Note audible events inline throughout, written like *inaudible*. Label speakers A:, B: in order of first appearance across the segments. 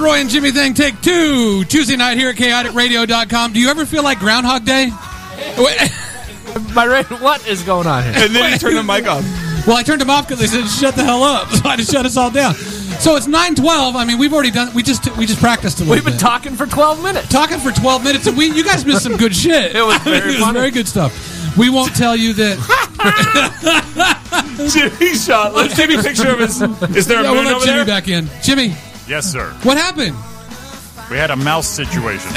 A: Roy and Jimmy Thing, take two. Tuesday night here at chaoticradio.com. Do you ever feel like Groundhog Day? *laughs* Wait-
B: My ra- what is going on here?
C: And then he turned the
A: *laughs*
C: mic off.
A: Well, I turned them off because they said shut the hell up, *laughs* so I had to shut us all down. So it's nine twelve. I mean, we've already done. We just we just practiced a little.
B: We've been
A: bit.
B: talking for 12 minutes.
A: talking for twelve minutes, and we you guys missed some good shit.
B: It was
A: *laughs*
B: very
A: It was
B: funny.
A: very good stuff. We won't tell you that.
C: Jimmy shot. Let's Jimmy picture of his. Is there a
A: Yeah, we'll
C: moon
A: let
C: over
A: Jimmy
C: there?
A: back in. Jimmy,
D: Yes, sir.
A: what happened?
D: We had a mouse situation.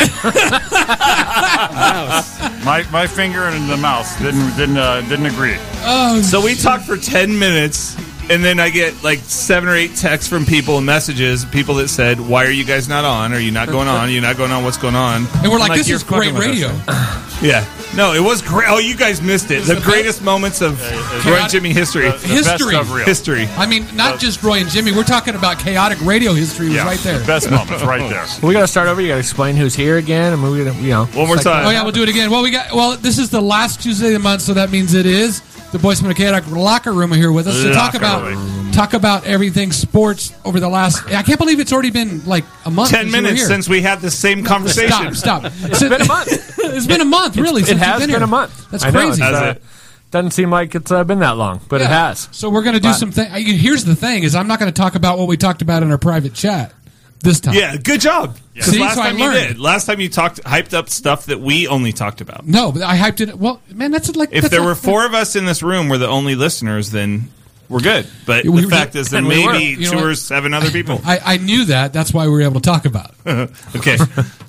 D: My my finger in the mouse didn't didn't uh, didn't agree.
C: So we talked for 10 minutes, and then I get like seven or eight texts from people and messages, people that said, Why are you guys not on? Are you not going on? Are you not going on? What's going on?
A: And we're like, this
C: "You're
A: is great
C: fucking with us."
A: radio.
C: Yeah. No, it was great. Oh, you guys missed it. The,
A: the
C: greatest moments of
D: it-
C: Roy
A: Chaotic-
C: and Jimmy history.
D: The, the
A: History.
D: best of real.
C: history.
A: I mean, not just Roy and Jimmy. We're talking about chaotic radio history was
D: Yeah,
A: right there.
D: The best moments right there.
B: We gotta start over. You gotta explain who's here again, and we're gonna, you know,
C: One more
B: it's like-
C: time.
A: Oh yeah, we'll do it again. Well, we got. Well, this is the last Tuesday of the month, so that means it is the Boys from the Chaotic Locker Room are here with us to talk
D: Locker
A: about
D: room.
A: talk about everything sports over the last. I can't believe it's already been like a month.
C: 10
A: since you were
C: minutes
A: here.
C: since we had the same conversation.
A: Stop! Stop! it's
B: It's been
A: *laughs*
B: a month.
A: it's been a month, really.
B: It
A: since you've
B: has been,
A: here.
B: a month.
A: That's
B: I know,
A: crazy.
B: it's,
C: Has
B: uh,
C: it?
B: Doesn't seem like it's uh, been that long, but it
A: Yeah.
B: has.
A: So we're going to do
B: But-
A: some thing. I- Here's the thing: is I'm not going to talk about what we talked about in our private chat this time.
C: Yeah, good job. 'Cause
A: See,
C: last
A: so I
C: time you
A: learned.
C: did. Last time you talked, hyped up stuff that we only talked about.
A: No, but I hyped it. Well, man, that's like
C: If
A: that's
C: there
A: not-
C: were four of us in this room, we're the only listeners, then we're good. But
A: We
C: the
A: were-
C: fact is, then
B: and we were.
C: maybe
A: You know
C: two
A: what?
C: or seven other people.
A: *laughs* I, I knew that. That's why we were able to talk about it.
C: okay,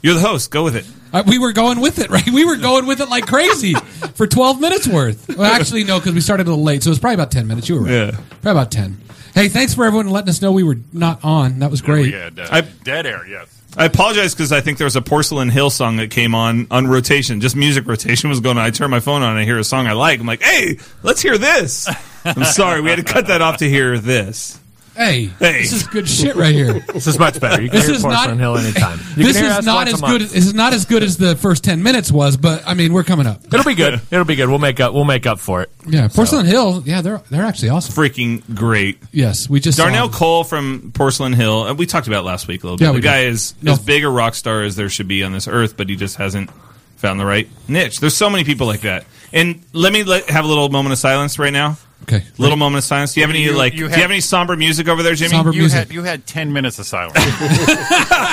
C: you're the host. Go with it.
A: Uh, we were going with it, right? We were going with it like crazy for 12 minutes worth. Well, actually, no, because we started a little late, so it was probably about 10 minutes. You were right.
C: Yeah.
A: Probably about 10. Hey, thanks for everyone letting us know we were not on. That was *laughs* great.
D: We had uh,
C: I-
D: dead air. Yes.
C: I apologize because I think there was a Porcelain Hill song that came on on rotation. Just music rotation was going on. I turn my phone on and I hear a song I like. I'm like, hey, let's
A: *laughs*
C: hear this. I'm sorry, we had to cut that off to hear this.
A: Hey,
C: Hey.
A: this is good shit right
C: *laughs*
A: here.
B: This is much better. You can
A: This
B: hear
A: is
B: Porcelain
A: not-
B: Hill
A: *laughs*
B: anytime. You
A: this
B: can hear
A: is
B: us
A: not
B: once a
A: as
B: month.
A: good. This is not as good as the first 10 minutes was, but I mean, we're coming up.
B: It'll be good. It'll be good. We'll make up. We'll make up for it.
A: Yeah, Porcelain Hill. Yeah, they're they're actually awesome.
C: Freaking great.
A: Yes, we just saw
C: Darnell
A: them.
C: Cole from Porcelain Hill, and we talked about it last week a little bit.
A: Yeah, we
C: the guy
A: did.
C: is
A: No.
C: as big a rock star as there should be on this earth, but he just hasn't found the right niche. There's so many people like that. And let me let, have a little moment of silence right now.
A: Okay.
C: Little moment of silence. Do you have any
D: You-
C: like?
D: you
C: do you have
D: have-
C: any somber music over there, Jimmy?
A: Somber
D: You
A: music.
D: had you had ten minutes of
C: *laughs*
D: silence.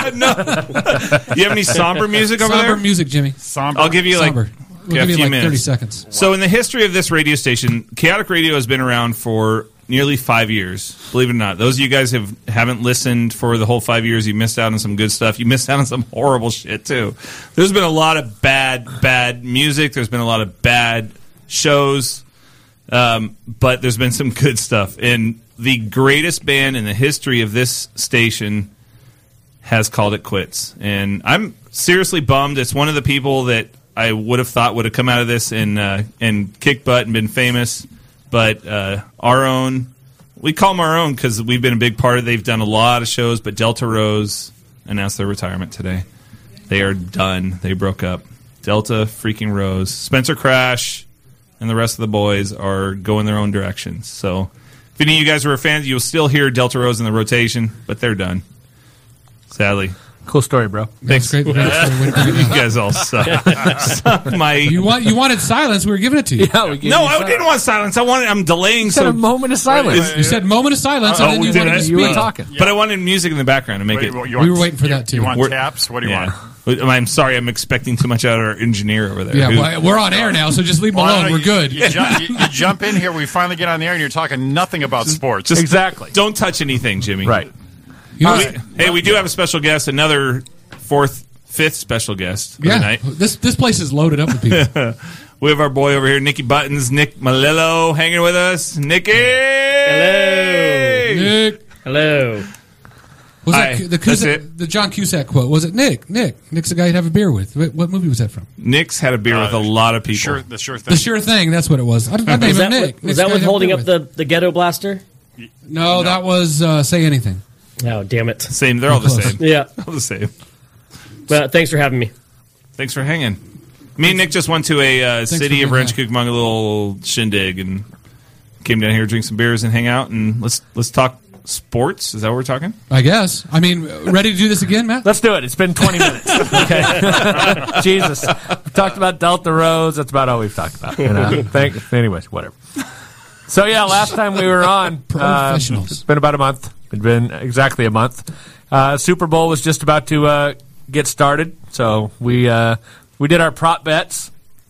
C: Do you have
A: *laughs*
C: any somber music over
A: Somber
C: there?
A: music, Jimmy.
D: Somber.
C: I'll give you like
A: Somber. We'll
C: yeah,
A: give
C: a
A: you
C: few
A: like 30
C: minutes.
A: seconds.
C: So in the history of this radio station, Chaotic Radio has been around for nearly five years. Believe it or not, those of you guys have haven't listened for the whole five years. You missed out on some good stuff. You missed *laughs* out on some horrible shit too. There's been a lot of bad, bad music. There's been a lot of bad shows. Um, but there's been some good stuff, and the greatest band in the history of this station has called it quits. And I'm seriously bummed. It's one of the people that I would have thought would have come out of this and uh, and kicked butt and been famous. But uh, our own, we call them our own because we've been a big part of. They've done a lot of shows, but Delta Rose announced their retirement today. They are done. They broke up. Delta freaking Rose, Spencer Crash, and the rest of the boys are going their own directions. So, if any of you guys were fans, you'll still hear Delta Rose in the rotation, but they're done. Sadly,
B: Cool story, bro.
A: That's great.
C: *laughs*
A: That's great. Way to
C: you guys *laughs* all suck. Suck my.
A: You want you wanted silence. We were giving it to you.
B: Yeah, we gave
C: no,
B: you
C: I
B: some-
C: didn't want silence. I wanted. I'm delaying
B: Said a
C: so.
B: moment of silence.
A: You said moment of silence, and
C: Oh,
A: then you
C: did
A: wanted
C: I?
A: to speak.
B: You were talking.
C: But I wanted music in the background to make it.
D: You,
A: We were waiting for that, too.
D: You want
C: We're-
D: taps? What do you
C: Yeah.
D: want?
C: I'm sorry. I'm expecting too much out of our engineer over there.
A: Yeah,
C: who-
A: well, we're on air now, so just leave them
D: Well, I don't
A: alone.
D: know,
A: We're
D: you-
A: good.
D: You, jump, you, you jump in here. We finally get on the air, and you're talking nothing about sports.
C: just
B: Exactly.
C: Don't touch anything, Jimmy.
B: Right.
A: You know,
C: We- hey, we do have a special guest. Another fourth, fifth special guest of the
A: yeah,
C: night.
A: this this place is loaded up with
C: *laughs*
A: people.
C: We have our boy over here, Nicky Buttons, Nick Malillo, hanging with us. Nicky. Hello.
A: Nick,
E: Hello.
A: was
C: Hi,
A: that the,
C: that's
A: Cusack,
C: it.
A: the John Cusack quote? Was it Nick? Nick, Nick's the guy you'd have a beer with. Wait, what movie was that from?
C: Nick's had a beer with a lot of people.
D: Sure, the sure thing.
A: The Sure Thing. That's what it was. I, I named
E: Was
A: him
E: that,
A: Nick.
E: was
A: Nick's
E: that
A: guy
E: with
A: you'd have a
E: holding
A: beer
E: up the, the ghetto blaster?
A: with. No, that was uh, Say Anything.
E: Oh, damn it.
C: Same. They're all the
A: Close.
C: same.
E: Yeah.
C: All the same.
E: Well, thanks for having me.
C: Thanks for hanging. Me and Nick just went to a uh,
A: for
C: city
A: being
C: of
A: here.
C: Renchcookmung, a little shindig, and came down here, drink some beers, and hang out, and let's let's talk sports. Is that what we're talking?
A: I guess. I mean, ready to do this again, Matt?
B: *laughs* Let's do it. It's been 20 minutes. Okay. *laughs* Jesus. We've talked about Delta Roads. That's about all we've talked about. You know? Thank, anyways, whatever. So, yeah, last time we were
C: *laughs*
B: on, uh,
A: Professionals.
B: it's been about a month. It's been exactly a month. Uh, Super Bowl was just about to uh, get started. So, we uh, we did our prop bets.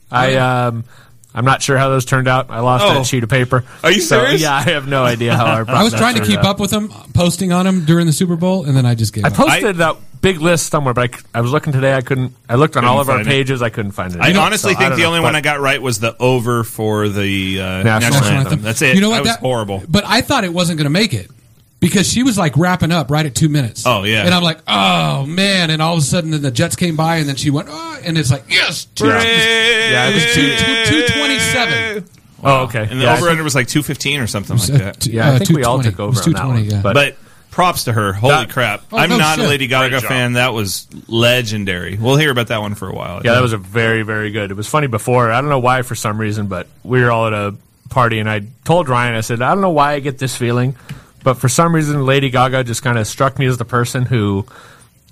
B: I. Um, I'm not sure how those turned out. I lost
C: Oh.
B: that sheet of paper.
C: Are you
B: So,
C: serious?
B: yeah, I have no idea how
C: *laughs*
B: our prop
A: I was
B: bets
A: trying to
B: turned
A: keep
B: out.
A: up with them, posting on them during the Super Bowl, and then I just gave
B: I
A: up.
B: posted that big list somewhere, but I c- I, was looking today. I couldn't. I looked on all of our
C: find it.
B: pages. I couldn't find it.
C: I
B: So
C: honestly think
B: don't
C: the
B: know,
C: only
B: but
C: one I got right was the over for the uh, national,
B: National
A: National
C: anthem.
A: anthem.
C: That's it.
A: You know what?
C: That was
A: that-
C: horrible.
A: But I thought it wasn't going to make it because she was like wrapping up right at two minutes.
C: Oh, yeah.
A: and I'm like, oh man! And all of a sudden, then the Jets came by, and then she went, oh, and it's like, yes, two,
C: Yeah,
A: it was two- two- 227.
B: Oh, okay.
C: And the
B: Yeah, I
C: over
B: think-
C: under was like 215 or something like that.
B: yeah, I think we all took over on that one. But,
C: but props to her. Holy
B: That-
C: crap.
A: Oh,
C: I'm
A: no
C: not a
A: shit.
C: Lady Gaga
B: job.
C: fan. That was legendary. We'll hear about that one for a while.
B: yeah, that was a very very good. It was funny before. I don't know why for some reason, but we were all at a party, and I told Ryan. I said, I don't know why I get this feeling, but for some reason, Lady Gaga just kind of struck me as the person who.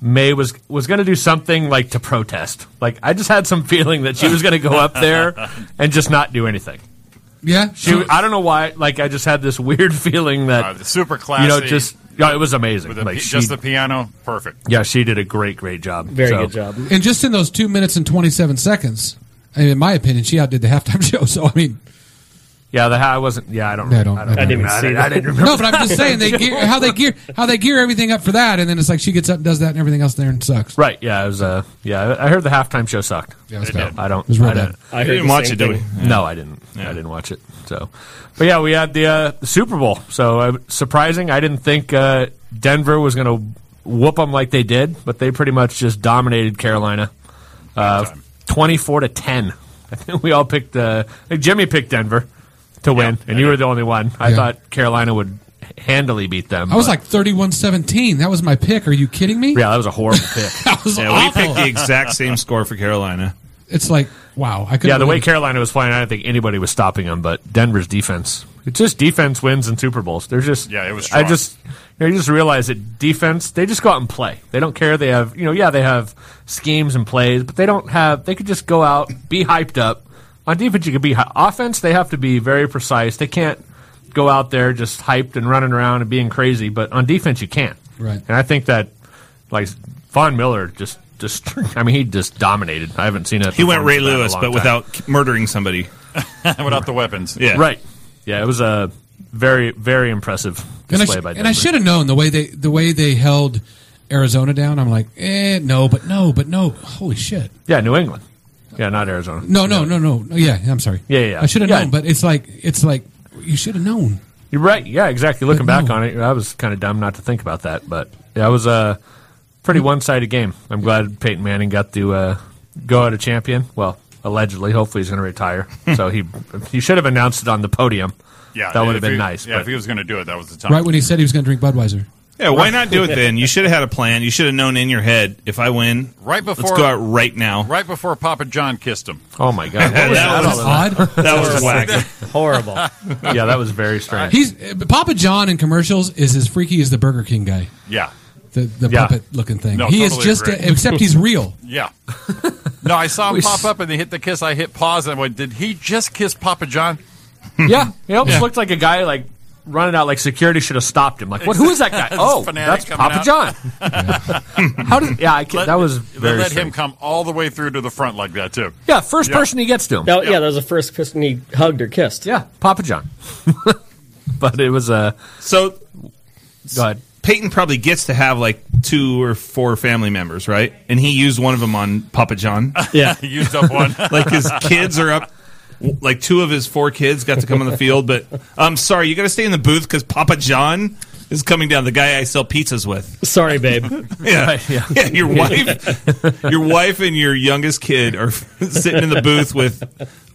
B: May was was going to do something like to protest. Like I just had some *laughs* feeling that she was going to go up
C: *laughs*
B: there and just not do anything.
A: yeah,
B: She, I don't know why. Like, I just had this weird *laughs* feeling that
D: Uh, super classy.
B: you know, just yeah, it was amazing.
D: with the,
B: like,
D: pi-
B: she,
D: just the piano, perfect.
B: yeah, she did a great, great job.
E: Very
B: So, *laughs*
E: good job.
A: and just in those two minutes and 27 seconds, I mean, in my opinion, she outdid the halftime *laughs* show. So I mean,
B: Yeah, the I wasn't. Yeah, I don't.
A: Yeah, I don't- I
E: didn't even
B: I
E: see
B: didn't,
E: that.
B: I didn't remember.
A: no, but I'm just saying
C: *laughs*
A: they gear, how they gear how they gear everything up for that, and then it's like she gets up and does that, and everything else there and sucks.
B: Right? Yeah, it was. Uh, yeah, I heard the halftime show sucked.
A: Yeah, it was
B: So,
A: bad.
B: I don't.
A: It was real
B: I don't-
A: bad.
E: I
C: You
E: heard
C: didn't
E: the
C: watch
E: same
C: it, did we?
E: thing.
B: No, I didn't. I didn't watch it. So, but yeah, we had the, uh, the Super Bowl. So uh, surprising. I didn't think uh, Denver was going to whoop them like they did, but they pretty much just dominated Carolina, uh, twenty-four to ten. *laughs* I think we all picked. Uh, I think Jimmy picked Denver to win, and you were the only one. I
A: Yeah.
B: thought Carolina would handily beat them.
A: I was
B: but-
A: like 31-17. That was my pick. Are you kidding me?
B: yeah, that was a horrible pick.
A: *laughs* That was
C: Yeah, we
A: awful.
C: picked the exact same score for Carolina.
A: It's like wow. I couldn't
B: Yeah, the way
A: believe it.
B: Carolina was playing, I don't think anybody was stopping them. But Denver's defense—it's just defense wins in Super Bowls. They're just
D: Yeah, it was
B: I
D: strong.
B: just you, know, you just realize that defense—they just go out and play. They don't care. They have you know, yeah, they have schemes and plays, but they don't have. They could just go out, be hyped up. On defense, you could be hy- offense. They have to be very precise. They can't go out there just hyped and running around and being crazy. But on defense, you can.
A: Right.
B: And I think that like Von Miller just. Just, I mean, he just dominated. I haven't seen it.
C: He went Ray Lewis, but without k- murdering somebody.
D: Without the weapons.
C: Yeah.
B: Right. Yeah, it was a very, very impressive
A: and I,
B: display
A: sh-
B: by Denver.
A: and I should have known the way they the way they held Arizona down. I'm like, eh, no, but no, but no. Holy shit.
B: Yeah, New England. Yeah, not Arizona.
A: No, no, no, no. no. Yeah, I'm sorry.
B: Yeah, yeah, yeah.
A: I should have
B: Yeah.
A: known, but it's like it's like you should have known.
B: You're right. Yeah, exactly. Looking
A: But
B: back
A: no.
B: on it, I was kind of dumb not to think about that, but that was a pretty
A: Mm.
B: one-sided game. I'm glad Peyton Manning got to uh, go out a champion. Well, allegedly. Hopefully, he's going to retire.
A: *laughs*
B: so he he should have announced it on the podium.
D: Yeah,
B: that would
D: if
B: have been
D: he-
B: nice.
D: Yeah,
B: but-
D: if he was going to do it, that was the time.
A: Right when he said he was going to drink Budweiser.
C: Yeah, why not do it then? You should have had a plan. You should have known in your head if I win,
D: Right
C: let's
D: before-
C: go out right now.
D: right before Papa John kissed him.
B: oh my
D: *laughs*
B: god, What was
C: That
B: that
C: was
B: all about?
A: Odd.
B: *laughs*
C: That was whack.
E: Horrible.
B: yeah, that was very strange.
A: He's uh, Papa John in commercials is as freaky as the Burger King guy,
D: Yeah.
A: the the
B: Yeah.
A: puppet looking thing.
D: No,
A: he is
D: totally
A: just
D: agree.
A: a- except he's
B: *laughs*
A: real.
D: Yeah. No, I saw him
B: We
D: pop
B: s-
D: up and they hit the kiss. I hit pause and I went, did he just kiss Papa John?
B: Yeah, he almost looked like a guy like running out. Like security should have stopped him. Like, what? Who is that guy?
D: *laughs*
B: Oh, that's
D: fanatic coming
B: Papa
D: out. *laughs*
B: John. How did? Yeah, I can, that was
D: They
B: very.
D: let him
B: strange.
D: come all the way through to the front like that, too.
B: Yeah, first person he gets to him.
E: That, yeah, that was the first person he hugged or kissed.
B: Yeah, Papa John. *laughs* but it was Uh,
C: So
B: go ahead.
C: Peyton probably gets to have like two or four family members, right? And he used one of them on Papa John.
E: Yeah.
D: He
B: *laughs*
D: used up one.
C: like his kids are up. Like two of his four kids got to come on the field, but I'm sorry, you got to stay in the booth because Papa John is coming down. The guy I sell pizzas with.
E: *laughs* Sorry, babe.
C: Yeah,
B: yeah.
C: *laughs* yeah. Your wife, your wife, and your youngest kid are *laughs* sitting in the booth with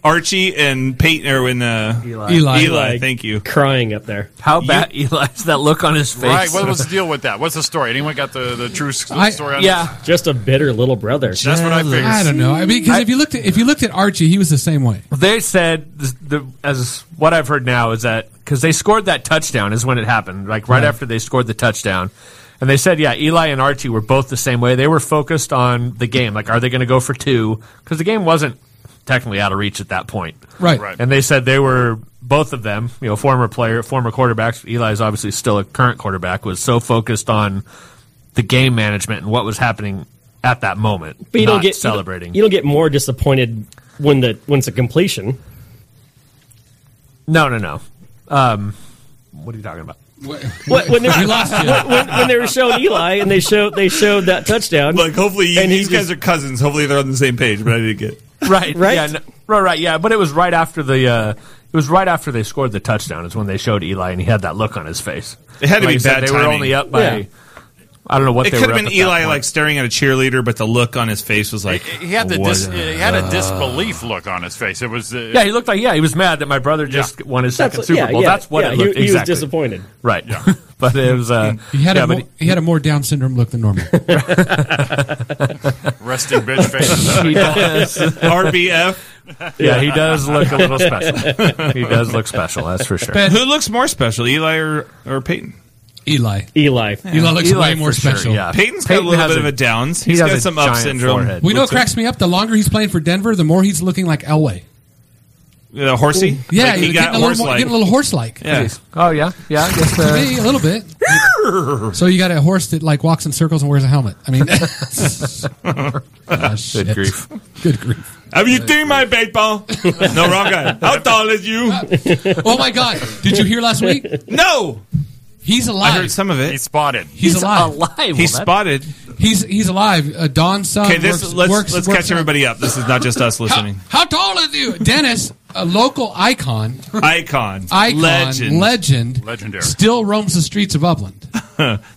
C: Archie and Peyton, or in uh, Eli.
A: Eli.
E: Like,
C: Thank you.
E: Crying up there.
B: *laughs* How bad *laughs* Eli's that look on his face?
D: right. What was the deal with that? What's the story? Anyone got the, the true s-
A: I-
D: story on this?
B: yeah,
E: Just a bitter little brother.
D: That's what I figured.
A: I don't know. I mean, because
B: I-
A: if you looked at if you looked at Archie, he was the same way.
B: they said the, as what I've heard now is that because they scored that touchdown is when it happened, like right after they scored the touchdown. And they said, yeah, Eli and Archie were both the same way. They were focused on the game. Like, are they going to go for two? Because the game wasn't technically out of reach at that point.
A: Right.
D: Right.
B: And they said they were both of them, you know, former player, former quarterbacks. Eli is obviously still a current quarterback. Was so focused on the game management and what was happening at that moment,
E: But you
B: not
E: don't get
B: celebrating.
E: You don't, you don't get more disappointed when the when it's a completion.
B: no, no, no. Um, what are you talking about?
E: What,
A: *laughs*
E: when, they
A: We
E: were,
A: lost you.
E: when, when they were showing Eli and they showed they showed that touchdown.
C: Like, hopefully, you,
E: And he
C: these guys are cousins. Hopefully, they're on the same page, but I didn't get.
B: right,
E: Right?
B: Yeah, no, right, right, yeah. But it was right after the uh, it was right after they scored the touchdown is when they showed Eli and he had that look on his face.
C: It had to
B: Like
C: be
B: you said,
C: bad
B: They were
C: timing.
B: only up by
E: Yeah.
B: I don't know what
C: It
B: they
C: could
B: were.
C: have
B: up
C: been
B: at that
C: Eli
B: point.
C: like staring at a cheerleader, but the look on his face was like
D: He had the dis- *laughs* he had a disbelief look on his face. It was uh,
B: uh, yeah, he looked like yeah, he was mad that my brother just won his second
E: what-
B: Super Bowl. That's what
E: yeah,
B: it
E: he,
B: looked
E: he
B: exactly.
E: was disappointed.
B: Right. *laughs* but it was uh
A: He had,
B: yeah,
A: a
B: but
A: more, he had a more Down syndrome look than normal.
B: *laughs*
D: resting bitch face.
B: he
C: *laughs*
B: does
C: RBF.
B: Yeah, he does look a
C: *laughs*
B: little special. he does look special, that's for sure.
A: Ben-
C: Who looks more special, Eli or, or Peyton?
A: Eli.
E: Eli.
A: Eli looks
B: Eli
A: way more
B: for sure,
A: special.
B: yeah.
C: Peyton's got
B: Peyton
C: a little
B: has
C: bit of a downs. He's
B: has
C: got
B: a
C: some up
B: giant
C: syndrome.
B: forehead.
A: We know it
B: Looks like-
A: cracks me up. The longer he's playing for Denver, the more he's looking like Elway.
C: Uh, horsey?
A: Yeah,
C: Like, he
A: he's
C: got
A: getting, a little
C: horse
A: more,
C: like.
A: getting a little horse-like.
C: Yeah.
B: Oh yeah, yeah. I guess,
A: To
B: uh,
A: me, a little bit.
C: *laughs*
A: so you got a horse that like walks in circles and wears a helmet. I mean, *laughs* Gosh, shit.
B: Good grief.
A: Good grief.
C: Have you seen
A: *laughs*
C: my baseball? no, wrong guy. How tall is you?
A: Oh my God! Did you hear last week?
C: No!
A: He's
C: I
A: alive.
C: heard some of
D: He
C: it.
D: spotted.
A: he's, alive.
B: alive.
C: He
B: Well, that-
C: spotted.
A: He's he's alive. Uh, Don's son.
C: Okay, this
A: works,
C: let's
A: works,
C: let's
A: works
C: catch everybody up. This is not just us
A: How, *laughs*
C: listening.
A: how tall is you, Dennis? A local icon,
C: Icon,
A: icon,
C: legend.
A: legend,
D: Legendary.
A: still roams the streets of Upland.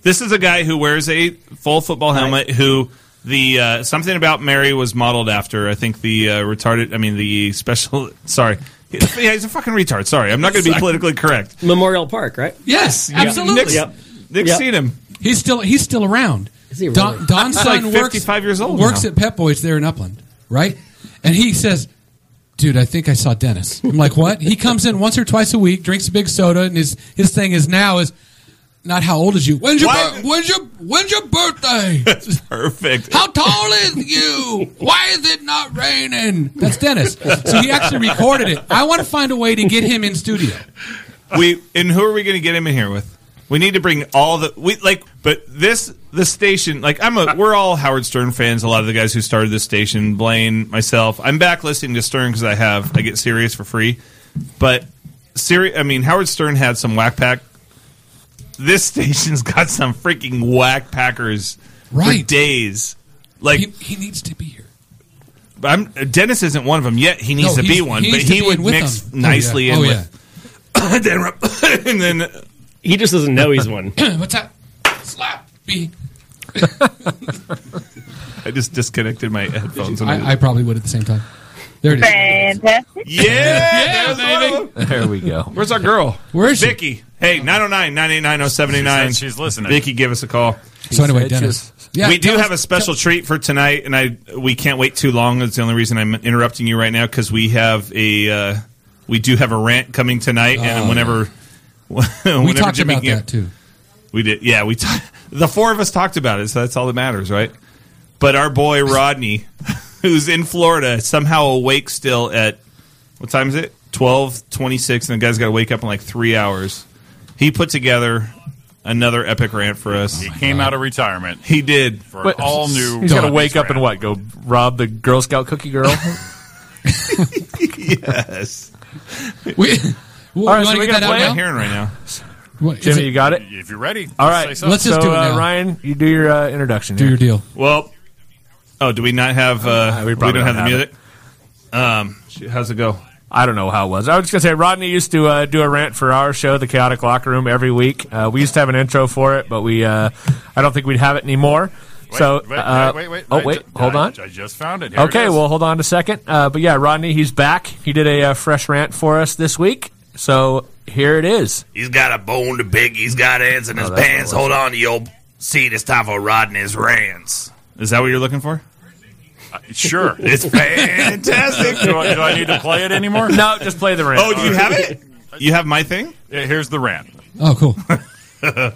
C: This is a guy who wears a full football helmet. Who the uh, something about Mary was modeled after. I think the uh, retarded. I mean the special. *laughs* Sorry, yeah, he's a fucking retard. Sorry, I'm not going to be politically correct.
E: Memorial Park, right?
A: Yes,
C: Nick's,
A: absolutely.
E: Yep.
C: Nick's
E: Yep.
C: seen him.
A: He's still he's still around.
E: Is he
A: Don,
E: really?
A: Don's
C: He's
A: son
C: like
A: works
C: 55 years old
A: Works
C: now.
A: at Pep Boys there in Upland, right? And he says, "Dude, I think I saw Dennis." I'm like, "What?" he comes in once or twice a week, drinks a big soda, and his his thing is now is not how old is you? When's your
C: Why-
A: bir- when's your when's your birthday?
C: Perfect.
A: How tall is you? Why is it not raining? That's Dennis. So he actually recorded it. I want to find a way to get him in studio.
C: we and who are we going to get him in here with? We need to bring all the we like, but this the station like I'm a we're all Howard Stern fans. A lot of the guys who started this station, Blaine, myself, I'm back listening to Stern because I have I get Sirius for free, but Siri, I mean Howard Stern had some whack pack. This station's *laughs* got some freaking whack packers for
A: Right.
C: days. Like
A: He, he needs to be here.
C: I'm Dennis isn't one of them yet. He needs
A: No,
C: to be
A: he's-
C: one,
A: he
C: but
A: needs to
C: he
A: be
C: would
A: in with
C: mix
A: them. Oh, yeah.
C: nicely
A: Oh,
C: in
A: yeah.
C: *coughs* with and then
E: He just doesn't know he's one.
A: *clears throat* What's up? Slap. Be.
C: I just disconnected my headphones.
A: I, I probably would at the same time. There it is.
F: Fantastic.
C: *laughs* yeah,
A: Yeah,
C: there's one of
A: baby.
C: them.
B: There we *laughs* go.
C: Where's our girl?
A: Where is she?
C: Vicky? Hey, 909 989 079.
D: She said she's listening.
C: Vicky, give us a call.
A: So anyway,
B: said
A: Dennis.
B: just-
A: Yeah,
C: we do
A: tell
C: have a
A: us-
C: special treat for tonight, and I we can't wait too long. That's the only reason I'm interrupting you right now because we have a uh, we do have a rant coming tonight, and whenever *laughs* whenever
A: Oh, We talked
C: Jimmy
A: about
C: can-
A: that
C: *laughs*
A: too.
C: We did. Yeah, we t- *laughs* the four of us talked about it, so that's all that matters, right? But our boy Rodney, *laughs* who's in Florida, somehow awake still at what time is it? Twelve twenty-six, and the guy's got to wake up in like three hours. He put together another epic rant for us.
D: He came out of retirement
C: He did.
D: for an all new.
B: He's got to
A: Done.
B: wake up and what? Go rob the Girl Scout
A: *laughs*
B: cookie girl?
C: Yes,
A: We, well,
B: All right,
A: you
B: so
A: want
B: we
A: to get that
B: gotta play
A: out
C: I'm
A: now?
C: hearing right now.
A: What, is
B: Jimmy,
A: it-
B: you got it?
D: If you're ready,
B: All right.
D: say so.
A: Let's just
B: so,
A: do it
B: uh,
A: now.
B: Ryan, you do your uh, introduction.
A: do
B: here.
A: your
C: *laughs*
A: deal.
C: Well, oh, do we not have? Uh,
B: we
C: we,
B: probably
C: don't have the
B: don't have
C: music. Um, sh- how's it go?
B: I don't know how it was. I was just going to say, Rodney used to uh, do a rant for our show, The Chaotic Locker Room, every week. Uh, we used to have an intro for it, but we uh, I don't think we'd have it anymore.
D: Wait,
B: so,
D: wait,
B: uh,
D: wait, wait, wait.
B: oh,
D: I
B: wait,
D: ju-
B: hold
D: I-
B: on.
D: I just found it. Here it
B: Okay,
D: is.
B: well, hold on a second. Uh, but yeah, Rodney, he's back. He did a uh, fresh rant for us this week. So here it is.
G: He's got a bone to pick. He's got ants in his pants. Hold on to your seat. It's time for Rodney's rants.
C: Is that what you're looking for?
D: sure. do,
C: *laughs*
G: It's fan.
D: I, do I need to play it anymore?
B: *laughs* No, just play the rant.
C: Oh, do you have it? *laughs* you have my thing?
D: Yeah, Here's the rant.
A: Oh, cool.
C: *laughs*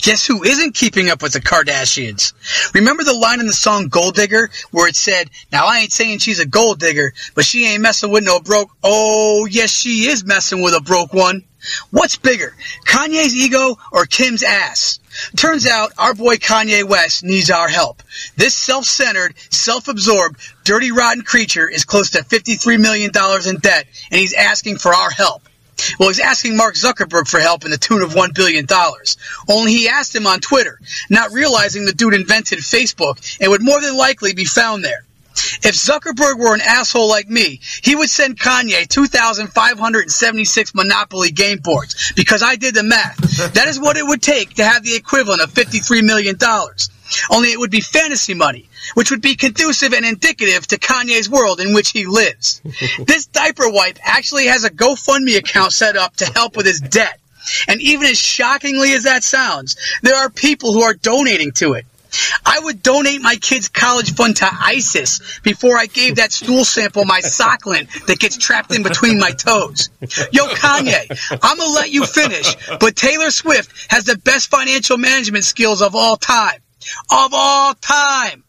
F: Guess who isn't keeping up with the Kardashians? Remember the line in the song Gold Digger where it said, Now I ain't saying she's a gold digger, but she ain't messing with no broke. Oh, yes, she is messing with a broke one. What's bigger, Kanye's ego or Kim's ass? Turns out our boy Kanye West needs our help. This self centered, self absorbed, dirty, rotten creature is close to $53 million in debt, and he's asking for our help. Well, he's asking Mark Zuckerberg for help in the tune of $1 billion. Only he asked him on Twitter, not realizing the dude invented Facebook and would more than likely be found there. If Zuckerberg were an asshole like me, he would send Kanye 2,576 Monopoly game boards because I did the math. that is what it would take to have the equivalent of $53 million. Only it would be fantasy money, which would be conducive and indicative to Kanye's world in which he lives. this diaper wipe actually has a GoFundMe account set up to help with his debt. And even as shockingly as that sounds, there are people who are donating to it. I would donate my kids' college fund to ISIS before I gave that stool sample my sock lint that gets trapped in between my toes. Yo, Kanye, I'm going to let you finish, but Taylor Swift has the best financial management skills of all time. Of all time.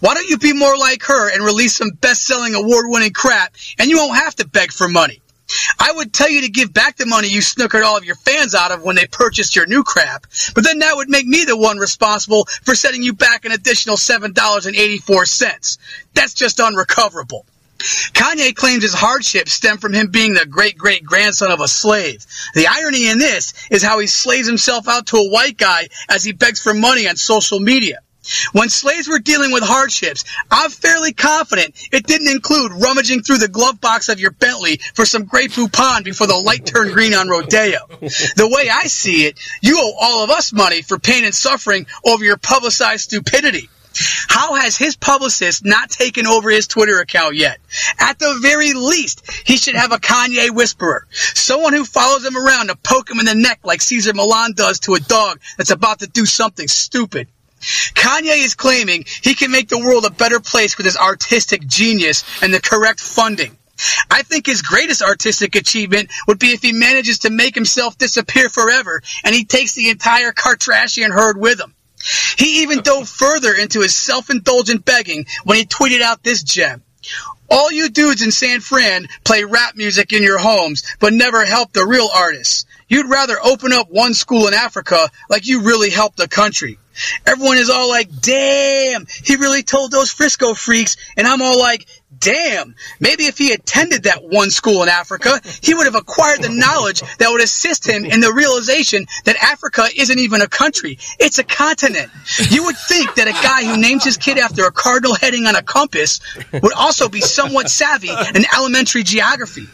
F: Why don't you be more like her and release some best selling award winning crap and you won't have to beg for money? I would tell you to give back the money you snookered all of your fans out of when they purchased your new crap, but then that would make me the one responsible for setting you back an additional $7.84. That's just unrecoverable. Kanye claims his hardships stem from him being the great great grandson of a slave. The irony in this is how he slaves himself out to a white guy as he begs for money on social media. When slaves were dealing with hardships, I'm fairly confident it didn't include rummaging through the glove box of your Bentley for some Grey Poupon before the light turned green on Rodeo. The way I see it, you owe all of us money for pain and suffering over your publicized stupidity. How has his publicist not taken over his Twitter account yet? At the very least, he should have a Kanye whisperer, someone who follows him around to poke him in the neck like Caesar Milan does to a dog that's about to do something stupid. Kanye is claiming he can make the world a better place with his artistic genius and the correct funding. I think his greatest artistic achievement would be if he manages to make himself disappear forever and he takes the entire Kardashian herd with him. He even dove further into his self indulgent begging when he tweeted out this gem. All you dudes in San Fran play rap music in your homes, but never help the real artists. You'd rather open up one school in Africa like you really helped the country. Everyone is all like, damn, he really told those Frisco freaks. And I'm all like, damn, maybe if he attended that one school in Africa, he would have acquired the knowledge that would assist him in the realization that Africa isn't even a country. It's a continent. You would think that a guy who names his kid after a cardinal heading on a compass would also be somewhat savvy in elementary geography.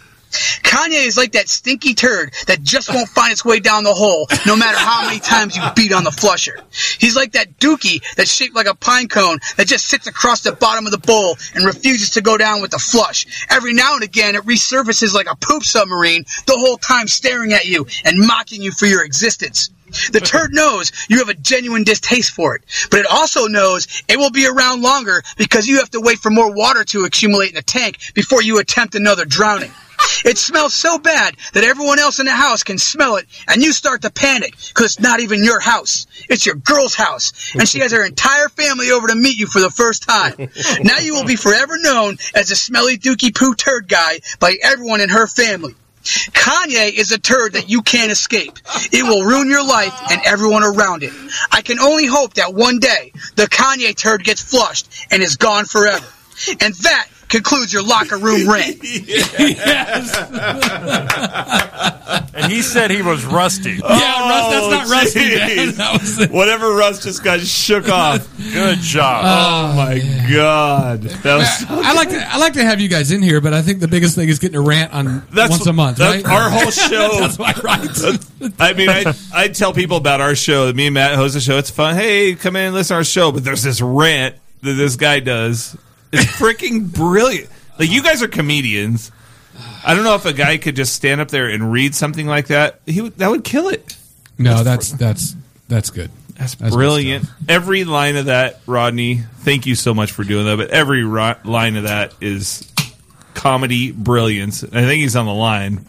F: Kanye is like that stinky turd that just won't find its way down the hole no matter how many times you beat on the flusher. He's like that dookie that's shaped like a pine cone that just sits across the bottom of the bowl and refuses to go down with the flush. Every now and again it resurfaces like a poop submarine the whole time staring at you and mocking you for your existence. The turd knows you have a genuine distaste for it, but it also knows it will be around longer because you have to wait for more water to accumulate in the tank before you attempt another drowning. It smells so bad that everyone else in the house can smell it, and you start to panic because it's not even your house. It's your girl's house, and she has her entire family over to meet you for the first time. Now you will be forever known as the smelly dookie poo turd guy by everyone in her family. Kanye is a turd that you can't escape. It will ruin your life and everyone around it. I can only hope that one day the Kanye turd gets flushed and is gone forever. And that concludes your locker room rant.
D: And he said he
B: *laughs*
D: was rusty.
A: yeah, Rust, that's not Rusty. man.
C: jeez.
A: *laughs* That
C: *laughs*
A: was the-
C: Whatever Russ just got shook off.
D: Good job.
B: Uh,
C: Oh my god, that was.
A: I like to I like to have you guys in here, but I think the biggest thing is getting a rant on
C: That's
A: once a month,
C: that-
A: right? *laughs*
C: Our whole show.
A: That's why, right?
C: *laughs* I mean, I, I tell people about our show. Me and Matt host the show. It's fun. Hey, come in and listen to our show. But there's this rant that this guy does.
A: *laughs*
C: It's freaking brilliant. Like, you guys are comedians. I don't know if a guy could just stand up there and read something like that. He would, that would kill it.
A: No, that's that's that's good. That's, good
C: Brilliant.
A: stuff.
C: Every line of that, Rodney. Thank you so much for doing that. But every ro- line of that is comedy brilliance. I think he's on the line.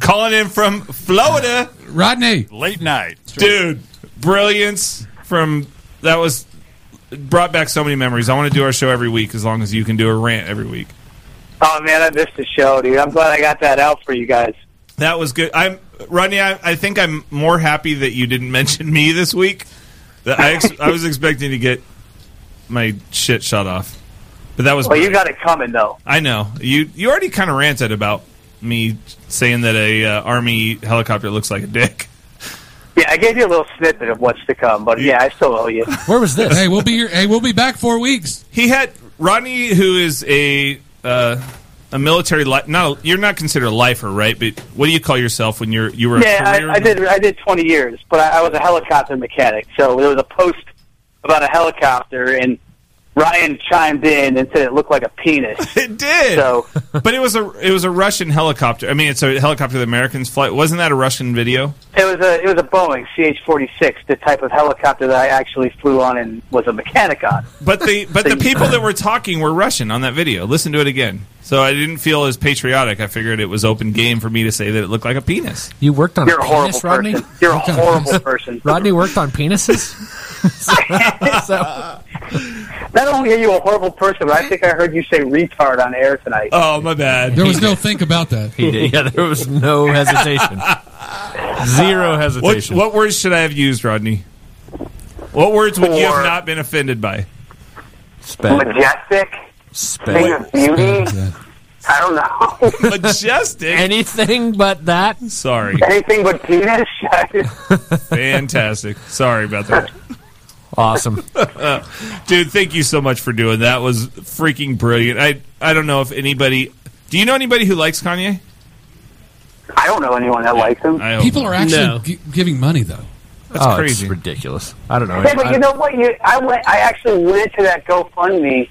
C: calling in from Florida,
A: Rodney.
D: Late night.
C: dude. Brilliance from that was brought back so many memories. I want to do our show every week as long as you can do a rant every week.
H: *laughs* Oh man, I missed the show, dude. I'm glad I got that out for you guys.
C: That was good. I'm Rodney. I, I think I'm more happy that you didn't *laughs* mention me this week. That I ex- I was expecting to get my shit shut off, but that was.
H: Well, you
C: brilliant.
H: got it coming though.
C: I know you. You already kind of ranted about me saying that a uh, army helicopter looks like a dick.
H: Yeah, I gave you a little snippet of what's to come, but yeah, I still owe you.
A: Where was this? Hey, we'll be here. Hey, we'll be back four weeks.
C: He had Rodney, who is a uh, a military. Li- not a, you're not considered a lifer, right? But what do you call yourself when you're you were?
H: Yeah,
C: a career
H: I, I did. I did 20 years, but I, I was a helicopter mechanic. So there was a post about a helicopter, and Ryan chimed in and said it looked like a penis.
C: *laughs* It did.
H: So
C: *laughs* But it was a it was a Russian helicopter. I mean, it's a helicopter the Americans fly. Wasn't that a Russian video?
H: it was a it was a Boeing CH-46, the type of helicopter that I actually flew on and was a mechanic on.
C: But the but
H: *laughs*
C: the people that were talking were Russian on that video. Listen to it again. So I didn't feel as patriotic. I figured it was open game for me to say that it looked like a penis.
I: You worked on
H: You're a
I: penis,
H: horrible
I: Rodney?
H: person. You're a horrible person.
I: Rodney worked on penises?
H: Not only are you a horrible person, but I think I heard you say retard on air tonight.
C: Oh my bad.
A: There was no think about that.
B: He did. *laughs* Yeah, there was no hesitation. Zero
C: what
B: hesitation.
C: what words should I have used, Rodney? What words would you have
H: Or-
C: not been offended by?
B: Sped.
H: Majestic, thing
B: Sped.
A: *laughs*
H: of beauty.
A: Yeah.
H: I don't know.
C: Majestic.
I: Anything but that?
C: Sorry.
H: Anything but penis. *laughs*
C: Fantastic. Sorry about that.
I: Awesome.
C: Dude, thank you so much for doing that. It was freaking brilliant. I I don't know if anybody Do you know anybody who likes Kanye?
H: I don't know anyone that likes him.
C: I hope
A: People are actually
E: No.
A: gi- giving money though.
C: That's
B: oh,
C: crazy.
B: It's ridiculous. I don't know.
H: Yeah, but you know what? You, I went. I actually went to that GoFundMe,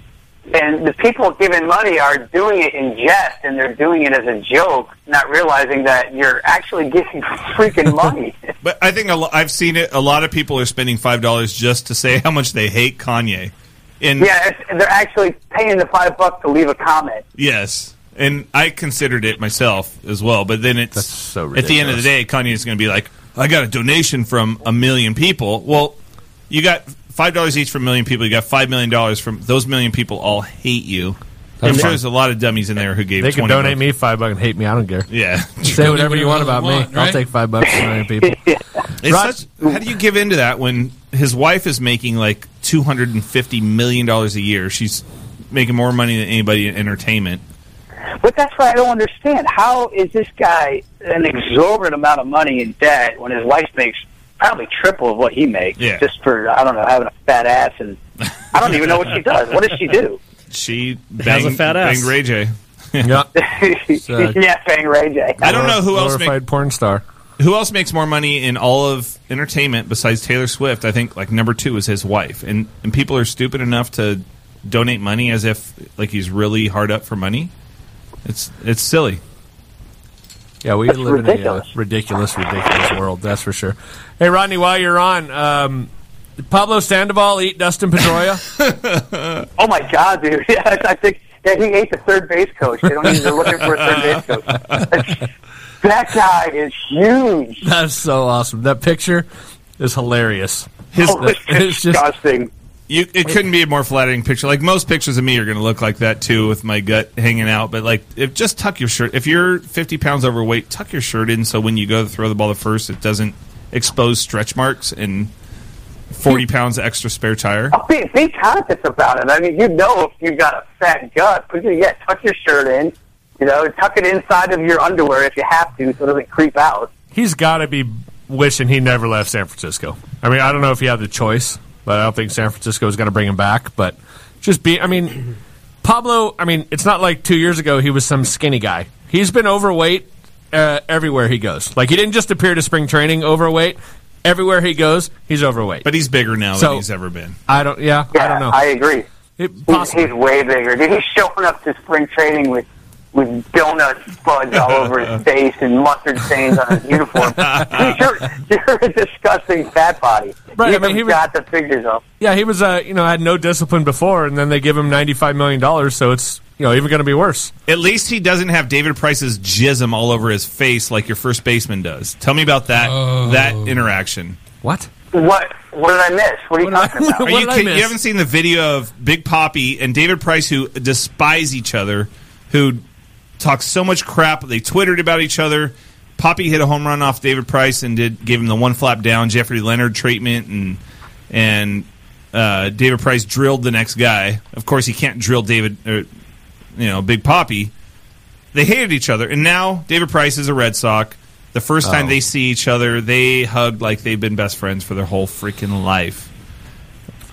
H: and the people giving money are doing it in jest, and they're doing it as a joke, not realizing that you're actually giving *laughs* freaking money.
C: But I think a lo- I've seen it. A lot of people are spending five dollars just to say how much they hate Kanye. And
H: yeah, it's, they're actually paying the five bucks to leave a comment.
C: yes, and I considered it myself as well. But then it's
B: That's so
C: at the end of the day, Kanye's going to be like, I got a donation from a million people. Well, you got five dollars each from a million people. You got five million dollars from those million people. All hate you. I'm sure
B: fine.
C: there's a lot of dummies in there who gave.
B: They can
C: 20
B: donate
C: bucks.
B: me five bucks and hate me. I don't care.
C: Yeah, *laughs*
I: Say whatever you want about
A: Want,
I: me.
A: right?
I: I'll take five bucks from a million people.
C: It's such, how do you give into that when his wife is making like two hundred and fifty million dollars a year? She's making more money than anybody in entertainment.
H: But that's what I don't understand. How is this guy an exorbitant amount of money in debt when his wife makes probably triple of what he makes
C: Yeah.
H: just for I don't know having a fat ass and I don't even know what she does. What does she do? *laughs*
C: She
E: Has
C: banged,
E: a fat ass.
C: banged Ray J.
B: uh,
H: yeah, Fang Ray J.
C: I don't know who else make,
B: Glorified porn star.
C: who else makes more money in all of entertainment besides Taylor Swift. I think like number two is his wife, and and people are stupid enough to donate money as if like he's really hard up for money. It's it's silly.
B: Yeah, we
H: That's
B: live
H: ridiculous.
B: in a uh, ridiculous, ridiculous world. That's for sure. Hey, Rodney, while you're on, um, Pablo Sandoval eat Dustin Pedroia.
H: Oh my god, dude! *laughs* Yeah, I think yeah, he ate the third base coach. They don't even they're looking for a third base
C: *laughs*
H: coach. that guy is huge.
B: That's so awesome. That picture is hilarious.
C: His
H: Oh, *laughs* it's
B: it's just-
H: disgusting.
C: You, it couldn't be a more flattering picture. Like most pictures of me are going to look like that too, with my gut hanging out. But like, if just tuck your shirt. If you're 50 pounds overweight, tuck your shirt in so when you go to throw the ball to first, it doesn't expose stretch marks and 40 pounds extra spare tire.
H: Oh, be, be conscious about it. I mean, you know if you've got a fat gut, but you, yeah, tuck your shirt in. You know, tuck it inside of your underwear if you have to, so it doesn't creep out.
B: He's got to be wishing he never left San Francisco. I mean, I don't know if he had the choice, but I don't think San Francisco is going to bring him back. But just be, I mean, Pablo, I mean, it's not like two years ago he was some skinny guy. He's been overweight uh, everywhere he goes. Like, he didn't just appear to spring training overweight. Everywhere he goes, he's overweight.
C: But he's bigger now
B: So-
C: than he's ever been.
B: I don't. Yeah, I don't know.
H: I agree.
B: It-
H: He's,
B: possibly.
H: he's way bigger. Dude, he's showing up to spring training with with donut spuds all
B: *laughs*
H: over his face and mustard stains on his uniform. Dude, you're, you're a disgusting fat body.
B: Right, I
H: you
B: mean, he was-
H: got the figures up.
B: yeah, he was. Uh, you know, had no discipline before, and then they give him ninety five million dollars. So it's you know even going to be worse.
C: At least he doesn't have David Price's jism all over his face like your first baseman does. Tell me about that that interaction.
I: What?
H: What? What did I miss? What are you
B: *laughs*
H: talking about?
I: *laughs*
C: Are
I: What
C: you,
I: did I
C: kid-
I: miss?
C: you haven't seen the video of Big Poppy and David Price who despise each other, who talk so much crap. They twittered about each other. Poppy hit a home run off David Price and did gave him the one flap down Jeffrey Leonard treatment, and and uh, David Price drilled the next guy. Of course, he can't drill David, or, you know, Big Poppy. They hated each other, and now David Price is a Red Sox. The first time they see each other, they hug like they've been best friends for their whole freaking life.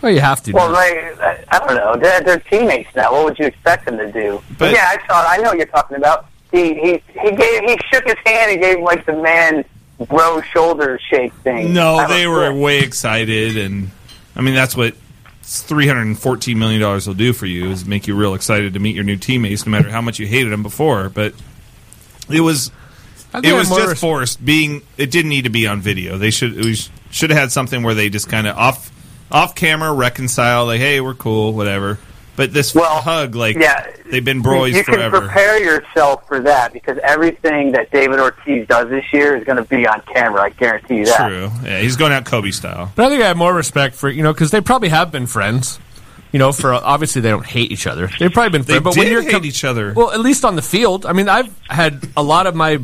I: Well, you have to.
H: Well,
I: do.
H: they, I don't know. They're, they're teammates now. What would you expect them to do?
C: But-
H: But yeah, I saw. I know what you're talking about. He he he gave he shook his hand and gave him, like the man bro shoulder shake thing.
C: No,
H: I
C: they
H: don't-
C: were way excited, and I mean that's what three hundred and fourteen million dollars will do for you is make you real excited to meet your new teammates, no matter how much you hated them before. But it was
I: I think
C: it
I: I'm
C: was
I: more
C: just
I: res-
C: forced. Being it didn't need to be on video. They should we sh- should have had something where they just kind of off off camera reconcile. Like, hey, we're cool, whatever. But this
H: Well,
C: hug, like,
H: yeah,
C: they've been bros
H: you
C: forever.
H: can prepare yourself for that because everything that David Ortiz does this year is going to be on camera. I guarantee you that.
C: True. Yeah, he's going out Kobe style.
B: But I think I have more respect for you know because they probably have been friends. You know, for obviously they don't hate each other. They've probably been
C: They
B: friends. but
C: did
B: when you're
C: hate
B: com-
C: each other.
B: well, at least on the field. I mean, I've had a lot of my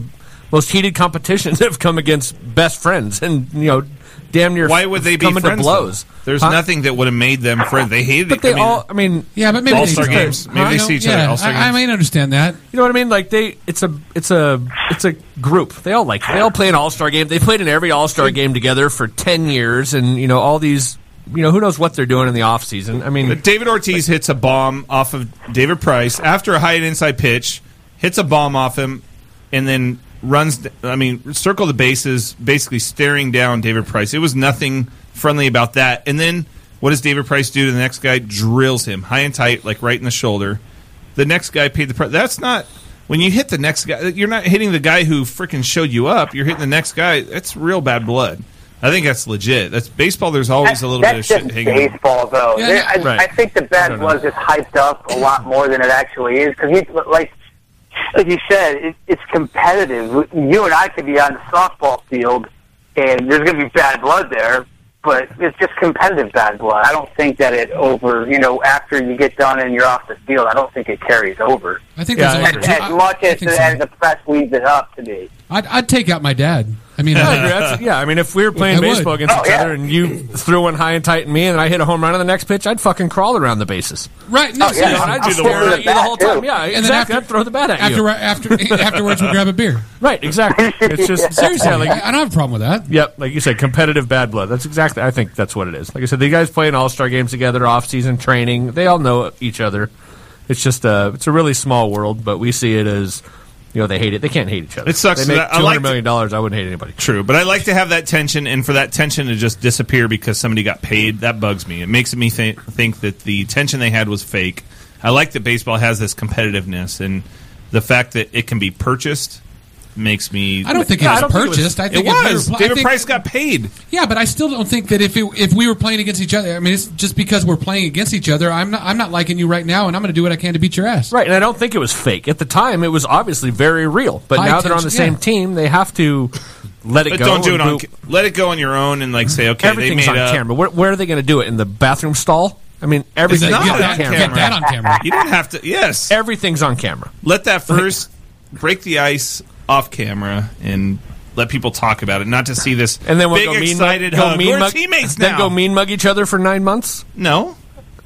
B: most heated competitions *laughs* have come against best friends, and you know, damn near
C: Why would they be
B: come into
C: friends,
B: blows?
C: though? There's
B: Huh?
C: nothing that would have made them friends. They hated
B: But
C: it.
B: they
C: I mean,
B: all. I mean,
A: Yeah, but maybe
C: All-Star
A: they,
C: games. Maybe they
A: I don't-
C: see each other at
A: yeah,
C: All-Star
A: I, I
C: games.
A: mean, understand that.
B: You know what I mean? Like they, it's a, it's a, it's a group. They all like they all play an all star game. They played in every all star game together for ten years, and you know all these. You know who knows what they're doing in the off season. I mean,
C: But David Ortiz hits a bomb off of David Price after a high and inside pitch, hits a bomb off him, and then runs. I mean, circle the bases, basically staring down David Price. It was nothing friendly about that. And then what does David Price do to the next guy? Drills him high and tight, like right in the shoulder. The next guy paid the price. That's not. When you hit the next guy, you're not hitting the guy who freaking showed you up. You're hitting the next guy. That's real bad blood. I think that's legit. That's baseball. There's always a little
H: That's
C: bit of shit
H: just
C: hanging. on.
H: baseball, though.
A: Yeah,
H: There-
A: yeah,
H: I,
B: right.
H: I think the bet was just hyped up a lot more than it actually is because, like, like you said, it, it's competitive. You and I could be on the softball field, and there's going to be bad blood there, but it's just competitive bad blood. I don't think that it over. You know, after you get done and you're off the field, I don't think it carries over.
A: I think
B: Yeah,
A: there's a
B: I
A: lot of
H: As, as much
A: I, I
H: as,
A: think
H: as
A: so.
H: the press leads it up to be.
A: I'd, I'd take out my dad. I
C: *laughs*
A: mean, uh,
B: I
A: I- *laughs*
B: agree. That's- *laughs* yeah. I mean, if we were playing
A: I would.
B: baseball against
H: Oh,
B: each
H: yeah.
B: other and you threw one high and tight at me, and I hit a home run on the next pitch, I'd fucking crawl around the bases.
A: right? No,
H: yeah.
A: seriously.
B: And I'd
H: I'll
B: just
H: throw
B: stare
H: the
B: at you the
H: bat,
B: whole time.
H: too.
B: Yeah,
A: And then after-
B: exactly. I'd throw the bat at
A: after
B: you.
A: after *laughs* afterwards, we'll grab a beer.
B: Right. Exactly. It's
H: *laughs*
B: just seriously.
A: Seriously,
B: yeah, Like,
A: I, I don't have a problem with that.
B: Yep, like you said, competitive bad blood. That's exactly. I think that's what it is. Like I said, the guys play in all star games together, off season training. They all know each other. It's just a it's a really small world, but we see it as you know they hate it. They can't hate each other.
C: It sucks
B: They make
C: that I
B: two
C: like
B: hundred million dollars. I wouldn't hate anybody.
C: True, but I like to have that tension, and for that tension to just disappear because somebody got paid, that bugs me. It makes me th- think that the tension they had was fake. I like that baseball has this competitiveness, and the fact that it can be purchased makes me.
A: I don't think
B: Yeah, I
A: it was
B: don't think it was-
A: purchased. I
C: it
A: think if we were
C: was.
A: pl- I
C: David
A: think-
C: Price got paid.
A: Yeah, but I still don't think that if it, if we were playing against each other, I mean, it's just because we're playing against each other. I'm not I'm not liking you right now, and I'm going to do what I can to beat your ass.
B: Right, and I don't think it was fake at the time. It was obviously very real. But
A: High
B: now they're on
A: tension,
B: the same
A: yeah.
B: team. They have to let it
C: But
B: go.
C: don't do it
B: and
C: on.
B: boop.
C: ca- Let it go on your own, and like say, okay,
B: Everything's
C: they
B: on
C: made up.
B: camera. Where, where are they going to do it in the bathroom stall? I mean, everything's
C: not
A: get,
B: on
A: that,
B: camera.
A: get that on camera. *laughs*
C: You don't have to. Yes,
B: Everything's on camera.
C: let that first break the ice off camera and let people talk about it, not to see this
B: And then we'll
C: big
B: go mean
C: excited
B: mug, go
C: hug.
B: mean
C: We're
B: mug,
C: teammates now.
B: Then go mean mug each other for nine months.
C: No,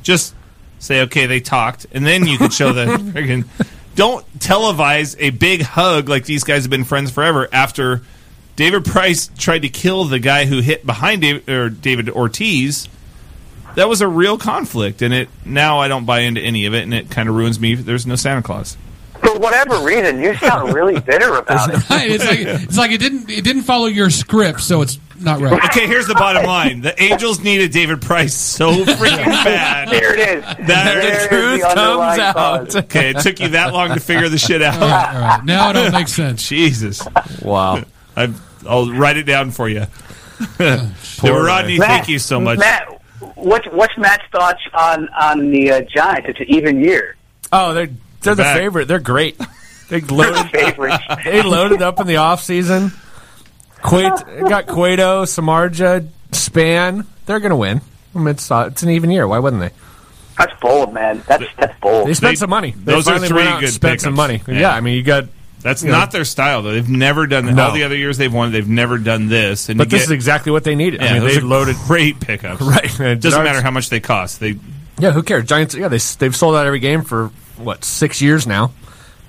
C: just say okay. They talked, and then you can show the friggin' Don't televise a big hug like these guys have been friends forever. After David Price tried to kill the guy who hit behind David, or David Ortiz, that was a real conflict, and it now I don't buy into any of it, and it kind of ruins me. There's no Santa Claus.
H: For whatever reason, you sound really bitter about it.
A: Right, It's like it's like it didn't it didn't follow your script, so it's not right.
C: Okay, here's the bottom line: the Angels needed David Price so freaking bad.
H: There it is.
B: *laughs*
C: That
H: There is
C: the
B: truth comes
H: underlying
B: out.
H: cause.
C: Okay, it took you that long to figure the shit
A: All *laughs*
C: out.
A: right, all right. Now it don't make sense.
C: Jesus.
B: Wow.
C: i I'll write it down for you. *laughs* Rodney, thank you so much.
H: Matt, what's what's Matt's thoughts on on the uh, Giants? It's an even year.
B: Oh, they're They're the
C: back.
B: favorite. They're great. They loaded. *laughs*
C: *laughs*
H: favorites.
B: they loaded up in the off season. Quit got Cueto, Samarja, Span. They're gonna win. I mean, it's, uh, it's an even year. Why wouldn't they?
H: That's bold, man. That's that's bold.
B: They spent
C: They-
B: some money. They
C: those are
B: finally
C: three
B: went out and
C: good
B: Spent some
C: pickups.
B: money. Yeah.
C: Yeah.
B: I mean, you got.
C: That's
B: You know.
C: not their style, though. They've never done that.
B: No.
C: All the other years they've won, they've never done this. And
B: But
C: you
B: this
C: get-
B: is exactly what they needed.
C: yeah,
B: I mean,
C: those
B: they
C: are
B: loaded.
C: great
B: *laughs*
C: pickups.
B: Right.
C: It doesn't matter how much they cost. They
B: Yeah, who cares? Giants. Yeah, they they've sold out every game for what six years now.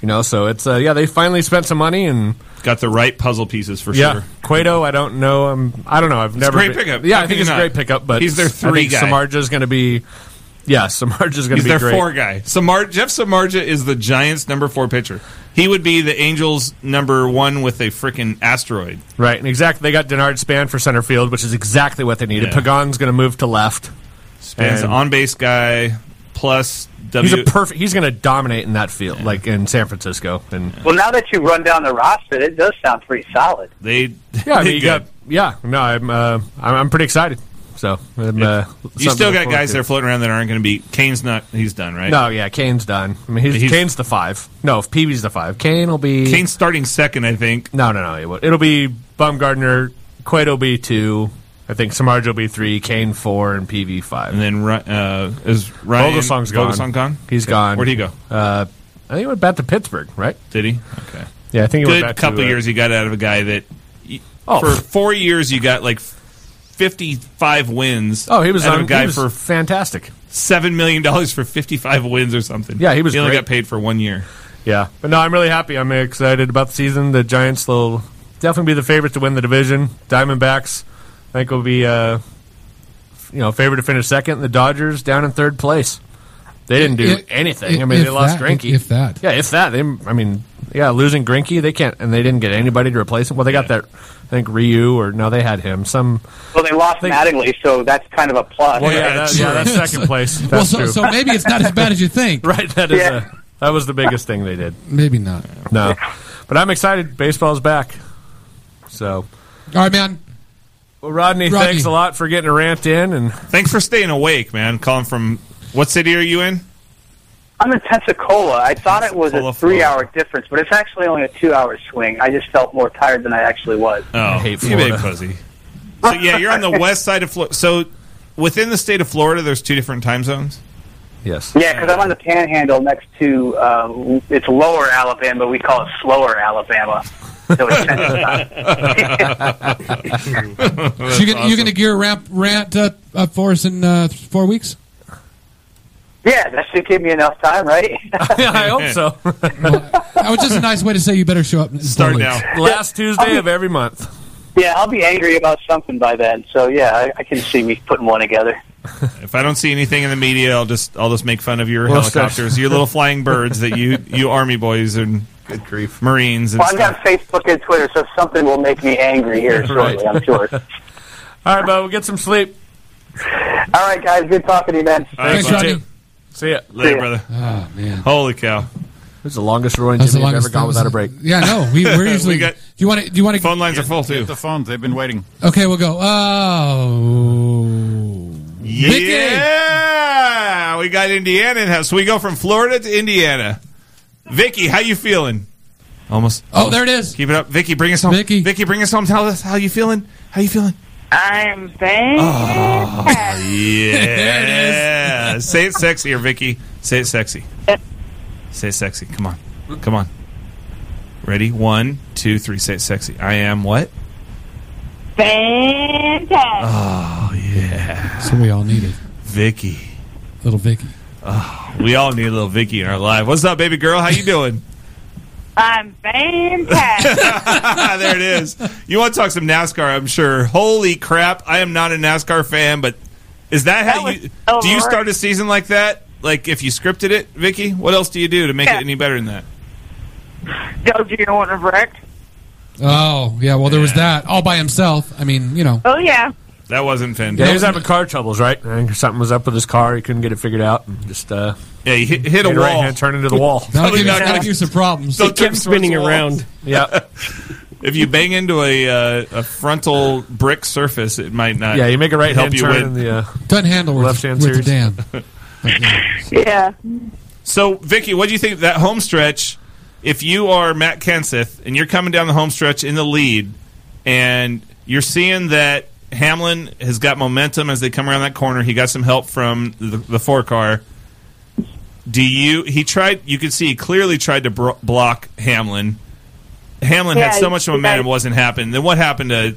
B: You know, so it's uh, yeah. They finally spent some money and
C: got the right puzzle pieces for
B: yeah.
C: sure.
B: Cueto, I don't know. I'm, I don't know. I've never
C: great
B: been-
C: pickup.
B: Yeah, I
C: How can
B: think
C: you
B: it's a
C: not?
B: great pickup. But
C: He's their
B: I
C: three
B: think
C: guy.
B: Samarja's going to be. Yeah, Samarja's going to
C: He's
B: be
C: their
B: great.
C: four guy. Samar- Jeff Samarja is the Giants' number four pitcher. He would be the Angels' number one with a freaking asteroid.
B: Right, and exactly. They got Denard Span for center field, which is exactly what they needed.
C: Yeah.
B: Pagan's going to move to left.
C: He's an
B: And-
C: on base guy plus
B: He's
C: W.
B: a perfect. He's going to dominate in that field, like in San Francisco. And
H: Well, now that you run down the roster, it does sound pretty solid.
C: they
B: yeah, I mean,
C: *laughs* they
B: you got
C: good.
B: yeah. No, I'm uh, I'm, I'm pretty excited. So I'm, uh,
C: you
B: something
C: still
B: to look
C: got
B: forward
C: guys
B: to.
C: that are floating around that aren't going to be. Kane's not. He's done right.
B: No, yeah, Kane's done. I mean, he's,
C: He's-
B: Kane's the five. No, if Peavy's the five, Kane will be.
C: Kane's starting second, I think.
B: No, no, no. It will, it'll be Bumgardner. Cueto will be two. I think Samardzija will be three. Kane four and PV five.
C: And then Ry- uh, is Ryan
B: Vogelsong's gone.
C: Vogelsong gone?
B: He's gone.
C: Where'd he go?
B: Uh, I think he went back to Pittsburgh, right?
C: Did he? Okay.
B: Yeah, I think he went
C: Good
B: back
C: couple
B: to, uh,
C: years you got out of a guy that y-
B: Oh.
C: for four years you got like fifty-five wins.
B: Oh, he was
C: out
B: on
C: of a guy
B: he was
C: for
B: fantastic.
C: seven million dollars for fifty-five wins or something.
B: Yeah, he was
C: He only
B: great.
C: got paid for one year.
B: Yeah, but no, I'm really happy. I'm excited about the season. The Giants will definitely be the favorite to win the division. Diamondbacks, I think, will be uh, you know favorite to finish second. The Dodgers down in third place. They *laughs* didn't do
A: If-
B: anything. I
A: if-
B: mean, they
A: if
B: lost
A: that-
B: Grinky.
A: if that.
B: yeah, if that. They, I mean, yeah, losing Grinky, they can't, and they didn't get anybody to replace him. Well, they got that. I think Ryu, or no, they had him. Some.
H: Well, they lost
B: They-
H: Mattingly, so that's kind of a plus.
B: Well, yeah, that, yeah, that's second place. That's
A: well, so,
B: true.
A: so maybe it's not as bad as you
B: *laughs*
A: think.
B: *laughs* right, that is.
H: Yeah.
B: A, that was the biggest thing they did.
A: Maybe not.
B: No, but I'm excited. Baseball's back. So,
A: All right, man.
B: well, Rodney,
A: Rodney.
B: thanks a lot for getting a rant in. And
C: *laughs* Thanks for staying awake, man. Calling from what city are you in?
H: I'm in Pensacola. I thought it was
C: Pensacola,
H: a three-hour difference, but it's actually only a two-hour swing. I just felt more tired than I actually was.
C: Oh,
B: hate
C: you big
B: Florida.
C: pussy. So yeah, you're on the west side of Florida. So within the state of Florida, there's two different time zones.
B: *laughs* yes,
H: Yeah, because I'm on the Panhandle next to um, it's Lower Alabama. We call it Slower Alabama. So
C: *laughs*
H: it's Pensacola.
A: So you gonna, you gonna gear ramp rant up, up for us in uh, four weeks?
H: yeah, that should give me enough time, right? *laughs*
B: I hope so.
C: *laughs*
A: That was just a nice way to say you better show up. In four
C: Start
A: weeks.
C: now.
B: Last Tuesday of every month.
H: yeah, I'll be angry about something by then. So yeah, I, I can see me putting one together.
C: If I don't see anything in the media, I'll just I'll just make fun of your
B: Well,
C: helicopters,
B: sir.
C: your little flying birds that you you army boys and good grief marines and
H: Well, I've got
C: stuff.
H: Facebook and Twitter, so something will make me
C: *laughs*
H: angry here
B: Right.
H: shortly. I'm sure.
B: All right, bud. We'll get some sleep.
H: All right, guys, good talking to you, man.
C: All right,
A: Thanks,
C: bud.
A: Rodney.
B: See ya.
C: Later, brother.
A: Oh man,
C: Holy cow!
B: This is the longest roaring
A: That's the
B: Jimmy I've ever
A: longest-
B: gone
A: that was-
B: without a break.
A: Yeah, no, we,
B: *laughs*
A: we're
C: We
A: usually.
C: got-
A: do you want to? Do you want to?
C: Phone lines are full too.
D: Get the phones. They've been
B: *laughs*
D: waiting.
A: Okay, we'll go. Uh, Oh, Vicky!
C: Yeah, we got Indiana in house. We go from Florida to Indiana. Vicky, how you feeling? Almost.
A: oh, there it is.
C: Keep it up, Vicky. Bring us home.
A: Vicky.
C: Vicky, bring us home. Tell us how you feeling. How you feeling? Oh,
J: I'm thank
C: Yeah. there it is. Say it sexier, Vicky. Say it sexy. Say it sexy. Come on. Come on. Ready? One, two, three. Say it sexy. I am what?
J: fantastic.
A: So we all need it,
C: Oh, Vicky.
A: little Vicky.
C: We all need a little Vicky in our life. What's up, baby girl? How you doing?
J: *laughs* I'm fantastic.
C: ah, *laughs* there it is. You want to talk some NASCAR? I'm sure. Holy crap! I am not a NASCAR fan, but is that how
J: That
C: you
J: was
C: do? You
J: over.
C: start a season like that? Like if you scripted it, Vicky? What else do you do to make
J: Yeah.
C: it any better than that?
J: Don't you want a wreck?
A: Oh yeah, well there was that all by himself. I mean, you know,
J: Oh yeah.
C: That wasn't fantastic.
B: Yeah, he was having car troubles, right? I think something was up with his car. He couldn't get it figured out. And just uh,
C: Yeah, you hit, hit a
B: hit a
C: wall.
B: right hand turn into
A: *laughs*
B: the wall.
A: that'll
C: Totally
A: give, you,
C: not
A: that'll
C: gonna-
A: give you some problems.
C: Don't turn towards
E: kept spinning
C: the wall.
E: around.
B: yeah,
C: If you bang into a uh, a frontal brick surface, it might not.
B: yeah. You make a right hand
C: Help you
B: turn
C: win.
B: in the uh, *laughs*
A: Doesn't handle with,
B: Left-hand
A: with the
B: series.
A: dam.
J: Yeah.
C: So, Vicky, what do you think of that home stretch? If you are Matt Kenseth and you're coming down the home stretch in the lead, and you're seeing that Hamlin has got momentum as they come around that corner, he got some help from the, the four car. Do you? He tried. You could see he clearly tried to bro- block Hamlin. Hamlin had
K: Yeah,
C: so much
K: he
C: momentum,
K: tried.
C: it wasn't happening. Then what happened to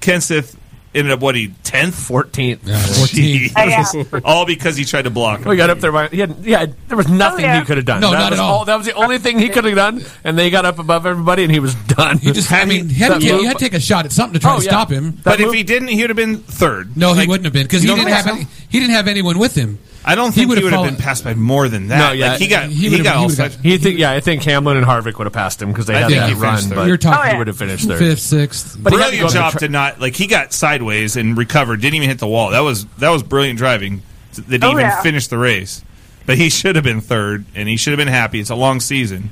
C: Kenseth? Ended up what he tenth, fourteenth,
K: *laughs*
C: fourteenth,
B: Oh, yeah.
C: *laughs* all because he tried to block. Him.
B: We got up there by he had, yeah. There was nothing
C: Oh, yeah.
B: he could have done.
C: No,
B: that
C: not
B: was
C: at all.
B: That was the only thing he could have done, and they got up above everybody, and he was done. He
A: just, I mean, he had, to, he had to take a shot at something to try
B: Oh,
A: to
B: yeah.
A: stop him.
B: But That if move-
C: he didn't, he would have been third.
A: No, he wouldn't have been because he
C: You don't
A: didn't
C: think
A: have any, he didn't have anyone with him.
C: I don't think he
A: would've
C: would have
A: fallen-
C: been passed by more than that.
B: No, yeah,
C: Like, he got he,
B: would've-
C: got all
B: would've
C: such.
B: He think, yeah, I think Hamlin and Harvick would have passed him because they
C: I
B: had
C: think
B: that
C: he
B: run.
C: finished third.
B: But
C: You're talking
B: he would have finished third.
A: fifth, sixth.
B: But he had to
C: brilliant
B: go on the
C: job
B: tra-
C: to not like he got sideways and recovered. Didn't even hit the wall. That was that was brilliant driving. That he
B: Oh,
C: even
B: yeah.
C: finished the race. But he should have been third, and he should have been happy. It's a long season.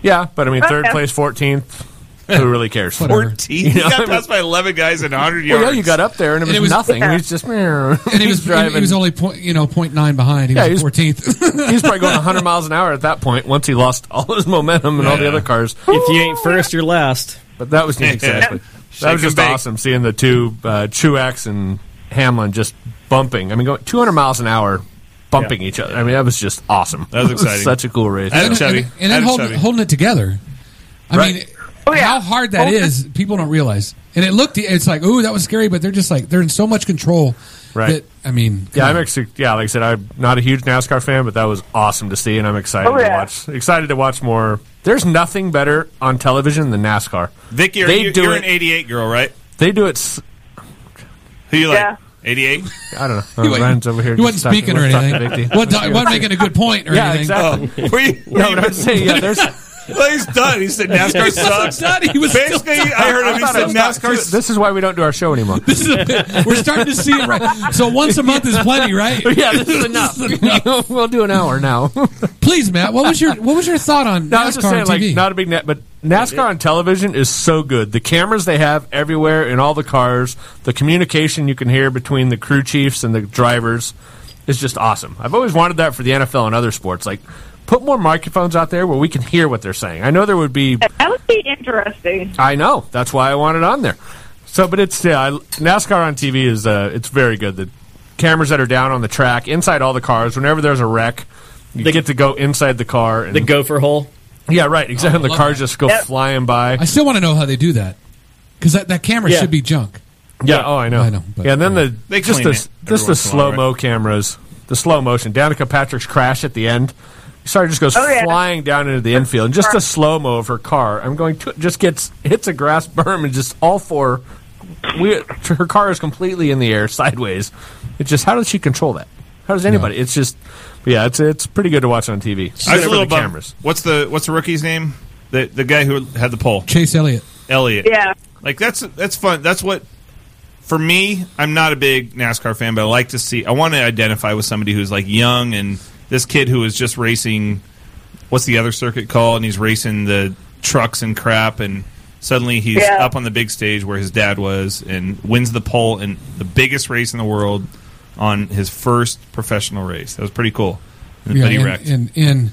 B: Yeah, but I mean, third
C: Okay.
B: place, fourteenth. Who really cares?
C: Fourteenth.
B: You know,
C: He got
B: it was-
C: passed by eleven guys in hundred
B: Well,
C: yards.
B: yeah, you got up there, and it was,
A: And it was-
B: nothing.
A: Yeah.
B: He was just and *laughs*
A: And he was driving. He was only point, you know, point nine behind. He
B: Yeah, he
A: was
B: was- *laughs*
A: fourteenth.
B: he was probably going 100 miles an hour at that point once he lost all his momentum and all the other cars.
E: If you ain't first, you're last.
B: But that was
E: Yeah.
B: exactly.
E: Shake
B: That was
E: and
B: just
E: bake.
B: awesome seeing the two uh, Truex and Hamlin just bumping. I mean, going 200 miles an hour, bumping each other. I mean, that was just awesome.
C: That
B: *laughs*
C: was
B: It
C: exciting.
B: Such a cool race.
A: and, and, and then holding, holding it together. I mean,
H: Oh,
A: how hard that
B: Hold it.
A: is, people don't realize. And it looked, it's like, ooh, that was scary, but they're just like they're in so much control.
B: Right.
A: That, I mean,
B: Yeah, I'm ex- yeah, like I said, I'm not a huge NASCAR fan, but that was awesome to see, and I'm excited
A: Oh,
B: to
A: yeah.
B: watch. Excited to watch more. There's nothing better on television than NASCAR.
C: Vicky, are
B: They
C: you,
B: do
C: you're
B: it-
C: an '88 girl, right?
B: They do it. s-
C: Who you
B: Yeah.
C: like? '88.
B: I don't know. Uh,
C: He wasn't-
B: Ryan's over here.
A: he wasn't
B: just talking-
A: speaking or
B: we're talking
A: anything.
B: Vicky.
A: Wasn't, wasn't making a good point or
B: *laughs* Yeah,
A: anything.
D: Oh.
B: exactly.
D: *laughs*
C: Were you, were
B: Oh, No,
C: you
B: but I'm saying, yeah, there's-
C: well, he's done. He said NASCAR
D: *laughs*
B: He wasn't
C: sucks.
A: done. He was still
C: basically.
A: done.
C: I heard him.
A: I
C: He
A: thought
C: said
A: it was not-
C: NASCAR. sucks.
B: This is why we don't do our show anymore.
A: *laughs* This is a, we're starting to see it right. So once a month is plenty, right?
B: *laughs* Yeah, this is enough. *laughs* we'll do an hour now.
A: Please, Matt, what was your what was your thought on
B: No, I was
A: NASCAR
B: just saying,
A: on
B: like,
A: TV?
B: not a big net, but NASCAR on television is so good. The cameras they have everywhere in all the cars, the communication you can hear between the crew chiefs and the drivers is just awesome. I've always wanted that for the NFL and other sports. Like, put more microphones out there where we can hear what they're saying. I know there would be.
J: That would be interesting.
B: I know that's why I want it on there. So, but it's yeah, I, NASCAR on TV is uh, it's very good. The cameras that are down on the track, inside all the cars, whenever there's a wreck, you get to go inside the car. And, the
E: gopher hole.
B: Yeah, right.
A: Oh,
B: Exactly. the cars just go flying by.
A: I still want to know how they do that because that, that camera
B: Yeah.
A: should be junk.
B: Yeah. Oh, I know.
A: I know, but-
B: yeah, and then the
A: They
B: just
A: clean
B: the
A: it every
B: just the
A: once in a
B: slow
A: while,
B: mo cameras, the slow motion. Danica Patrick's crash at the end. Sorry, just goes
A: Oh, yeah.
B: flying down into the infield, and just the slow mo of her car. I'm going to just gets hits a grass berm and just all four. We her car is completely in the air sideways. It's just how does she control that? How does anybody? It's just yeah, it's it's pretty good to watch on TV.
C: I was a
B: For
C: little
B: the
C: bummed.
B: cameras.
C: What's the what's the rookie's name? The the guy who had the pole,
A: Chase Elliott.
C: Elliot.
J: Yeah.
C: like that's that's fun. That's what for me. I'm not a big NASCAR fan, but I like to see. I want to identify with somebody who's like young and this kid who is just racing. What's the other circuit called? And he's racing the trucks and crap, and suddenly he's
K: Yeah.
C: up on the big stage where his dad was, and wins the pole in the biggest race in the world on his first professional race. That was pretty cool.
A: Yeah,
C: but he
A: in-
C: wrecked.
A: in, in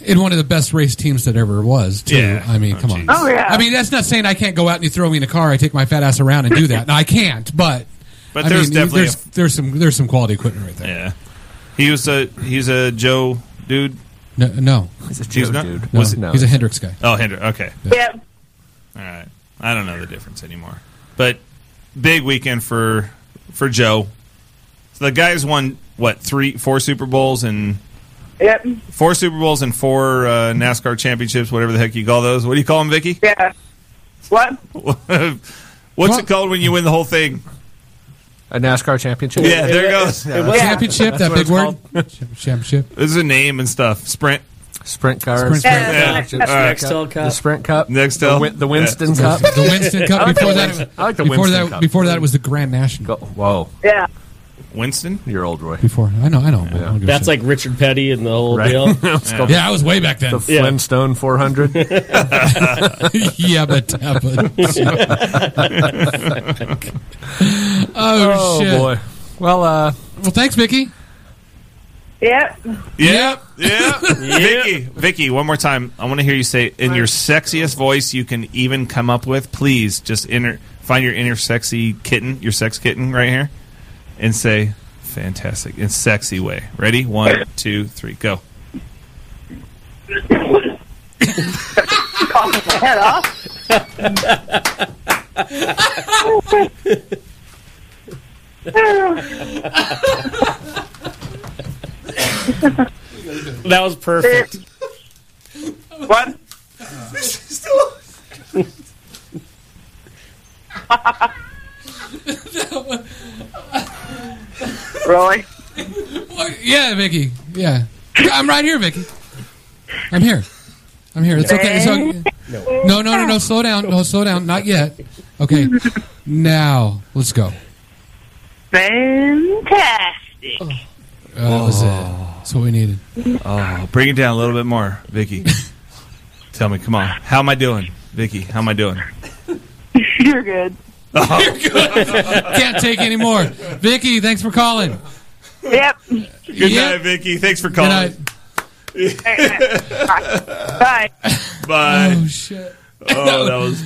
A: in one of the best race teams that ever was. Too.
C: Yeah.
A: I mean, come on.
C: Oh, yeah.
A: I mean, that's not saying I can't go out and you throw me in a car. I take my fat ass around and do that. No, I can't. But
C: But
A: I
C: there's
A: mean,
C: definitely
A: there's, there's some there's some quality equipment right there.
C: Yeah, he was a he's a Joe dude.
A: No, no.
C: he's
A: a Joe dude. No, he's a Hendrix guy.
C: Oh, Hendrix. Okay.
J: Yeah.
C: All right. I don't know the difference anymore. But big weekend for for Joe. So the guys won what three, four Super Bowls and
J: Yep.
C: four Super Bowls and four uh, NASCAR championships, whatever the heck you call those. What do you call them, Vicky?
J: Yeah. What?
C: What's it called when you win the whole thing?
B: A NASCAR championship.
C: Yeah, there it goes.
A: Championship, that big word. Champ- Championship.
C: *laughs* This is a name and stuff. Sprint.
B: Sprint cars.
A: Sprint
C: Yeah.
A: cars.
C: Yeah. All right.
E: Nextel Cup.
B: The Sprint Cup.
C: Nextel.
B: The, Win- the
C: Yeah.
B: Winston Cup. *laughs*
A: The Winston Cup. Before that,
B: I like the
A: before
B: Winston
A: that,
B: Cup.
A: before that, it was the Grand National.
B: Whoa.
J: Yeah.
C: Winston?
B: You're old, Roy.
A: Before I know, I know. I don't give a
E: That's
A: shit.
E: like Richard Petty and the whole
B: Right.
E: deal.
B: It's *laughs* called
A: yeah, I was way back then.
B: The Flintstone *laughs*
A: *laughs*
B: 400.
A: yeah, but yeah,
B: *laughs*
A: but- oh,
B: Oh,
A: shit.
B: boy. Well, uh,
A: well, thanks, Vicky.
F: Yep.
C: Yep. Yep. Vicky, Vicky, one more time. I want to hear you say in your sexiest voice you can even come up with. Please just inner find your inner sexy kitten, your sex kitten right here, and say fantastic in sexy way. Ready? One, two, three, go.
F: Calling my head off.
E: That was perfect.
H: *laughs*
F: what? really?
A: Yeah, Vicky. Yeah, I'm right here, Vicky. I'm here. I'm here. It's okay. It's okay. No, no, no, no. Slow down. No, slow down. Not yet. Okay. Now let's go.
F: Fantastic.
A: Uh, That was it. That's what we needed.
C: Oh, bring it down a little bit more, Vicky. Tell me, come on. How am I doing, Vicky? How am I doing?
F: You're good.
A: Can't take any more. Vicky, thanks for calling.
F: Yep.
C: Good
A: Yeah.
C: night, Vicky. Thanks for
A: Good
C: calling.
A: night.
F: Bye.
A: *laughs*
C: Bye.
A: Oh shit.
C: Oh, that was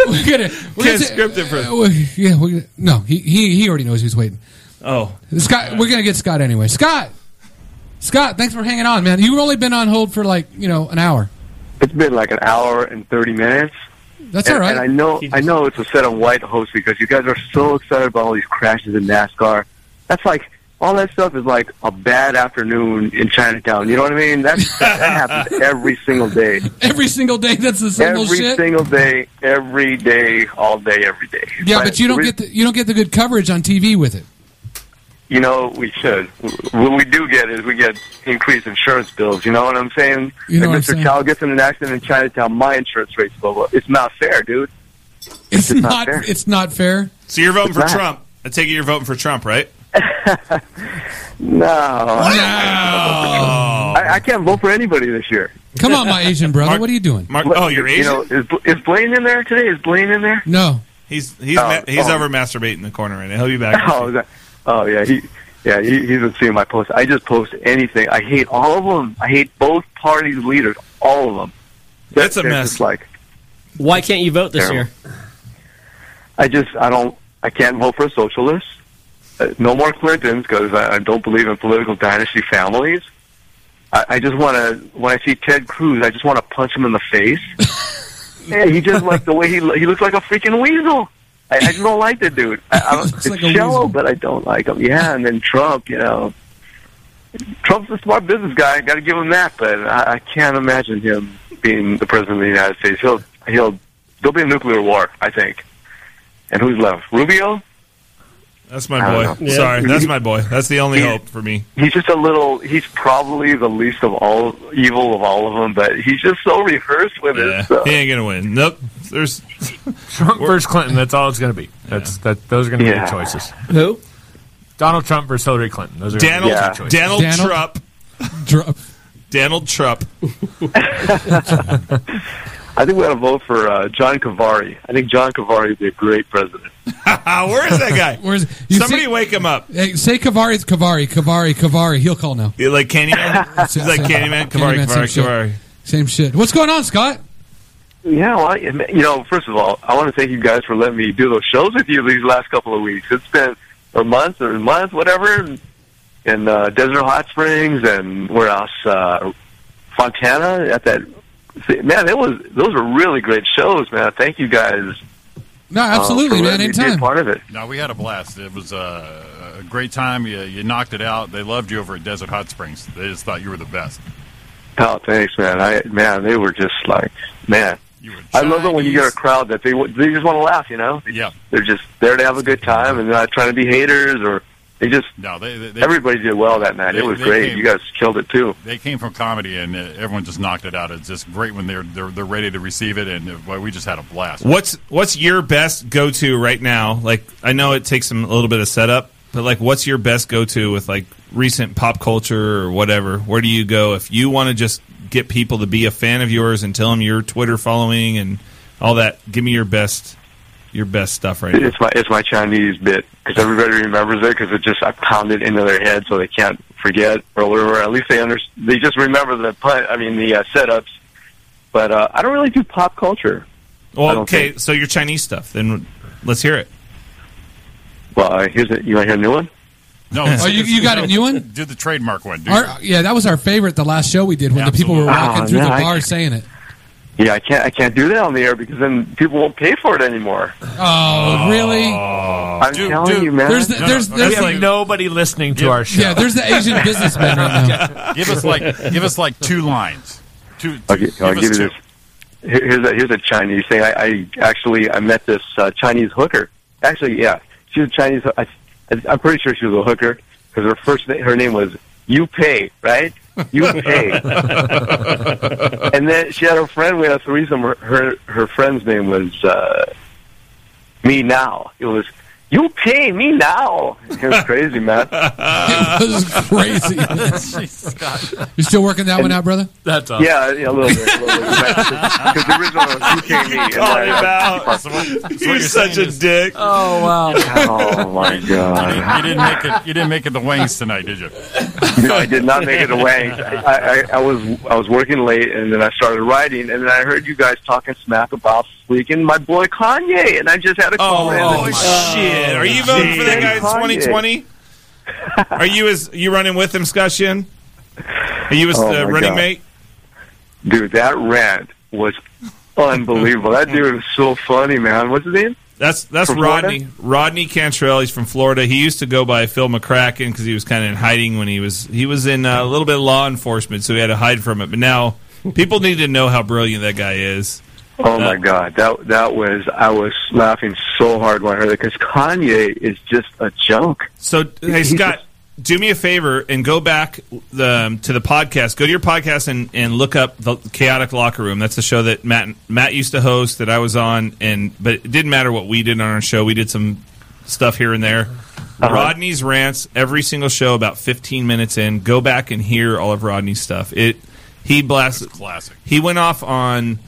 A: We're gonna. We're
C: can't
A: gonna ta-
C: script it
A: uh,
C: for.
A: we- yeah. We're gonna, no, he, he he already knows who's waiting.
C: Oh,
A: Scott, we're gonna get Scott anyway. Scott, Scott, thanks for hanging on, man. You've only been on hold for like you know an hour.
H: It's been like an hour and thirty minutes.
A: That's
H: and,
A: all right.
H: And I know, I know, it's a set of white hosts because you guys are so excited about all these crashes in NASCAR. That's like all that stuff is like a bad afternoon in Chinatown. You know what I mean? That's, that
A: *laughs*
H: happens every single day,
A: Every single day, that's the same old
H: every
A: shit.
H: single day, every day, all day, every day.
A: Yeah, but you don't get the you don't get the good coverage on TV with it.
H: You know, we should. What we do get is we get increased insurance bills. You know what I'm saying?
A: You know
H: if
A: what I'm
H: Mr.
A: saying.
H: Cal gets in an accident in Chinatown, my insurance rate's low. It's not fair, dude.
A: It's,
H: just
A: not,
H: not fair.
A: it's not fair.
C: so you're voting for
H: Right.
C: Trump? I take it you're voting for Trump, right?
H: *laughs* No.
C: No.
H: I, I can't vote for anybody this year.
A: Come on, my Asian brother,
C: Mark-
A: what are you doing?
C: Mark, oh, you're Asian.
H: You know, is, Bl- is Blaine in there today? Is Blaine in there?
A: No,
C: he's he's ma- he's
H: oh.
C: over masturbating in the corner right now. He'll be back.
H: Oh, is that, oh yeah, he yeah he, he's been seeing my posts. I just post anything. I hate all of them. I hate both parties' leaders, all of them.
C: That's a
H: They're
C: mess.
H: Just like
E: Why can't you vote this year?
H: I just I don't I can't vote for a socialist. Uh, no more Clintons because I, I don't believe in political dynasty families. I, I just want to when I see Ted Cruz, I just want to punch him in the face. yeah, he just like the way he lo- he looks like a freaking weasel. I, I just don't like the dude. I,
A: *laughs*
H: I don't,
A: looks
H: it's
A: like a
H: shallow,
A: weasel.
H: but I don't like him. Yeah, and then Trump, you know. Trump's a smart business guy. Got to give him that, but I, I can't imagine him being the president of the United States. He'll he'll there'll be a nuclear war, I think. And who's left? Rubio?
C: That's
H: I
C: my
H: don't
C: boy.
E: know. Yeah.
C: Sorry, that's my boy. That's the only hope for me.
H: He's just a little. He's probably the least of all evil of all of them, but he's just so rehearsed with
C: Yeah.
H: it. So.
C: He ain't gonna win. Nope. There's
B: Trump versus Clinton. That's all it's going to be. That's that. Those are going to
H: Yeah.
B: be the choices.
E: Who?
B: Donald Trump versus Hillary Clinton. Those are gonna
C: Donald
B: be
H: Yeah.
B: the choices.
C: Donald
A: Donald?
C: Trump.
A: Dr-
C: Donald Trump.
H: I think we ought to vote for uh, John Cavari. I think John Cavari would be a great president.
C: Ah, where is that
A: *laughs*
C: guy?
A: where's you
C: Somebody
A: see-
C: wake him up.
A: Hey, say Kavari, Kavari, Kavari, Kavari. He'll call now.
C: You
A: *laughs*
C: like Candyman? He's like Candyman. Kavari,
A: Candyman, same
C: Kavari,
A: shit.
C: Kavari.
A: Same shit. What's going on, Scott?
H: Yeah, well, I, you know, first of all, I want to thank you guys for letting me do those shows with you these last couple of weeks. It's been or months or months, whatever, in, in uh, Desert Hot Springs and where else? Uh, Fontana at that. Man, it was those were really great shows, man. Thank you guys.
A: No,
H: uh,
A: absolutely,
H: for
A: man.
H: letting me be
A: Anytime.
H: Part of it.
D: No, we had a blast. It was uh, a great time. You, you knocked it out. They loved you over at Desert Hot Springs. They just thought you were the best.
H: Oh, thanks, man. I man, they were just like man.
D: You were
H: I love it when you get a
D: Chinese.
H: crowd that they w- they just want to laugh. You know,
D: Yeah.
H: they're just there to have a good time and not trying to be haters or they just
D: No, they they, they,
H: everybody did well that night.
D: They-
H: it was
D: they
H: great.
D: came-
H: You guys killed it too.
D: they came from comedy and uh, everyone just knocked it out. It's just great when they're they're, they're ready to receive it and uh, boy, we just had a blast.
C: What's what's your best go to right now? Like I know it takes some a little bit of setup, but like what's your best go to with like recent pop culture or whatever? Where do you go if you want to just get people to be a fan of yours and tell them your Twitter following and all that? Give me your best your best stuff right now.
H: It's my it's my Chinese bit because everybody remembers it because it just I pounded into their head so they can't forget or whatever. At least they under they just remember the pun. I mean the uh, setups. But uh, I don't really do pop culture. I
C: Well,
H: don't
C: okay, so your Chinese stuff. Then let's hear it.
H: Well, uh, here's it. You want to hear a new one?
D: No,
A: Oh, you- you got a new one?
D: Do the trademark one. Do
A: Our, yeah, that was our favorite. The last show we did when the people were walking
H: Oh,
A: through
H: yeah,
A: the
H: I-
A: bar saying it.
H: Yeah, I can't I can't do that on the air because then people won't pay for it anymore.
A: Oh, really?
H: I'm telling you, man.
A: There's the, there's, there's
B: we have
A: the,
B: nobody listening to our show.
A: yeah, there's the Asian businessman right now.
D: give us like give us like two lines. Two.
H: I'll, gi- I'll
D: give
H: give
D: us two.
H: you this. Here- Here's a, here's a Chinese thing. I, I actually I met this uh, Chinese hooker. Actually, yeah, she's a Chinese. I, I- I'm pretty sure she was a hooker because her first na- her name was You Pay, right? You
D: *laughs*
H: Pay. and then she had a friend. We had a threesome. Her her, her friend's name was uh, Me Now. It was You Pay Me Now. It was crazy,
D: *laughs*
H: man.
A: This is crazy. you still working that one out, brother?
B: That's
H: Yeah, yeah, a little bit. Because the original was You Pay Me.
D: Oh,
H: and
C: Call him
H: I-
C: out. *laughs* You're such a dick.
B: Oh wow.
H: Oh *laughs* my god.
D: You didn't make it. You didn't make it the wings tonight, did you?
H: No, I did not make it away. I, I, I was I was working late, and then I started writing, and then I heard you guys talking smack about freaking my boy Kanye, and I just had a call in.
C: Oh, shit! Are you voting for that guy in
H: Kanye.
C: 2020? Are you as you running with him, Scott Shin? Are you his
H: Oh,
C: uh,
H: my
C: running
H: God.
C: mate?
H: Dude, that rant was unbelievable. that dude was so funny, man. What's his name?
C: That's that's
H: From Florida?
C: Rodney Rodney Cantrell. He's from Florida. He used to go by Phil McCracken because he was kind of in hiding when he was he was in uh, a little bit of law enforcement, so he had to hide from it. But now people need to know how brilliant that guy is.
H: Oh my god, that that was I was laughing so hard when I heard it because Kanye is just a joke.
C: So hey
H: He's
C: Scott, do me a favor and go back um, to the podcast. Go to your podcast and, and look up the Chaotic Locker Room. That's the show that Matt Matt used to host that I was on, and but it didn't matter what we did on our show. We did some stuff here and there. Rodney's rants every single show about 15 minutes in. Go back and hear all of Rodney's stuff. It he blasted
D: classic.
C: He went off on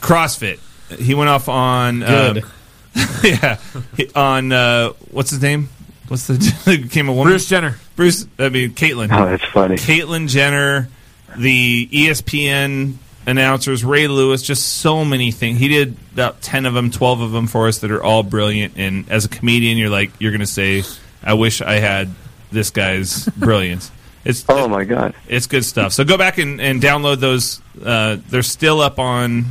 C: CrossFit. He went off on
E: Good.
C: um, *laughs* yeah, He- on uh, what's his name? What's the *laughs* became a woman?
B: Bruce Jenner.
C: Bruce, I mean Caitlyn.
H: Oh, that's funny.
C: Caitlyn Jenner, the E ESPN announcers, Ray Lewis, just so many things. He did about ten of them, twelve of them for us that are all brilliant. And as a comedian, you're like, you're gonna say, I wish I had this
H: *laughs*
C: guy's brilliance. It's
H: Oh my god.
C: it's good stuff. So go back and, and download those. Uh, they're still up on.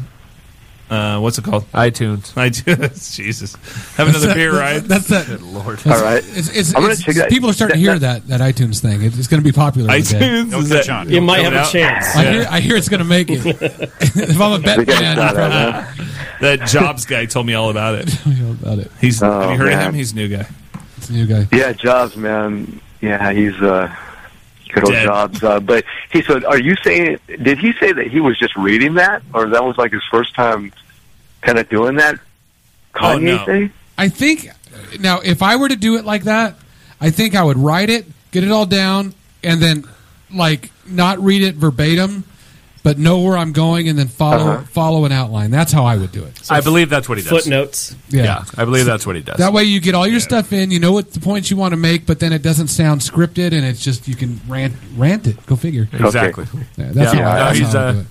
C: Uh, what's it called?
B: iTunes.
C: iTunes. *laughs* Jesus, have another beer, right?
A: That's that.
B: Lord.
H: All right.
A: It's, it's,
H: I'm gonna
A: it's-
H: check that-
A: People are starting to hear that, that iTunes thing. It's, it's going to be popular. one day.
C: iTunes.
D: No
C: is
D: catch
C: that-
D: on.
E: You might have
C: Coming
E: a
C: out.
E: chance.
A: I hear, I hear it's going to make
H: *laughs*
A: it. if I'm a bet
H: They got
A: man,
H: shot at, huh?
C: *laughs* That Jobs guy told me all about it.
A: I know about it.
C: He's have
H: Oh,
C: you heard of
H: man.
C: him? He's a new guy.
A: It's a new guy.
H: Yeah, Jobs, man. Yeah, he's uh, good old
C: Dead.
H: Jobs. Uh, but he said, "Are you saying? Did he say that he was just reading that, or that was like his first time kind of doing that Kanye
C: Oh, no.
H: thing?"
A: I think now if I were to do it like that, I think I would write it, get it all down, and then like not read it verbatim, but know where I'm going and then follow
H: Uh-huh.
A: follow an outline. That's how I would do it.
B: I believe that's what he does.
E: Footnotes.
A: Yeah.
B: Yeah, I believe that's what he does.
A: That way you get all your stuff in, you know what the points you want to make, but then it doesn't sound scripted and it's just you can rant rant it. Go figure. Yeah,
B: exactly.
A: that's
B: Yeah.
A: how, I,
B: No,
A: that's
B: he's,
A: how I
B: uh,
A: do it.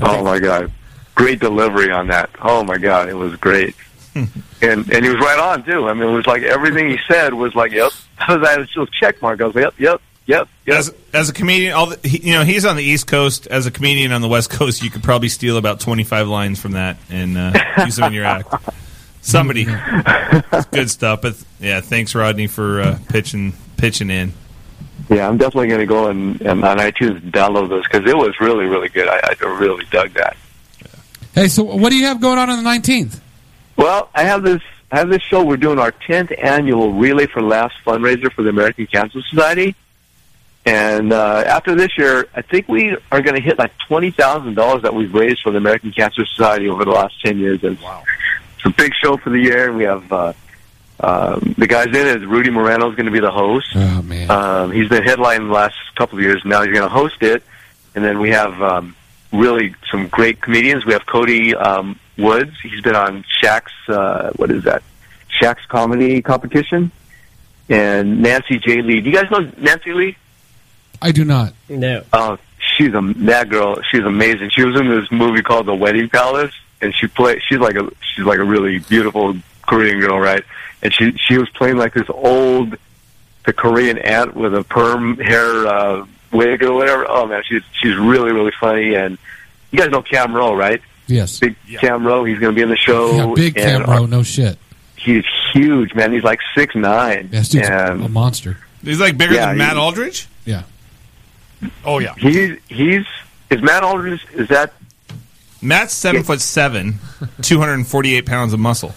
H: Oh my god, great delivery on that. Oh my god, it was great. And and he was right on too. I mean, it was like everything he said was like, "Yep." *laughs* I was at a little check mark. I was like, "Yep, yep, yep, yep."
C: As as a comedian, all the, he, you know, he's on the East Coast. As a comedian on the West Coast, you could probably steal about twenty five lines from that and uh, use them in your act. Somebody, It's good stuff. But yeah, thanks Rodney for uh, pitching pitching in.
H: Yeah, I'm definitely going to go and, and on iTunes download those because it was really, really good. I, I really dug that.
A: Hey, so what do you have going on on the 19th?
H: Well, I have this I have this show. We're doing our tenth annual Relay for Laughs fundraiser for the American Cancer Society, and uh, after this year, I think we are going to hit like twenty thousand dollars that we've raised for the American Cancer Society over the last ten years. And wow. it's a big show for the year. And we have uh, um, the guys in it. Rudy Morano is going to be the host.
A: Oh man.
H: Um, he's been headlining the last couple of years. Now he's going to host it, and then we have um, really some great comedians. We have Cody um, Woods. He's been on Shaq's uh, what is that? Shaq's comedy competition. And Nancy J. Lee. Do you guys know Nancy Lee?
A: I do not.
E: No.
H: Oh, she's a that girl. She's amazing. She was in this movie called The Wedding Palace, and she play. She's like a she's like a really beautiful Korean girl, right? And she she was playing like this old, the Korean aunt with a perm hair uh, wig or whatever. Oh man, she's she's really really funny. And you guys know Cam Rowe, right?
A: Yes.
H: Big Cam Rowe. He's going to be in the show.
A: Yeah, big
H: and, uh,
A: Camro, no shit.
H: He's huge, man. He's like six nine.
A: Yes, Um, dude's a monster.
C: He's like bigger
H: Yeah,
C: than
H: he-
C: Matt Aldridge. Oh yeah.
H: He's he's is Matt Aldridge is that
C: Matt's seven foot seven, two hundred and forty eight pounds of muscle.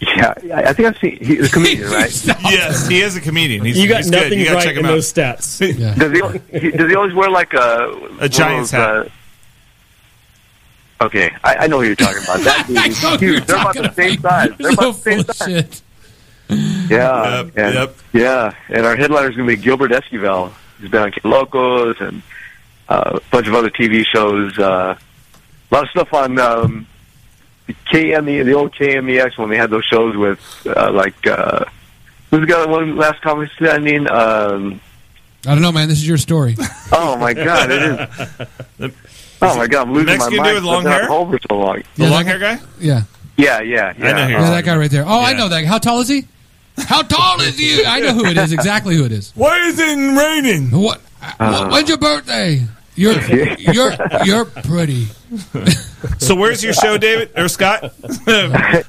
H: Yeah, I I think I've seen he's
C: *laughs*
H: a comedian, right?
C: yes, he is a comedian. He's,
H: You got
C: he's good.
H: nothing
C: You gotta
H: right
C: check him
H: in
C: out. *laughs*
E: those stats.
H: Does he, al- he does he always wear like a one of
C: Giants
H: those,
C: hat.
H: uh, okay, I, I know who you're talking about. That dude is
A: know who
H: huge.
A: you're
H: They're about the
A: talking
H: same size. They're
A: *laughs*
H: about the *laughs* same size.
A: Shit.
H: uh, Yeah, and, yeah. And our headliner's going to be Gilbert Esquivel. He's been on Kid Locos and uh, a bunch of other TV shows. Uh, a lot of stuff on um, the KME, the old KMEX when they had those shows with uh, like uh, who's the guy that won last comic standing? Um,
A: I don't know, man. This is your story.
H: oh my god, it is. Oh my god, I'm losing
A: Mexican
H: my
A: dude
H: mind.
A: with long
H: I've been
A: hair?
H: on hold for so long.
A: The Yeah, long that- hair
C: guy?
A: Yeah.
H: *laughs* Yeah, yeah, yeah.
A: Yeah, that guy right there. Oh, I know that. How tall is he? How tall is you? I know who it is. Exactly who it is.
C: Why is it raining?
A: What?
B: Uh-huh.
A: Wh- When's your birthday? You're you're you're pretty.
C: So where's your show, David or
H: *laughs*
C: Scott?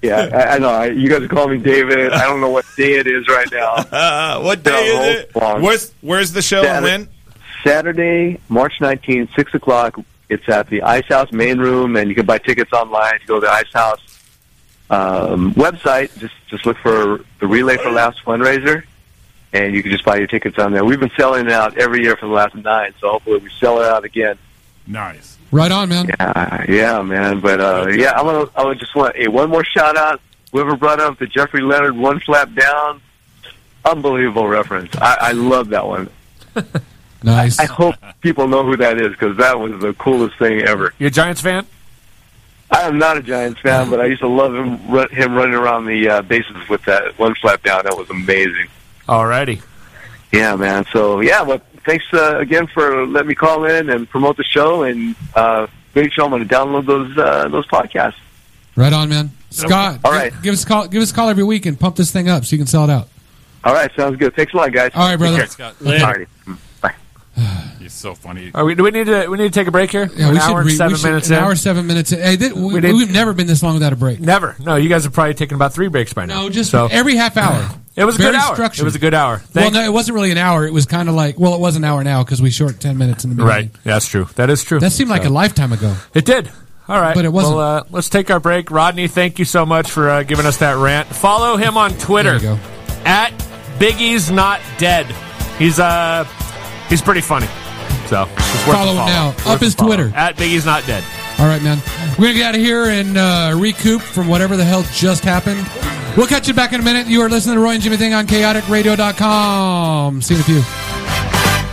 H: yeah, I, I know. I, you guys call me David. I don't know what day it is right now.
C: Uh, what day is it? Where's Where's the show and when?
H: Saturday, March 19th, 6 o'clock. It's at the Ice House main room, and you can buy tickets online. If you go to the Ice House um, website, just just look for the Relay for Laughs fundraiser, and you can just buy your tickets on there. We've been selling it out every year for the last nine, so hopefully we sell it out again.
D: Nice.
A: Right on, man.
H: Yeah, Uh, yeah, man. But uh, yeah, I want to. I would just want a one more shout out. Whoever brought up the Jeffrey Leonard one flap down, unbelievable reference. I, I love that one.
A: Nice.
H: I *laughs* hope people know who that is because that was the coolest thing ever.
B: You a Giants fan?
H: I am not a Giants fan, but I used to love him run, him running around the uh, bases with that one flap down. That was amazing.
B: Alrighty.
H: Yeah, man. So yeah, but thanks uh, again for letting me call in and promote the show. And uh, make sure I'm going to download those uh, those podcasts.
A: Right on, man. Scott. All right. Give, us a call. Give us a call every week and pump this thing up so you can sell it out.
H: All right, sounds good. Thanks a lot, guys.
A: All right, brother.
H: Take care.
A: Later.
H: All righty.
D: He's so funny.
B: Are we, do we need to we need to take a break here?
A: Yeah,
B: an
A: we
B: hour
A: should.
B: and
A: Re-
B: seven
A: we should
B: minutes
A: an
B: in.
A: hour seven minutes. In. Hey, that, we,
B: We did-
A: have never been this long without a break.
B: Never. No, you guys have probably taken about three breaks by now.
A: No, just
B: so,
A: every half hour.
B: It was a
A: Very
B: good hour.
A: Structured.
B: It was a good hour. Thank-
A: well, no, it wasn't really an hour. It was kind of like well, it was an hour now because we short ten minutes in the beginning.
B: Right. That's true. That is true.
A: That seemed like
B: So-
A: a lifetime ago.
B: It did. All right.
A: But it wasn't.
B: Well, uh, let's take our break. Rodney, thank you so much for uh, giving us that rant. Follow him on Twitter
A: There you
B: at Biggie's Not Dead. He's uh he's pretty funny. So it's worth
A: Follow
B: a
A: him now.
B: Worth
A: Up
B: a
A: his
B: follow.
A: Twitter.
B: at Biggie's Not Dead.
A: All right, man. We're going to get out of here and uh, recoup from whatever the hell just happened. We'll catch you back in a minute. You are listening to Roy and Jimmy Thing on chaoticradio.com. See you in a few.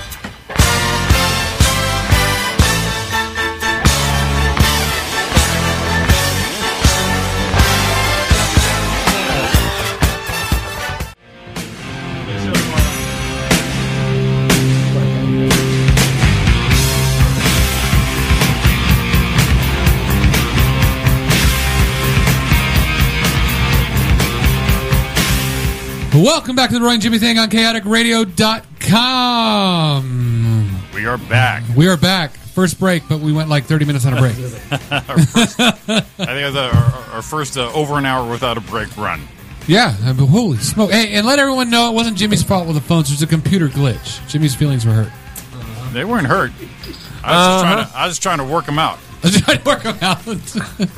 A: Welcome back to the Roy and Jimmy Thing on chaoticradio.com.
D: We are back.
A: We are back. First break, but we went like 30 minutes on a
B: *laughs*
A: break.
D: our first, I think that's our, our- our first uh, over an hour without a break run.
A: yeah, I mean, holy smoke. Hey, and let everyone know it wasn't Jimmy's fault with the phones. It was a computer glitch. Jimmy's feelings were hurt.
D: They weren't hurt. I was, just,
A: Uh-huh.
D: trying to, I was just trying to work them out.
A: I was trying to work them
B: *laughs*
A: out.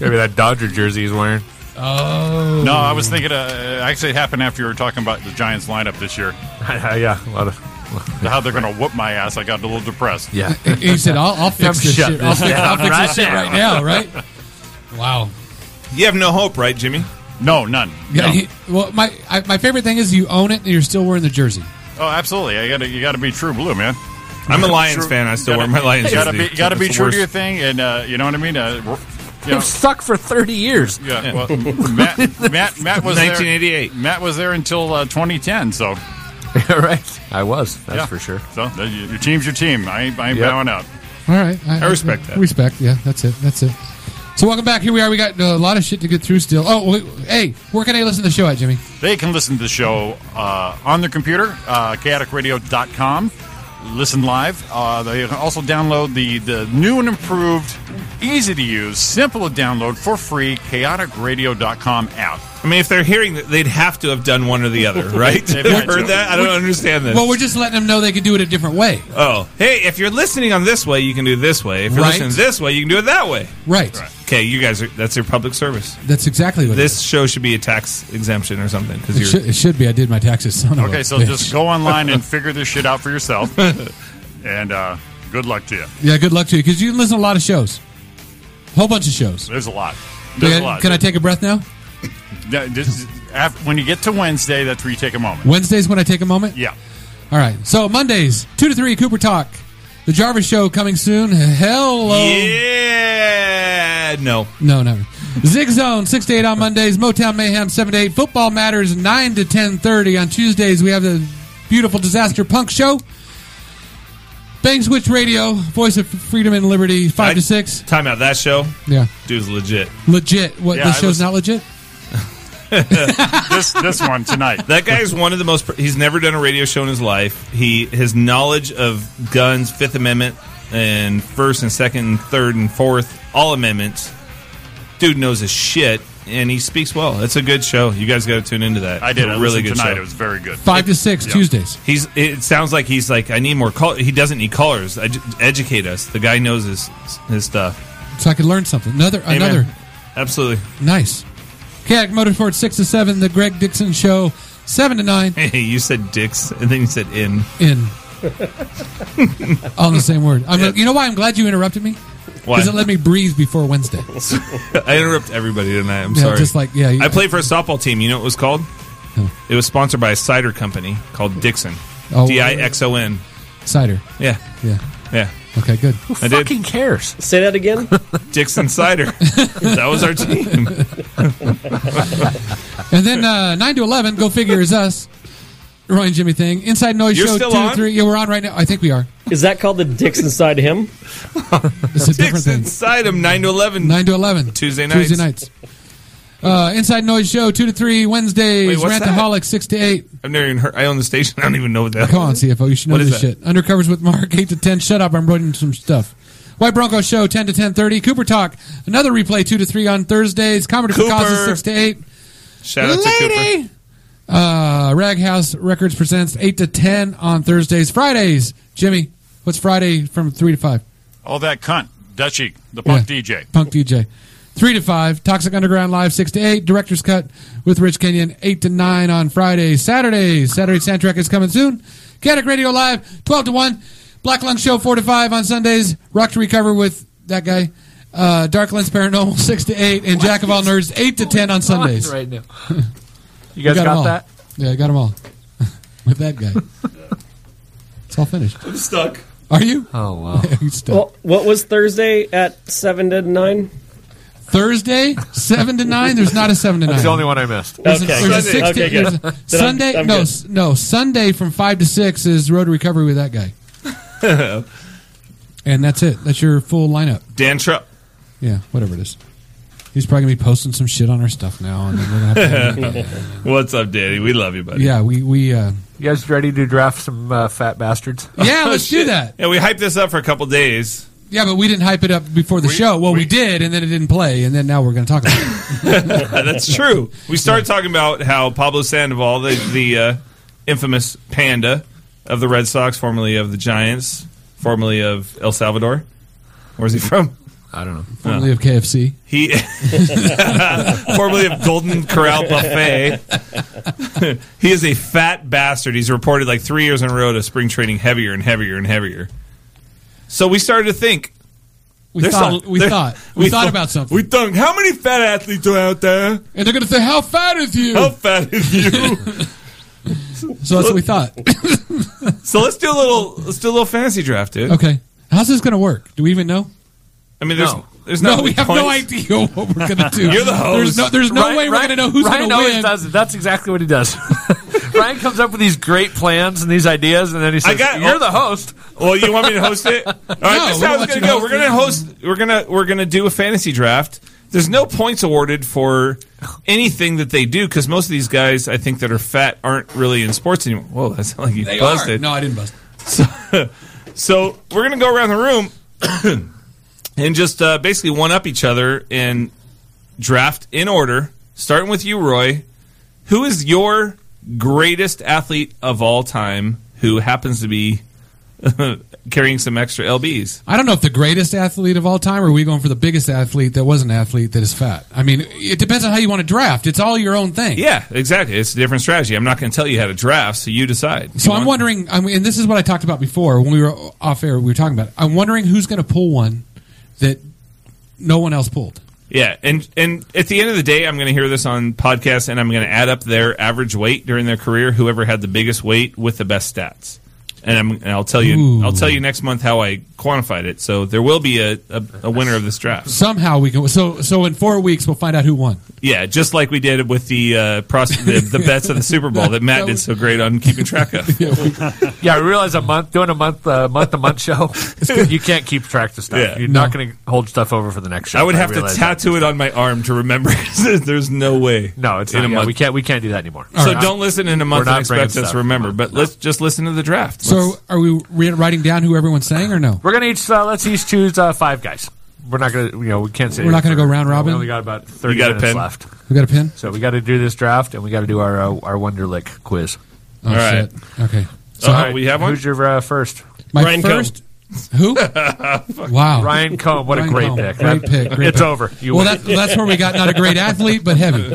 B: Maybe that Dodger jersey he's wearing. *laughs*
A: oh.
D: No, I was thinking. Uh, actually, it happened after you were talking about the Giants lineup this year.
B: yeah, a lot of.
D: How they're going to whoop my ass? I got a little
B: *laughs*
D: depressed.
B: Yeah.
A: He said, I'll, I'll fix
B: I'm
A: this
B: shutting
A: shit. I'll
B: this
A: fix, I'll
B: down
A: fix
B: right
A: this shit
B: now."
A: right now, right? Wow.
C: You have no hope, right, Jimmy?
D: No, none.
A: Yeah.
D: No.
A: He, well, my I, my favorite thing is you own it and you're still wearing the jersey.
D: Oh, absolutely. I gotta, you got to be true blue, man.
C: I'm a
D: True-
C: Lions fan. I still
D: gotta-
C: wear my Lions
D: You got to
C: jersey.
D: be, you gotta be
C: It's
D: true
C: worse.
D: to your thing, and uh, you know what I mean. Uh, *laughs*
B: They've stuck for 30 years. *laughs*
D: Yeah, well, *laughs* Matt, Matt, Matt was 1988. There, Matt was there until uh, 2010. So,
B: yeah, right. I was. That's for sure.
D: So there you- your team's your team. I ain't, I ain't
B: Yep.
D: bowing out.
A: All right,
D: I respect that.
A: Respect, yeah, that's it, that's it. So welcome back. Here we are. We got uh, a lot of shit to get through still. Oh, wait, hey, where can I listen to the show at, Jimmy?
D: They can listen to the show uh, on their computer, uh, chaoticradio.com. Listen live. Uh, they can also download the, the new and improved, easy to use, simple to download for free, chaoticradio.com app.
C: I mean, if they're hearing that, they'd have to have done one or the other, right?
D: They've
C: They've
D: had
C: heard
D: to.
C: that? I don't understand this.
A: Well, we're just letting them know they could do it a different way.
C: oh, hey, if you're listening on this way, you can do it this way. If you're
A: Right.
C: listening this way, you can do it that way.
A: Right.
C: Okay, you guys are. That's your public service.
A: That's exactly what
C: This show should be a tax exemption or something because
A: it,
C: you're.
A: should, it should be. I did my taxes. Son of a
D: Okay, so
A: bitch.
D: just go online and figure this shit out for
A: *laughs*
D: yourself. and uh, good luck to you.
A: Yeah, good luck to you because you listen to a lot of shows, whole bunch of shows.
D: There's a lot. There's
A: Can
D: a
A: I-
D: lot.
A: Can I take a breath now?
D: Yeah, this- af- when you get to Wednesday, that's where you take a moment.
A: Wednesdays when I take a moment.
D: Yeah.
A: All right. So Mondays, two to three, Cooper Talk, the Jarvis Show coming soon. Hello.
C: Yeah, no.
A: No, never. Zig Zone six to eight on Mondays. Motown Mayhem seven to eight. Football Matters nine to ten thirty on Tuesdays. We have the beautiful Disaster Punk Show. Bang Switch Radio, Voice of Freedom and Liberty five to six.
C: Time out that show.
A: Yeah.
C: dude's legit.
A: Legit. What
C: Yeah,
A: this
C: I
A: show's
C: listen-
A: not legit.
D: this this
A: *laughs*
D: one tonight.
C: That guy's one of the most. He's never done a radio show in his life. He his knowledge of guns, Fifth Amendment, and First and Second, and Third and Fourth, all amendments. Dude knows his shit, and he speaks well. It's a good show. You guys got to tune into that.
D: I did.
C: It's
D: I
C: a
D: really good tonight. It was very good.
A: Five to six Tuesdays.
C: He's. It sounds like he's like I need more. Call- he doesn't need callers. I j- educate us. The guy knows his his stuff.
A: So I could learn something. Another
C: Amen.
A: another
C: Absolutely. *laughs*
A: Nice. Kayak Motorsports six to seven, the Greg Dixon show seven to nine
C: Hey, you said dicks, and then you said in.
A: in all in the same word. I'm you know why I'm glad you interrupted me?
C: Why?
A: Because it let me breathe before Wednesday.
C: I interrupt everybody tonight. I'm
A: Yeah,
C: sorry.
A: just like- yeah, you-
C: I played for a softball team. You know what it was called? It was sponsored by a cider company called Dixon.
A: Oh.
C: D I X O N.
A: Cider.
C: Yeah.
A: Yeah.
C: Yeah.
A: Okay, good.
C: Who I did. fucking
B: cares?
E: Say that again.
A: *laughs*
C: Dixon Cider. that was our team.
A: And then uh, nine to eleven, go figure is us. Roy and Jimmy thing. Inside Noise
E: You're
A: Show
E: still
A: two
E: on?
A: three. Yeah, we're on right now. I think we are.
E: Is that called the dicks inside him?
A: It's a different thing.
C: Inside him, 9 to 11.
A: 9 to 11.
C: Tuesday nights.
A: Tuesday nights. Uh, Inside Noise Show two to three Wednesdays.
C: Wait, what's that?
A: Rantaholic six to eight.
C: I've never even heard. I own the station. I don't even know what that
A: Come on, CFO. You should know
C: What is
A: this
C: that?
A: shit. Undercovers with Mark, 8 to 10. Shut up. I'm running some stuff. White Bronco Show, 10 to 10.30. Cooper Talk, another replay, 2 to 3 on Thursdays. Comedy for
C: Cooper.
A: Causes, 6 to 8.
C: Shout out to
A: Lady!
C: Cooper.
A: Uh, Rag House Records presents 8 to 10 on Thursdays. Fridays, Jimmy, what's Friday from 3 to 5?
D: All that cunt, Dutchie, the punk
A: Yeah.
D: DJ.
A: Punk DJ. 3 to 5. Toxic Underground Live, 6 to 8. Director's Cut with Rich Kenyon, 8 to 9 on Fridays. Saturdays, Saturday soundtrack is coming soon. Chaotic Radio Live, 12 to 1. Black Lung Show, 4 to 5 on Sundays. Rock to Recover with that guy. Uh, Dark Lens Paranormal, *laughs* 6 to 8. And Jack of All Nerds, 8 to 10 on Sundays.
B: Right now.
A: *laughs*
B: You
A: We
B: guys
A: them
B: got
A: all.
B: that?
A: Yeah, I got them all. *laughs* with that
B: *laughs*
A: guy. it's all finished.
C: I'm stuck.
A: *laughs* Are you?
B: Oh, wow.
A: You stuck.
E: Well, what was Thursday at seven to nine?
A: Thursday, 7 to 9. There's not a 7 to 9.
B: That's the only one I missed.
A: There's a- there's a
E: good.
A: six to-
E: Okay, good.
A: there's a- *laughs*
E: Then I'm-
A: Sunday,
E: I'm
A: no,
E: good.
A: s- no, Sunday from five to six is Road to Recovery with that guy, and that's it. That's your full lineup.
C: Dan Trupp.
A: Yeah, whatever it is. He's probably gonna be posting some shit on our stuff now, and then we're gonna have to.
C: What's up, Danny? We love you, buddy.
A: yeah, we we uh,
B: You guys ready to draft some uh, fat bastards?
A: yeah,
C: Oh,
A: let's do
C: shit.
A: that.
C: Yeah, we hyped this up for a couple days.
A: Yeah, but we didn't hype it up before the show. Well, we, did, and then it didn't play, and then now we're gonna talk about it.
C: *laughs* That's true. We started talking about how Pablo Sandoval, the, the uh, infamous panda of the Red Sox, formerly of the Giants, formerly of El Salvador. Where's he from?
B: I don't know.
A: Formerly of KFC.
C: He *laughs* formerly of Golden Corral Buffet. *laughs* he is a fat bastard. He's reported like three years in a row to spring training heavier and heavier and heavier. So we started to think.
A: We
C: there's
A: thought,
C: a-
A: we
C: there-
A: thought, we, thought
C: thought-
A: about something,
C: We thunk. How many fat athletes are out there?
A: and they're gonna say, "How fat is you?"
C: How fat
A: *laughs*
C: is you?
A: So that's what we thought.
C: so let's do a little. Let's do a little fantasy draft, dude.
A: Okay, how's this gonna work? Do we even know?
C: I mean, there's
B: No.
C: There's no.
A: we have no idea what we're
C: *laughs*
A: gonna do.
C: You're the
A: There's
C: host.
A: no, there's no
B: Ryan-
A: way we're
B: Ryan-
A: gonna know who's
B: Ryan
A: gonna
B: always
A: win.
B: does it. That's exactly what he does. *laughs* Ryan comes up with these great plans and these ideas, and then he says, "You're the host."
C: Well, you want me to host it? All right, this is how it's gonna go. We're gonna host. We're gonna we're gonna do a fantasy draft. There's no points awarded for anything that they do because most of these guys, I think, that are fat aren't really in sports anymore. Whoa, that sounded like you
A: They
C: buzzed
A: are.
C: it.
A: No, I didn't bust.
C: So, so we're gonna go around the room *coughs* and just uh, basically one up each other and draft in order, starting with you, Roy. Who is your greatest athlete of all time? Who happens to be *laughs* carrying some extra lbs?
A: I don't know if the greatest athlete of all time, or are we going for the biggest athlete that was an athlete that is fat? I mean, it depends on how you want to draft. It's all your own thing.
C: Yeah, exactly. It's a different strategy. I'm not going to tell you how to draft, so you decide.
A: So I'm wondering, I mean, and this is what I talked about before when we were off air. We were talking about. It. I'm wondering who's going to pull one that no one else pulled.
C: Yeah, and and at the end of the day, I'm going to hear this on podcasts, and I'm going to add up their average weight during their career, whoever had the biggest weight with the best stats, and, I'm, and I'll tell you,
A: Ooh.
C: I'll tell you next month how I quantified it. So there will be a, a, a winner of this draft.
A: Somehow we can. So so in four weeks we'll find out who won.
C: Yeah, just like we did with the uh, pros- the, the bets of the Super Bowl that Matt did so great on keeping track of.
A: *laughs*
B: Yeah, I realize a month doing a month uh, month to month show, you can't keep track of stuff.
C: Yeah.
B: You're not going to hold stuff over for the next show.
C: I would have to
B: realize that.
C: tattoo it on my arm to remember. *laughs* There's no way.
B: No, it's
C: In
B: not.
C: a
B: yeah,
C: month.
B: we can't. We can't do that anymore.
C: so don't listen in a month
B: We're
C: and
B: not bringing
C: expect us
B: stuff.
C: to remember. But let's just listen to the draft.
A: So are we re- writing down who everyone's saying or no?
B: We're gonna each uh, let's each choose uh, five guys. We're not gonna you know we can't say
A: We're not gonna go round robin?
B: We only got about thirty
C: You got a
B: minutes
C: pen?
B: left,
A: We got a pin.
B: so we got to do this draft and we got to do our uh, our Wonder Lick quiz.
A: Oh,
C: All right.
A: shit. Okay.
C: So
B: All right,
C: we have one.
B: Who's your uh, first?
A: My
B: Ryan Cohn.
A: first.
C: *laughs*
A: Who? wow. *laughs*
B: Ryan Combe. What
A: Ryan
B: a great
A: Cohn.
B: pick.
A: Great
B: That-
A: pick. Great
B: it's
A: pick.
B: over. You
A: well,
B: win.
A: that, that's where we got not a great athlete, but
C: *laughs*
A: heavy.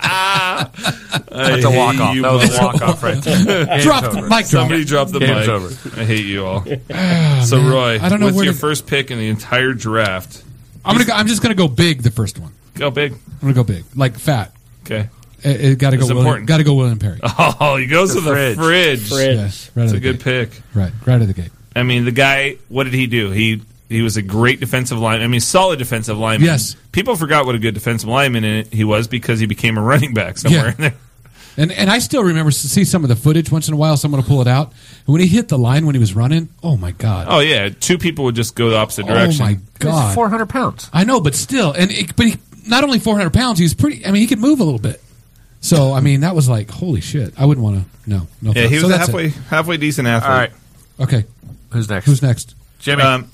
B: That's a walk off. That was a walk off right there. Game's
A: Drop the
B: over.
A: mic.
C: Somebody drop the
B: Game's
C: mic.
B: over.
C: I hate you all.
A: Ah, *sighs*
C: so
A: man.
C: Roy,
A: I don't know
C: what's
A: where
C: your
A: to-
C: first pick in the entire draft?
A: I'm gonna. Go, I'm just gonna go big. The first one.
C: Go big.
A: I'm gonna go big, like fat.
C: Okay. *laughs*
A: It, it gotta
C: It's
A: go. William,
C: important.
A: gotta go. William Perry.
C: Oh, he goes
B: The
C: to the
B: fridge.
C: fridge.
E: Fridge.
A: Yes, right
C: That's
A: out
C: a
A: of the
C: good
A: gate.
C: pick.
A: Right, right out of the gate.
C: I mean, the guy. What did he do? He he was a great defensive lineman. I mean, solid defensive lineman.
A: Yes.
C: People forgot what a good defensive lineman in- he was because he became a running back somewhere
A: Yeah.
C: in there. *laughs*
A: And and I still remember s- see some of the footage once in a while. Someone will pull it out. And when he hit the line when he was running, oh my god,
C: Oh yeah, two people would just go the opposite
A: oh
C: direction.
A: my *laughs* god,
B: Four hundred pounds.
A: I know, but still, and it, but he, not only 400 pounds, he was pretty. I mean, he could move a little bit. So I mean, that was like holy shit. I wouldn't want to. No, no.
C: Yeah,
A: thanks.
C: he was
A: so
C: a
A: that's
C: halfway
A: It.
C: halfway decent athlete.
B: All right.
A: Okay,
B: Who's next?
A: who's next?
B: Jimmy.
C: Um,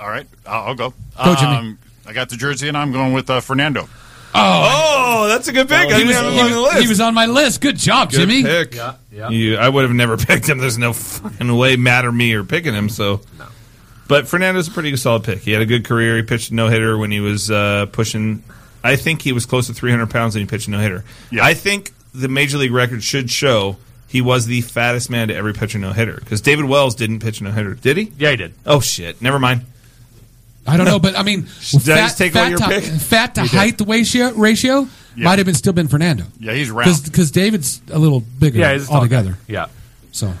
D: All right, I'll I'll go.
A: Go, Jimmy.
D: Um, I got the jersey, and I'm going with uh, Fernando.
C: oh, that's a good pick. I
A: He
C: didn't
A: was,
C: have him
A: he
C: on the
A: was-
C: list.
A: he was on my list. Good job,
C: Good
A: Jimmy.
C: pick.
B: Yeah, yeah.
C: You, I would have never *laughs* picked him. There's no fucking way Matt or me are picking him. So, but Fernando's a pretty solid pick. He had a good career. He pitched a no hitter when he was uh, pushing. I think he was close to 300 pounds and he pitched a no hitter.
D: Yeah.
C: I think the major league record should show he was the fattest man to ever pitch a no hitter because David Wells didn't pitch a no hitter, did he?
B: Yeah, he did.
C: Oh shit! Never mind.
A: I don't know, but I mean,
C: *laughs* Did I just take away your
A: to, *laughs*
C: pick?
A: fat to height ratio ratio
D: Yeah.
A: might have been still been Fernando
D: Yeah, he's round.
A: because David's a little bigger
B: Yeah, he's a tall guy.
A: altogether.
B: Yeah.
A: So
C: All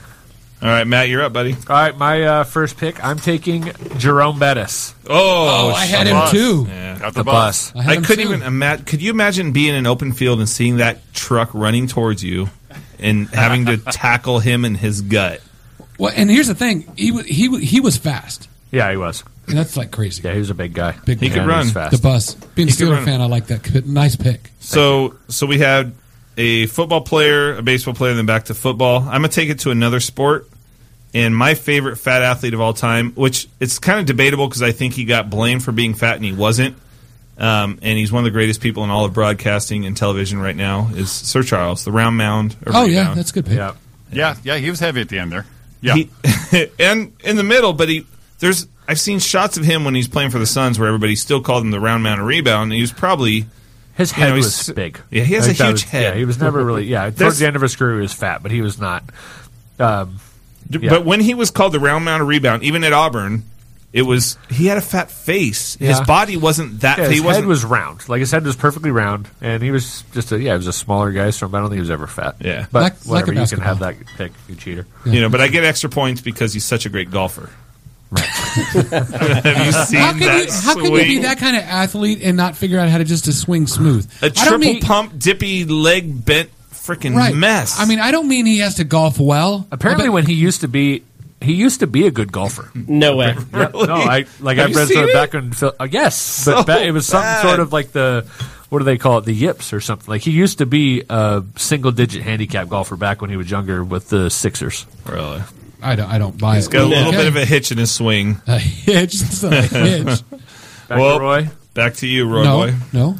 C: right, Matt, you're up, buddy.
B: All right, my uh, first pick. I'm taking Jerome Bettis.
C: Oh,
A: I had
C: shit.
A: him too.
C: Yeah.
D: Got the,
B: The
D: bus.
B: bus.
A: I, had
C: I
A: him
C: couldn't
A: too.
C: even imagine. Could you imagine being in an open field and seeing that truck running towards you and
A: *laughs*
C: having to tackle him in his gut?
A: Well, and here's the thing: he wa- he wa- he was fast,
B: Yeah, he was.
A: and that's like crazy.
B: Yeah, he was a big guy.
A: Big
C: He
A: guy.
C: could
B: Yeah,
C: run.
B: was
A: The
B: fast.
A: bus. Being a
C: He could
A: Steeler
C: run.
A: fan, I like that. Good- Nice pick.
C: So, so we had a football player, a baseball player, and then back to football. I'm gonna take it to another sport. And my favorite fat athlete of all time, which it's kind of debatable because I think he got blamed for being fat and he wasn't. Um, and he's one of the greatest people in all of broadcasting and television right now. Is Sir Charles the Round Mound? or
A: Oh yeah,
C: Rebound.
A: that's a good pick.
B: yeah.
D: Yeah, yeah, he was heavy at the end there. Yeah,
C: He- *laughs* and in the middle, but he there's I've seen shots of him when he's playing for the Suns where everybody still called him the round mound and rebound. And he was probably
B: His
C: You know,
B: head
C: he's-
B: was big.
C: Yeah, he has
B: I think
C: a
B: that
C: huge
B: was-
C: head.
B: Yeah, he was never really.
C: *laughs*
B: Yeah,
C: This-
B: towards the end of his career, he was fat, but he was not. Um, Yeah.
C: but when he was called the round mound and rebound, even at Auburn, it was he had a fat face. His
B: Yeah.
C: body wasn't that
B: yeah,
C: he
B: his head
C: wasn't
B: was round. Like his head was perfectly round, and he was just a yeah, he was a smaller guy. So I don't think he was ever fat.
C: Yeah.
B: but
A: Like- like a
B: whatever, you can
A: basketball.
B: have that pick, you cheater.
C: you know, but I get extra points because he's such a great golfer. *laughs* Have you seen
A: how can
C: that
A: you, how can you be
C: swing?
A: that kind of athlete and not figure out how to just to swing smooth?
C: A
A: I
C: triple
A: don't mean
C: pump, dippy, leg bent, freaking
A: right.
C: mess.
A: I mean, I don't mean he has to golf well.
B: Apparently, when he used to be, he used to be a good
E: *laughs*
B: golfer.
E: No way.
B: Yep. No, I like
E: Have
B: I've
E: you
B: read
E: seen
B: sort of
E: it?
B: back in Phil- uh, yes,
E: So
B: but ba- it was
E: bad.
B: something sort of like the what do they call it? The yips or something. Like he used to be a single digit handicap golfer back when he was younger with the Sixers.
C: Really?
A: I don't. I don't buy
C: He's
A: it.
C: got a little
A: Okay.
C: bit of a hitch in his swing.
A: *laughs* A hitch. *laughs* It's
C: *laughs*
A: not a hitch.
B: Back to Roy.
C: Back to you, Roy.
A: no,
C: Boy.
A: no.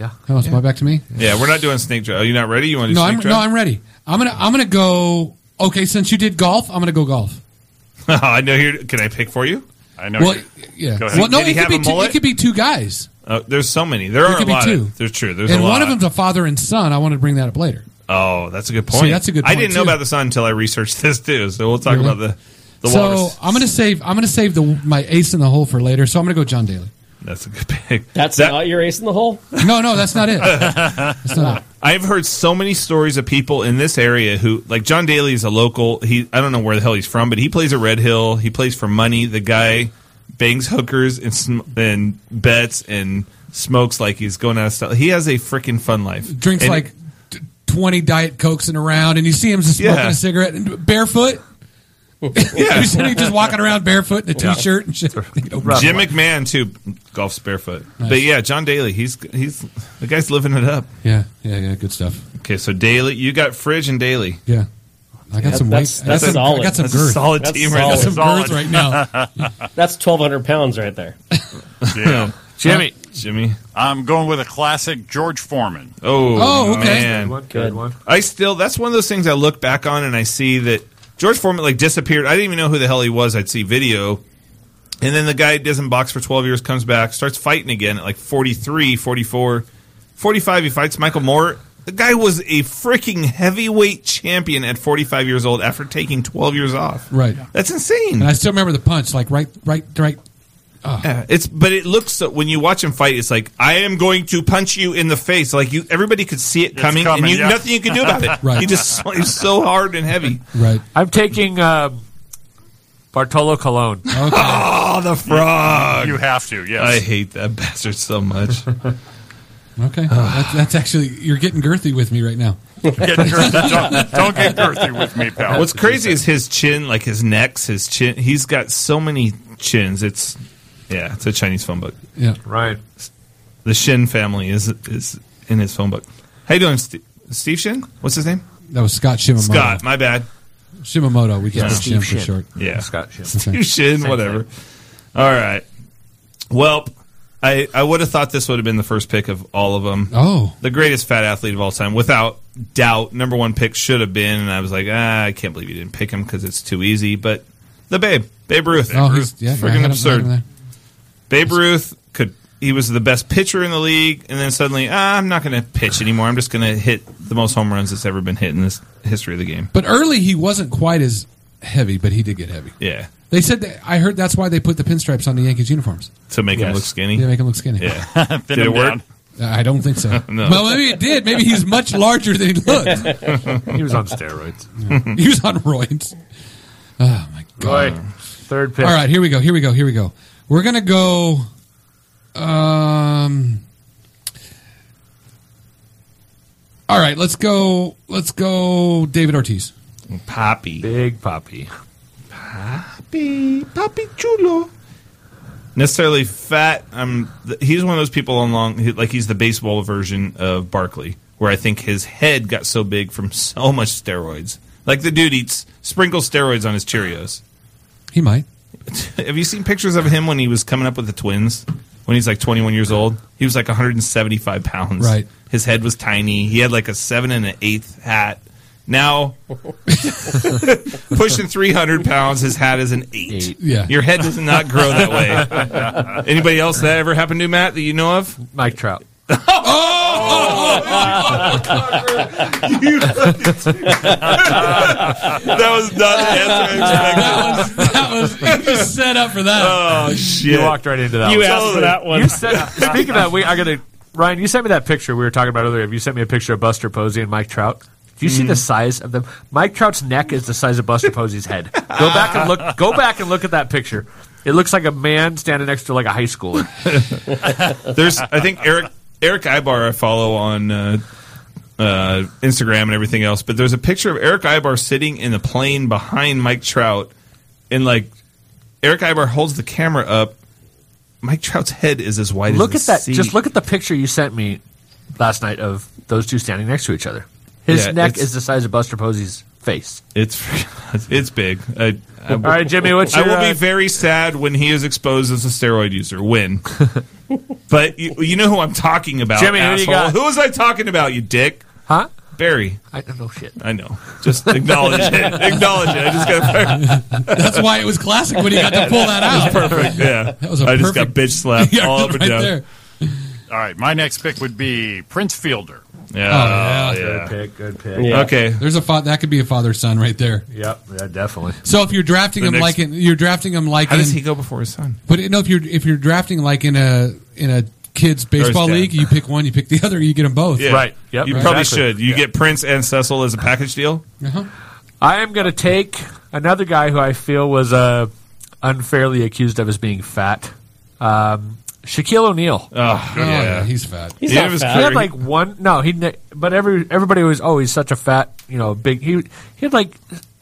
B: Yeah.
A: No, it's my back to me.
C: Yeah, we're not doing snake draft. Are you not ready? You want to do
A: No,
C: snake
A: I'm
C: draft?
A: no, I'm ready. I'm gonna I'm gonna go. Okay, since you did golf, I'm gonna go golf.
C: *laughs* I know here. Can I pick for you? I know.
A: Well, yeah. Well, no, it could be two, it could be two guys,
C: Uh, there's so many. There
A: It
C: are
A: could
C: a
A: be
C: lot.
A: two.
C: Of, there's true. There's
A: and
C: a lot.
A: one of them's a father and son. I wanted to bring that up later.
C: Oh, that's a good
A: See,
C: point.
A: that's a good
C: I
A: point,
C: didn't know
A: too.
C: about the sun until I researched *laughs* this too. So we'll talk
A: Really?
C: about the the
A: so um,
C: walrus.
A: I'm gonna save I'm gonna save the my ace in the hole for later. So I'm gonna go John Daly.
C: That's a good pick.
E: That's
C: That-
E: not your ace in the hole.
A: No, no, that's not it. That's not it.
C: I've heard so many stories of people in this area who, like John Daly, is a local. He I don't know where the hell he's from, but he plays at Red Hill. He plays for money. The guy bangs hookers and sm- and bets and smokes like he's going out of style. He has a freaking fun life.
A: Drinks
C: And-
A: like t- twenty diet cokes and around, and you see him just smoking
C: Yeah.
A: a cigarette and barefoot. *laughs*
C: Yeah.
A: you see him just walking around barefoot in a
C: Yeah.
A: t-shirt
C: *laughs*
A: and shit.
C: Jim McMahon too golfs barefoot. But yeah, John Daly, he's he's the guy's living it up.
A: Yeah, yeah, yeah. Good stuff.
C: Okay, so Daly, you got Fridge and Daly.
A: Yeah. I got
E: Yeah,
A: some
E: that's-
A: weight. I got
E: that's
A: some,
E: solid.
A: I got some
E: That's
C: a
A: girth.
C: solid
E: That's
C: team
E: solid.
A: I got some
E: Solid.
A: girth right now.
E: That's twelve hundred pounds right there.
C: Yeah.
B: Jimmy.
C: Jimmy.
D: I'm going with a classic George Foreman.
C: Oh,
A: Oh, okay.
C: man.
B: Good one.
C: I still that's one of those things I look back on and I see that George Foreman like disappeared. I didn't even know who the hell he was. I'd see video. And then the guy doesn't box for 12 years, comes back, starts fighting again at like 43, 44, 45. He fights Michael Moore. The guy was a freaking heavyweight champion at 45 years old after taking 12 years off.
A: right.
C: That's insane.
A: And I still remember the punch, like right, right, right.
C: Yeah, it's but it looks so, when you watch him fight, it's like I am going to punch you in the face. Like you, everybody could see it coming,
D: coming,
C: and you,
D: yeah.
C: nothing you can do about it.
A: *laughs* Right.
C: He just he's so hard and heavy.
A: Right.
B: I'm taking um, Bartolo
E: *laughs*
B: Colon.
A: Okay.
C: Oh, the
A: Uh,
C: frog!
D: You have to, yes.
C: I hate that *laughs* bastard so much. *sighs*
A: okay. That's, that's actually you're getting girthy with me right now.
D: *laughs* Get girthy. Don't, don't get girthy with me, pal.
C: What's crazy is his chin, like his necks, his chin. He's got so many chins. It's yeah, it's a Chinese phone book.
A: Yeah.
B: Right.
C: The Shin family is is in his phone book. How you doing, Steve, Steve Shin? What's his name?
A: That was Scott Shimamoto.
C: Scott. My bad.
A: Shimamoto. We just
B: Yeah.
A: yeah. Shim
B: Steve
A: for
B: Shim.
A: short.
C: Yeah,
B: Scott
C: *laughs*
B: Jim.
A: Okay.
C: you should whatever. All right. Well, I I would have thought this would have been the first pick of all of them.
A: Oh.
C: The greatest fat athlete of all time, without doubt, number one pick should have been. And I was like, ah, I can't believe you didn't pick him because it's too easy. But the Babe, Babe Ruth,
A: Oh, he's yeah. I had him- I
C: freaking
A: had
C: absurd.
A: him there.
C: Babe Ruth could. He was the best pitcher in the league, and then suddenly, ah, I'm not going to pitch anymore. I'm just going to hit the most home runs that's ever been hit in this history of the game.
A: But early he wasn't quite as heavy, but he did get heavy.
C: Yeah,
A: They said that I heard that's why they put the pinstripes on the Yankees uniforms.
C: to make him
B: Yes.
C: look skinny.
A: They make him look skinny.
C: Yeah,
D: Thin
C: did it
D: him
C: work?
D: down.
A: I don't think so.
C: *laughs* No.
A: Well, maybe it did. Maybe he's much larger
C: *laughs*
A: than he looked.
B: He was on steroids.
A: he was on roids. Oh my god!
B: Roy, third pick.
A: All right, here we go. Here we go. Here we go. We're gonna go. Um. All right, let's go. Let's go, David Ortiz.
C: Poppy.
B: Big Poppy.
C: Papi, papi chulo. Necessarily fat. I'm. th- He's one of those people on long. he- Like he's the baseball version of Barkley, where I think his head got so big from so much steroids. Like the dude eats sprinkles steroids on his Cheerios.
A: He might.
C: *laughs* Have you seen pictures of him when he was coming up with the twins? When he's like 21 years old, he was like 175 pounds.
A: Right.
C: His head was tiny. He had like a seven and an eighth hat. Now, *laughs* pushing 300 pounds, his hat is an eight.
A: Yeah.
C: Your head does not grow that
A: *laughs*
C: way. Anybody else that ever happened to Matt that you know of?
B: Mike Trout.
C: That was not the answer I expected.
A: That was, *laughs* that was you just set up for that.
C: Oh
B: You
C: shit!
B: walked right into that.
E: You
B: one.
E: asked for that one.
B: You sent, speaking of that, we I gotta Ryan. You sent me that picture we were talking about earlier. Have you sent me a picture of Buster Posey and Mike Trout? Do you see the size of them? Mike Trout's neck is the size of Buster Posey's head. Go back and look. Go back and look at that picture. It looks like a man standing next to like a high schooler.
C: There's, I think Eric Eric Ibar I follow on uh, uh, Instagram and everything else, but there's a picture of Eric Ibar sitting in the plane behind Mike Trout, and like Eric Ibar holds the camera up. Mike Trout's head is as wide.
B: look at
C: as
B: that. Just look at the picture you sent me last night of those two standing next to each other. His
C: Yeah,
B: neck
C: it's-
B: is the size of Buster Posey's face.
C: It's *laughs* it's big. I, I-
B: All right, Jimmy, what's
C: I
B: your,
C: will
B: uh,
C: be very sad when he is exposed as a steroid user. When, but you, you know who I'm talking about,
B: Jimmy, who
C: Asshole.
B: do you got?
C: Who was I talking about? You dick?
B: Huh?
C: Barry.
B: I don't know shit.
C: I know. Just
A: *laughs*
C: acknowledge it. Acknowledge it. I just got.
A: That's why it was classic when he got to
C: *laughs*
A: pull that out.
C: was perfect. Yeah.
A: That was a
C: I just got
A: perfect-
C: bitch
A: *laughs*
C: slapped
A: Yeah,
C: all up and
A: right
C: down.
A: there.
D: All right, my next pick would be Prince Fielder.
C: Yeah.
A: Oh, yeah.
C: yeah.
B: Good pick. Good pick.
C: Okay.
A: There's a fa- that could be a father son right there.
B: Yep. Yeah, definitely.
A: So if you're drafting
B: The
A: him
B: next-
A: like in, you're drafting him like
C: How
A: in,
C: does he go before his son?
A: But no, if you're if you're drafting like in a in a kids baseball
C: dad.
A: league, you pick one, you pick the *laughs* other, you get them both.
C: Yeah. You probably should. You get Prince and Cecil as a package deal.
A: Uh-huh.
B: I am going to take another guy who I feel was uh, unfairly accused of as being fat. Um, Shaquille O'Neal.
C: Oh,
A: yeah. yeah, he's fat. He's
B: he
A: not fat.
B: had like one. No, he. ne- But every everybody was always such a fat. You know, big. He he had like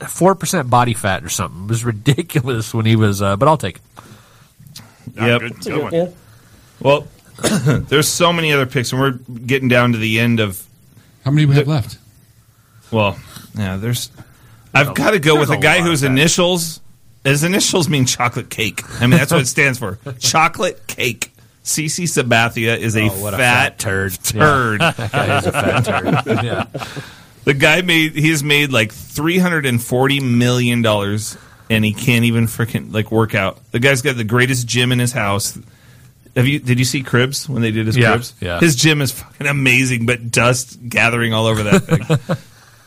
B: four percent body fat or something. It was ridiculous when he was. Uh, but I'll take. it.
C: Yep. Well, *clears throat* there's so many other picks, and we're getting down to the end of.
A: How many do we have left?
C: Well, yeah, there's. I've got to go with a guy whose initials. His initials mean chocolate cake. I mean, that's what it
B: *laughs*
C: stands for. Chocolate cake. CC Sabathia is a,
B: Oh, what
C: fat,
B: a fat turd.
C: Turd.
B: Yeah. That guy is a fat turd. Yeah.
C: The guy made he's made like three hundred and forty million dollars, and he can't even freaking like work out. The guy's got the greatest gym in his house. Have you? Did you see Cribs when they did his
B: Yeah,
C: Cribs?
B: yeah.
C: His gym is fucking amazing, but dust gathering all over that thing.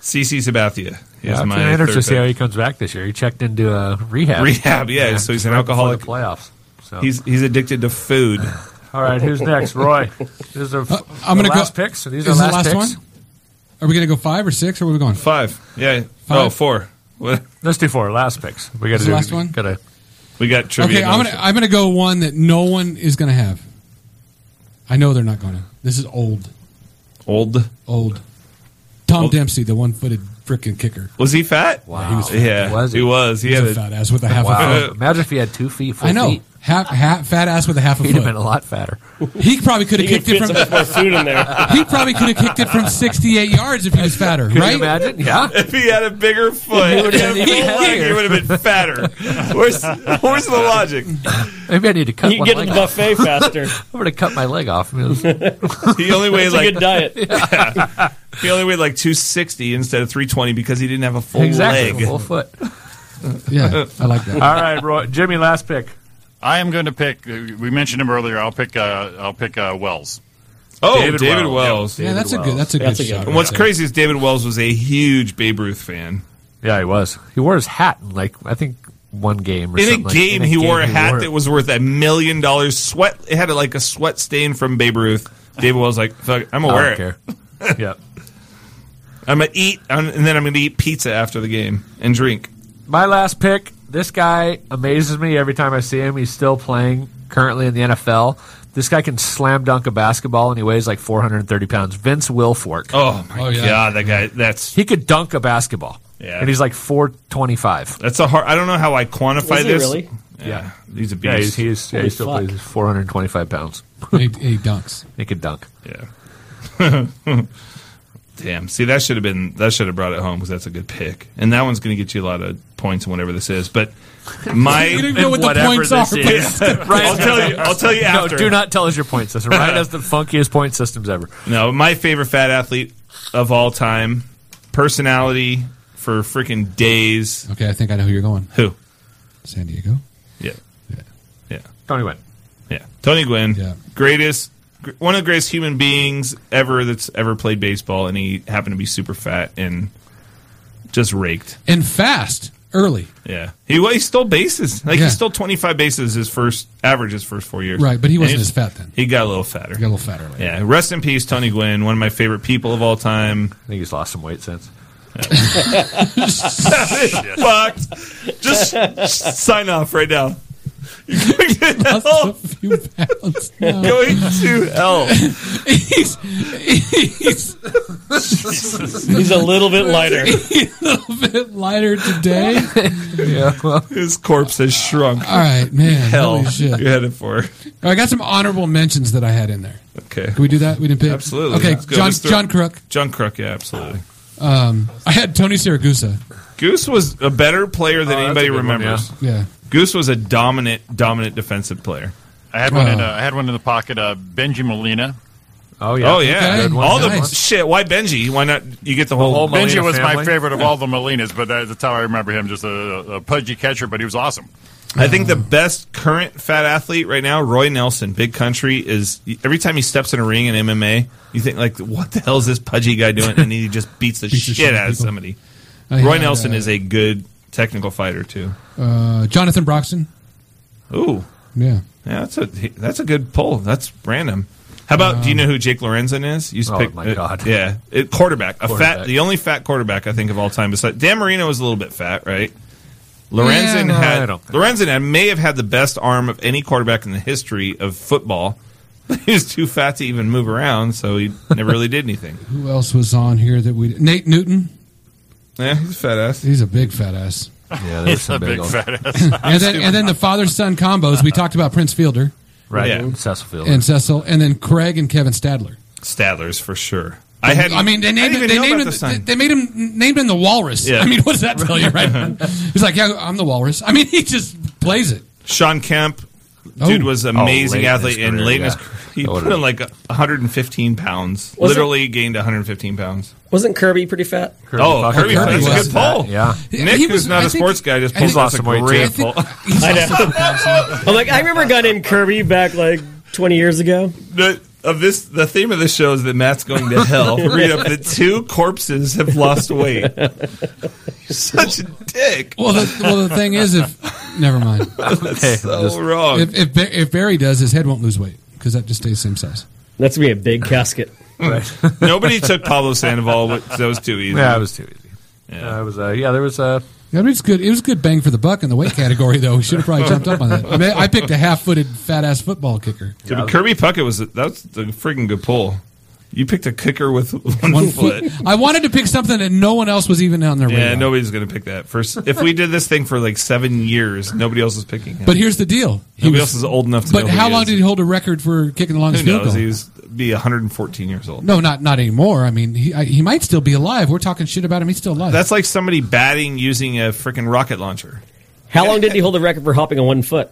C: CC Sabathia is
B: Yeah, I'm
C: my third
B: interested to see how
C: pick.
B: he comes back this year. He checked into uh, rehab.
C: Rehab, yeah, so he's an
B: right before
C: alcoholic.
B: The playoffs. So.
C: He's he's addicted to food.
B: All right, who's next? Roy. These are
A: Uh, I'm
B: the
A: gonna go-
B: last picks. These
A: Is
B: are
A: the
B: last,
A: last
B: picks.
A: one? Are we gonna go five or six? Or are we going?
C: Five. Yeah. Oh,
A: Five?
C: four. *laughs* What?
B: Let's do four. Last picks. We got
A: Is
B: to
A: the
B: do
A: last one?
B: Gotta,
C: We got trivia.
A: Okay, I'm gonna
C: notion.
A: I'm gonna go one that no one is gonna have. I know they're not gonna. This is old,
C: old.
A: old. Tom
C: Old-
A: Dempsey, the one-footed freaking kicker.
C: Was he fat?
A: Yeah, he was fat.
C: Yeah,
B: Was
C: he?
B: he?
C: was. He
A: He's
C: had
A: a fat ass with a half a
B: wow.
C: Uh,
A: foot.
B: Imagine if he had two feet. Four
A: I know.
B: Feet.
A: Half, half, fat ass with a half a
B: He'd have been a
A: foot.
B: lot fatter.
A: He probably could have
E: You can
A: kicked it
E: fit
A: from.
E: some more food in *laughs* there.
A: He probably could have kicked it from 68 yards if he was fatter,
B: Can you
A: right?
B: imagine? Yeah.
C: If he had a bigger foot,
B: He
C: he would
B: would've
C: have
B: been even heavier.
C: been fatter. Where's, where's the logic?
B: Maybe I need to cut
E: You can
B: one
E: get to
B: leg
E: the
B: off.
E: buffet faster.
B: I'm going to cut my leg off. I mean,
C: *laughs*
B: it was-
C: He only weighed
E: It's a
C: like
E: good diet.
C: he only weighed like two sixty instead of three twenty because he didn't have a full
B: exactly.
C: leg.
B: Full foot.
A: Yeah, I like
B: *laughs*
A: that.
B: All right, Roy. Jimmy, last pick.
D: I am going to pick. uh, We mentioned him earlier. I'll pick. Uh, I'll pick uh, Wells.
C: Oh, David,
B: David
C: Wells.
B: Wells.
A: Yeah, that's a good. That's a good
E: That's a good
A: shot.
C: And what's
A: right there.
C: crazy is David Wells was a huge Babe Ruth fan.
B: Yeah, he was. He wore his hat in like I think one game or
C: In a
B: something. like-
C: game,
B: in
C: he wore a
B: game
C: hat
B: wore-
C: that was worth a million dollars. Sweat. It had like a sweat stain from Babe Ruth. David Wells like, fuck, it, I'm
B: I
C: gonna
B: don't
C: wear
B: care.
C: it.
B: *laughs* yeah.
C: I'm gonna eat, I'm- and then I'm gonna eat pizza after the game and drink.
B: My last pick. This guy amazes me every time I see him. He's still playing currently in the NFL. This guy can slam dunk a basketball and he weighs like 430 pounds. Vince Wilfork.
C: Oh my
A: Oh, yeah.
C: god, that guy. That's
B: He could dunk a basketball.
C: Yeah.
B: And he's like 425.
C: That's a hard. I don't know how I quantify
E: Was he
C: this.
E: really?
C: Yeah. he's a beast.
B: Yeah, he's, he's, yeah, he
E: Holy
B: still
E: fuck.
B: plays 425 pounds.
A: He, he dunks.
B: He could
C: *laughs*
B: dunk.
C: yeah. *laughs* Damn. See, that should have been that should have brought it home because that's a good pick, and that one's going to get you a lot of points and whatever this is.
A: *laughs*
C: But
A: You
C: my.
A: didn't know what the
B: Whatever
A: points are.
B: this
A: but-
B: is. right.
C: I'll tell you. I'll tell you
B: No,
C: after.
B: do not tell us your point
C: *laughs*
B: system. Ryan has the funkiest point systems ever.
C: No, my favorite fat athlete of all time, personality for freaking days.
A: Okay, I think I know who you're going.
C: Who?
A: San Diego.
C: Yeah, yeah,
B: Tony went.
C: yeah. Tony Gwynn,
A: Yeah.
C: greatest, gr- one of the greatest human beings ever that's ever played baseball, and he happened to be super fat and just raked.
A: And fast. early.
C: Yeah, he well, he stole bases. Like he stole twenty five bases his first average his first four years.
A: Right, but he
C: And
A: wasn't
C: he's-
A: as fat then.
C: He got a little fatter.
A: He got a little fatter.
C: Yeah, rest in peace, Tony Gwynn, one of my favorite people of all
A: *laughs*
C: time. *laughs* I think he's lost some weight since. Fucked. Just sign off right now. *laughs* Oh.
A: *laughs* Lost a few pounds. now.
C: Going to hell.
A: he's, he's,
E: He's a little bit lighter.
A: He's a little bit lighter today.
C: yeah, well. His corpse
A: *laughs*
C: has shrunk.
A: All right, man.
C: Hell,
A: Holy shit.
C: you're headed for. it.
A: I got some honorable mentions that I had in there.
C: Okay.
A: Can we do that? We didn't pick.
C: Absolutely.
A: Okay,
C: Let's go.
A: John,
C: Let's throw-
A: John Crook.
C: John Crook, yeah, absolutely.
A: Um, I had Tony Siragusa.
C: Goose was a better player than
A: Oh, that's
C: anybody
A: a good one,
C: remembers.
A: yeah. Yeah.
C: Goose was a dominant, dominant defensive player.
D: I had one in. Uh, I had one in the pocket. Uh, Benji Molina.
B: Oh
C: Oh yeah, all the shit. Why Benji? Why not? You get the whole.
D: Benji was my favorite of all the Molinas, but uh, that's how I remember him. Just a, a pudgy catcher, but he was awesome.
C: I think the best current fat athlete right now, Roy Nelson, big country, is every time he steps in a ring in MMA, you think like, what the hell is this pudgy guy doing? And he just beats the
A: *laughs* Beats the shit
C: shit
A: out
C: out of
A: people.
C: somebody.
A: I
C: Roy
A: had,
C: Nelson
A: uh,
C: is a good technical fighter too.
A: Uh, Jonathan Broxton.
C: Ooh,
A: Yeah.
C: yeah, that's a that's a good pull. That's random. How about do you know who Jake Lorenzen is? You used to
B: Oh,
C: pick-
B: my God.
C: yeah, it, quarterback, a
B: Quarterback.
C: fat, the only fat quarterback I think of all time. Besides Dan Marino was a little bit fat, right? Lorenzen
B: no, I
C: had
B: don't
C: Lorenzen had, may have had the best arm of any quarterback in the history of football. *laughs* But he was too fat to even move around, so he never really did anything.
A: Who else was on here that we? Nate Newton.
C: Yeah, *laughs* he's a fat ass.
A: He's a big fat
C: *laughs*
A: ass.
B: Yeah,
D: He's a big fat ass.
A: and then and then the father son combos. We talked about Prince Fielder.
B: Right,
C: Yeah.
B: Cecil Fielder.
A: And Cecil, and then Craig and Kevin Stadler.
C: Stadler's for sure. I had.
A: I mean, they named him.
C: didn't even
A: They
C: know
A: named
C: about
A: him.
C: this
A: They,
C: time.
A: they made him named him the Walrus.
C: Yeah.
A: I mean, what does that tell you,
C: *laughs*
A: right? He's like, yeah, I'm the Walrus. I mean, he just plays it.
C: Sean Kemp,
A: Oh.
C: dude was
A: Oh,
C: amazing
A: late in
C: athlete,
A: his
C: and
A: career,
C: late in his
A: yeah.
C: career, he
A: That
C: put
A: would've-
C: on like 115 pounds.
E: Was it-
C: Literally gained 115 pounds.
E: Wasn't Kirby pretty fat?
C: oh, Kirby, that's a good poll. Nick,
E: He
C: who's
E: was-
C: not
E: I
C: a
E: think-
C: sports guy, just
E: I
C: pulls
E: think-
C: off a
E: I think-
C: great
E: I think-
C: poll. *laughs*
E: I know. I'm like, I remember a guy named Kirby back like 20 years ago.
C: The, of this, the theme of this show is that Matt's going to hell. Read up the two corpses have lost weight. Such a dick.
A: Well, the, well, the thing is, if never
C: *laughs*
A: mind,
C: That's so wrong.
A: If, if Ba- if Barry does, his head won't lose weight because that just stays same size.
E: That's gonna be a big casket.
B: *laughs*
C: *laughs* Nobody took Pablo Sandoval. but That was too easy.
B: Yeah, it was too easy. Yeah, it was. Uh, yeah, there was. Uh,
A: Yeah, but it's good. It was good bang for the buck in the weight category, though. We should have probably jumped up on that. I, mean, I picked a half-footed fat ass football kicker.
C: Yeah, but Kirby Puckett was that's the friggin' good pull. You picked a kicker with *laughs* one, foot.
A: I wanted to pick something that no one else was even on their radar.
C: Yeah, nobody's gonna pick that. First, if we did this thing for like seven years, nobody else is picking him.
A: But here's the deal.
C: nobody else is old enough. to
A: But
C: know who
A: how
C: he
A: long
C: is.
A: did he hold a record for kicking the longest
C: Who
A: field
C: knows?
A: goal?
C: He was be 114 years old.
A: No, not not anymore. I mean, he I, he might still be alive. We're talking shit about him. He's still alive.
C: That's like somebody batting using a freaking rocket launcher.
E: How long did he hold the record for hopping on one foot?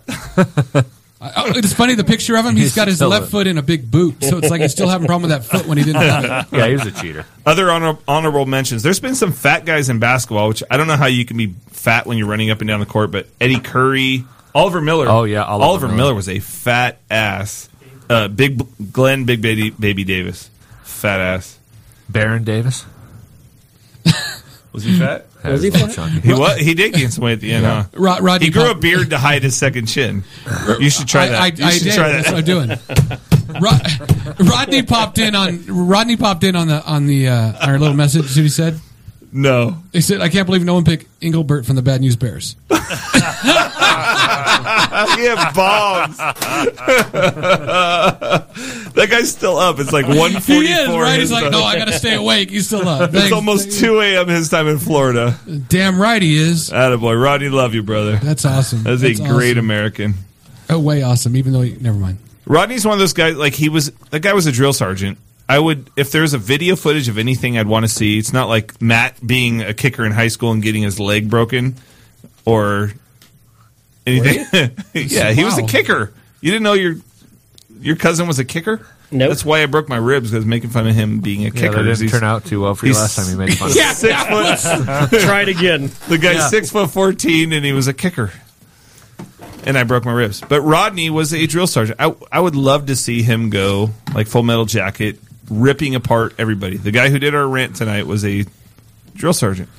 A: Oh, it's funny the picture of him. He's got his
E: Still
A: left
E: a-
A: foot in a big boot, so it's like he's still having a problem with that foot when he didn't. have it.
B: cheater.
C: Other honor- honorable mentions. There's been some fat guys in basketball, which I don't know how you can be fat when you're running up and down the court. But Eddie Curry, Oliver Miller.
B: Oh, yeah, Oliver
C: Miller.
B: Miller
C: was a fat ass. Uh, big B- Glenn, Big Baby, Baby Davis, fat ass.
B: *laughs* Baron Davis.
C: Was he fat?
B: Was he fat? Chunky.
C: He wa- He did gain some weight at the end.
B: Yeah.
C: Huh?
A: Ro- Rodney
C: he grew
A: Pop-
C: a beard to hide his second chin. You should try that.
A: I, I,
C: you
A: I
C: should
A: did.
C: try that.
A: That's what I'm doing. Ro- Rodney popped in on Rodney popped in on the on the uh, on our little message. that he said.
C: No,
A: he said I can't believe no one picked Engelbert from the Bad News Bears.
C: yeah, *laughs* bombs. that guy's still up. It's like one forty-four.
A: He is right. He's like, no, I gotta stay awake. He's still up.
C: It's
A: Thanks.
C: almost two a.m. his time in Florida.
A: Damn right he is.
C: Attaboy, Rodney, love you, brother.
A: That's awesome.
C: That's,
A: That's
C: a great
A: awesome.
C: American.
A: Oh, way awesome. Even though, he, never mind.
C: Rodney's one of those guys. Like he was, that guy was a drill sergeant. I would, if there's a video footage of anything, I'd want to see. It's not like Matt being a kicker in high school and getting his leg broken, or anything. *laughs* yeah, he was a
B: Wow.
C: kicker. You didn't know your your cousin was a kicker. No, that's why I broke my ribs because making fun of him being a
B: Yeah,
C: kicker.
B: that didn't
C: He's-
B: turn out too well for you
C: he's-
B: last time you made fun of
C: Yeah,
B: him.
C: six foot.
E: Try it again.
C: The guy's
E: Yeah.
C: six foot fourteen, and he was a kicker. And I broke my ribs. But Rodney was a drill sergeant. I, I would love to see him go like Full Metal Jacket, ripping apart everybody. The guy who did our rant tonight was a drill sergeant.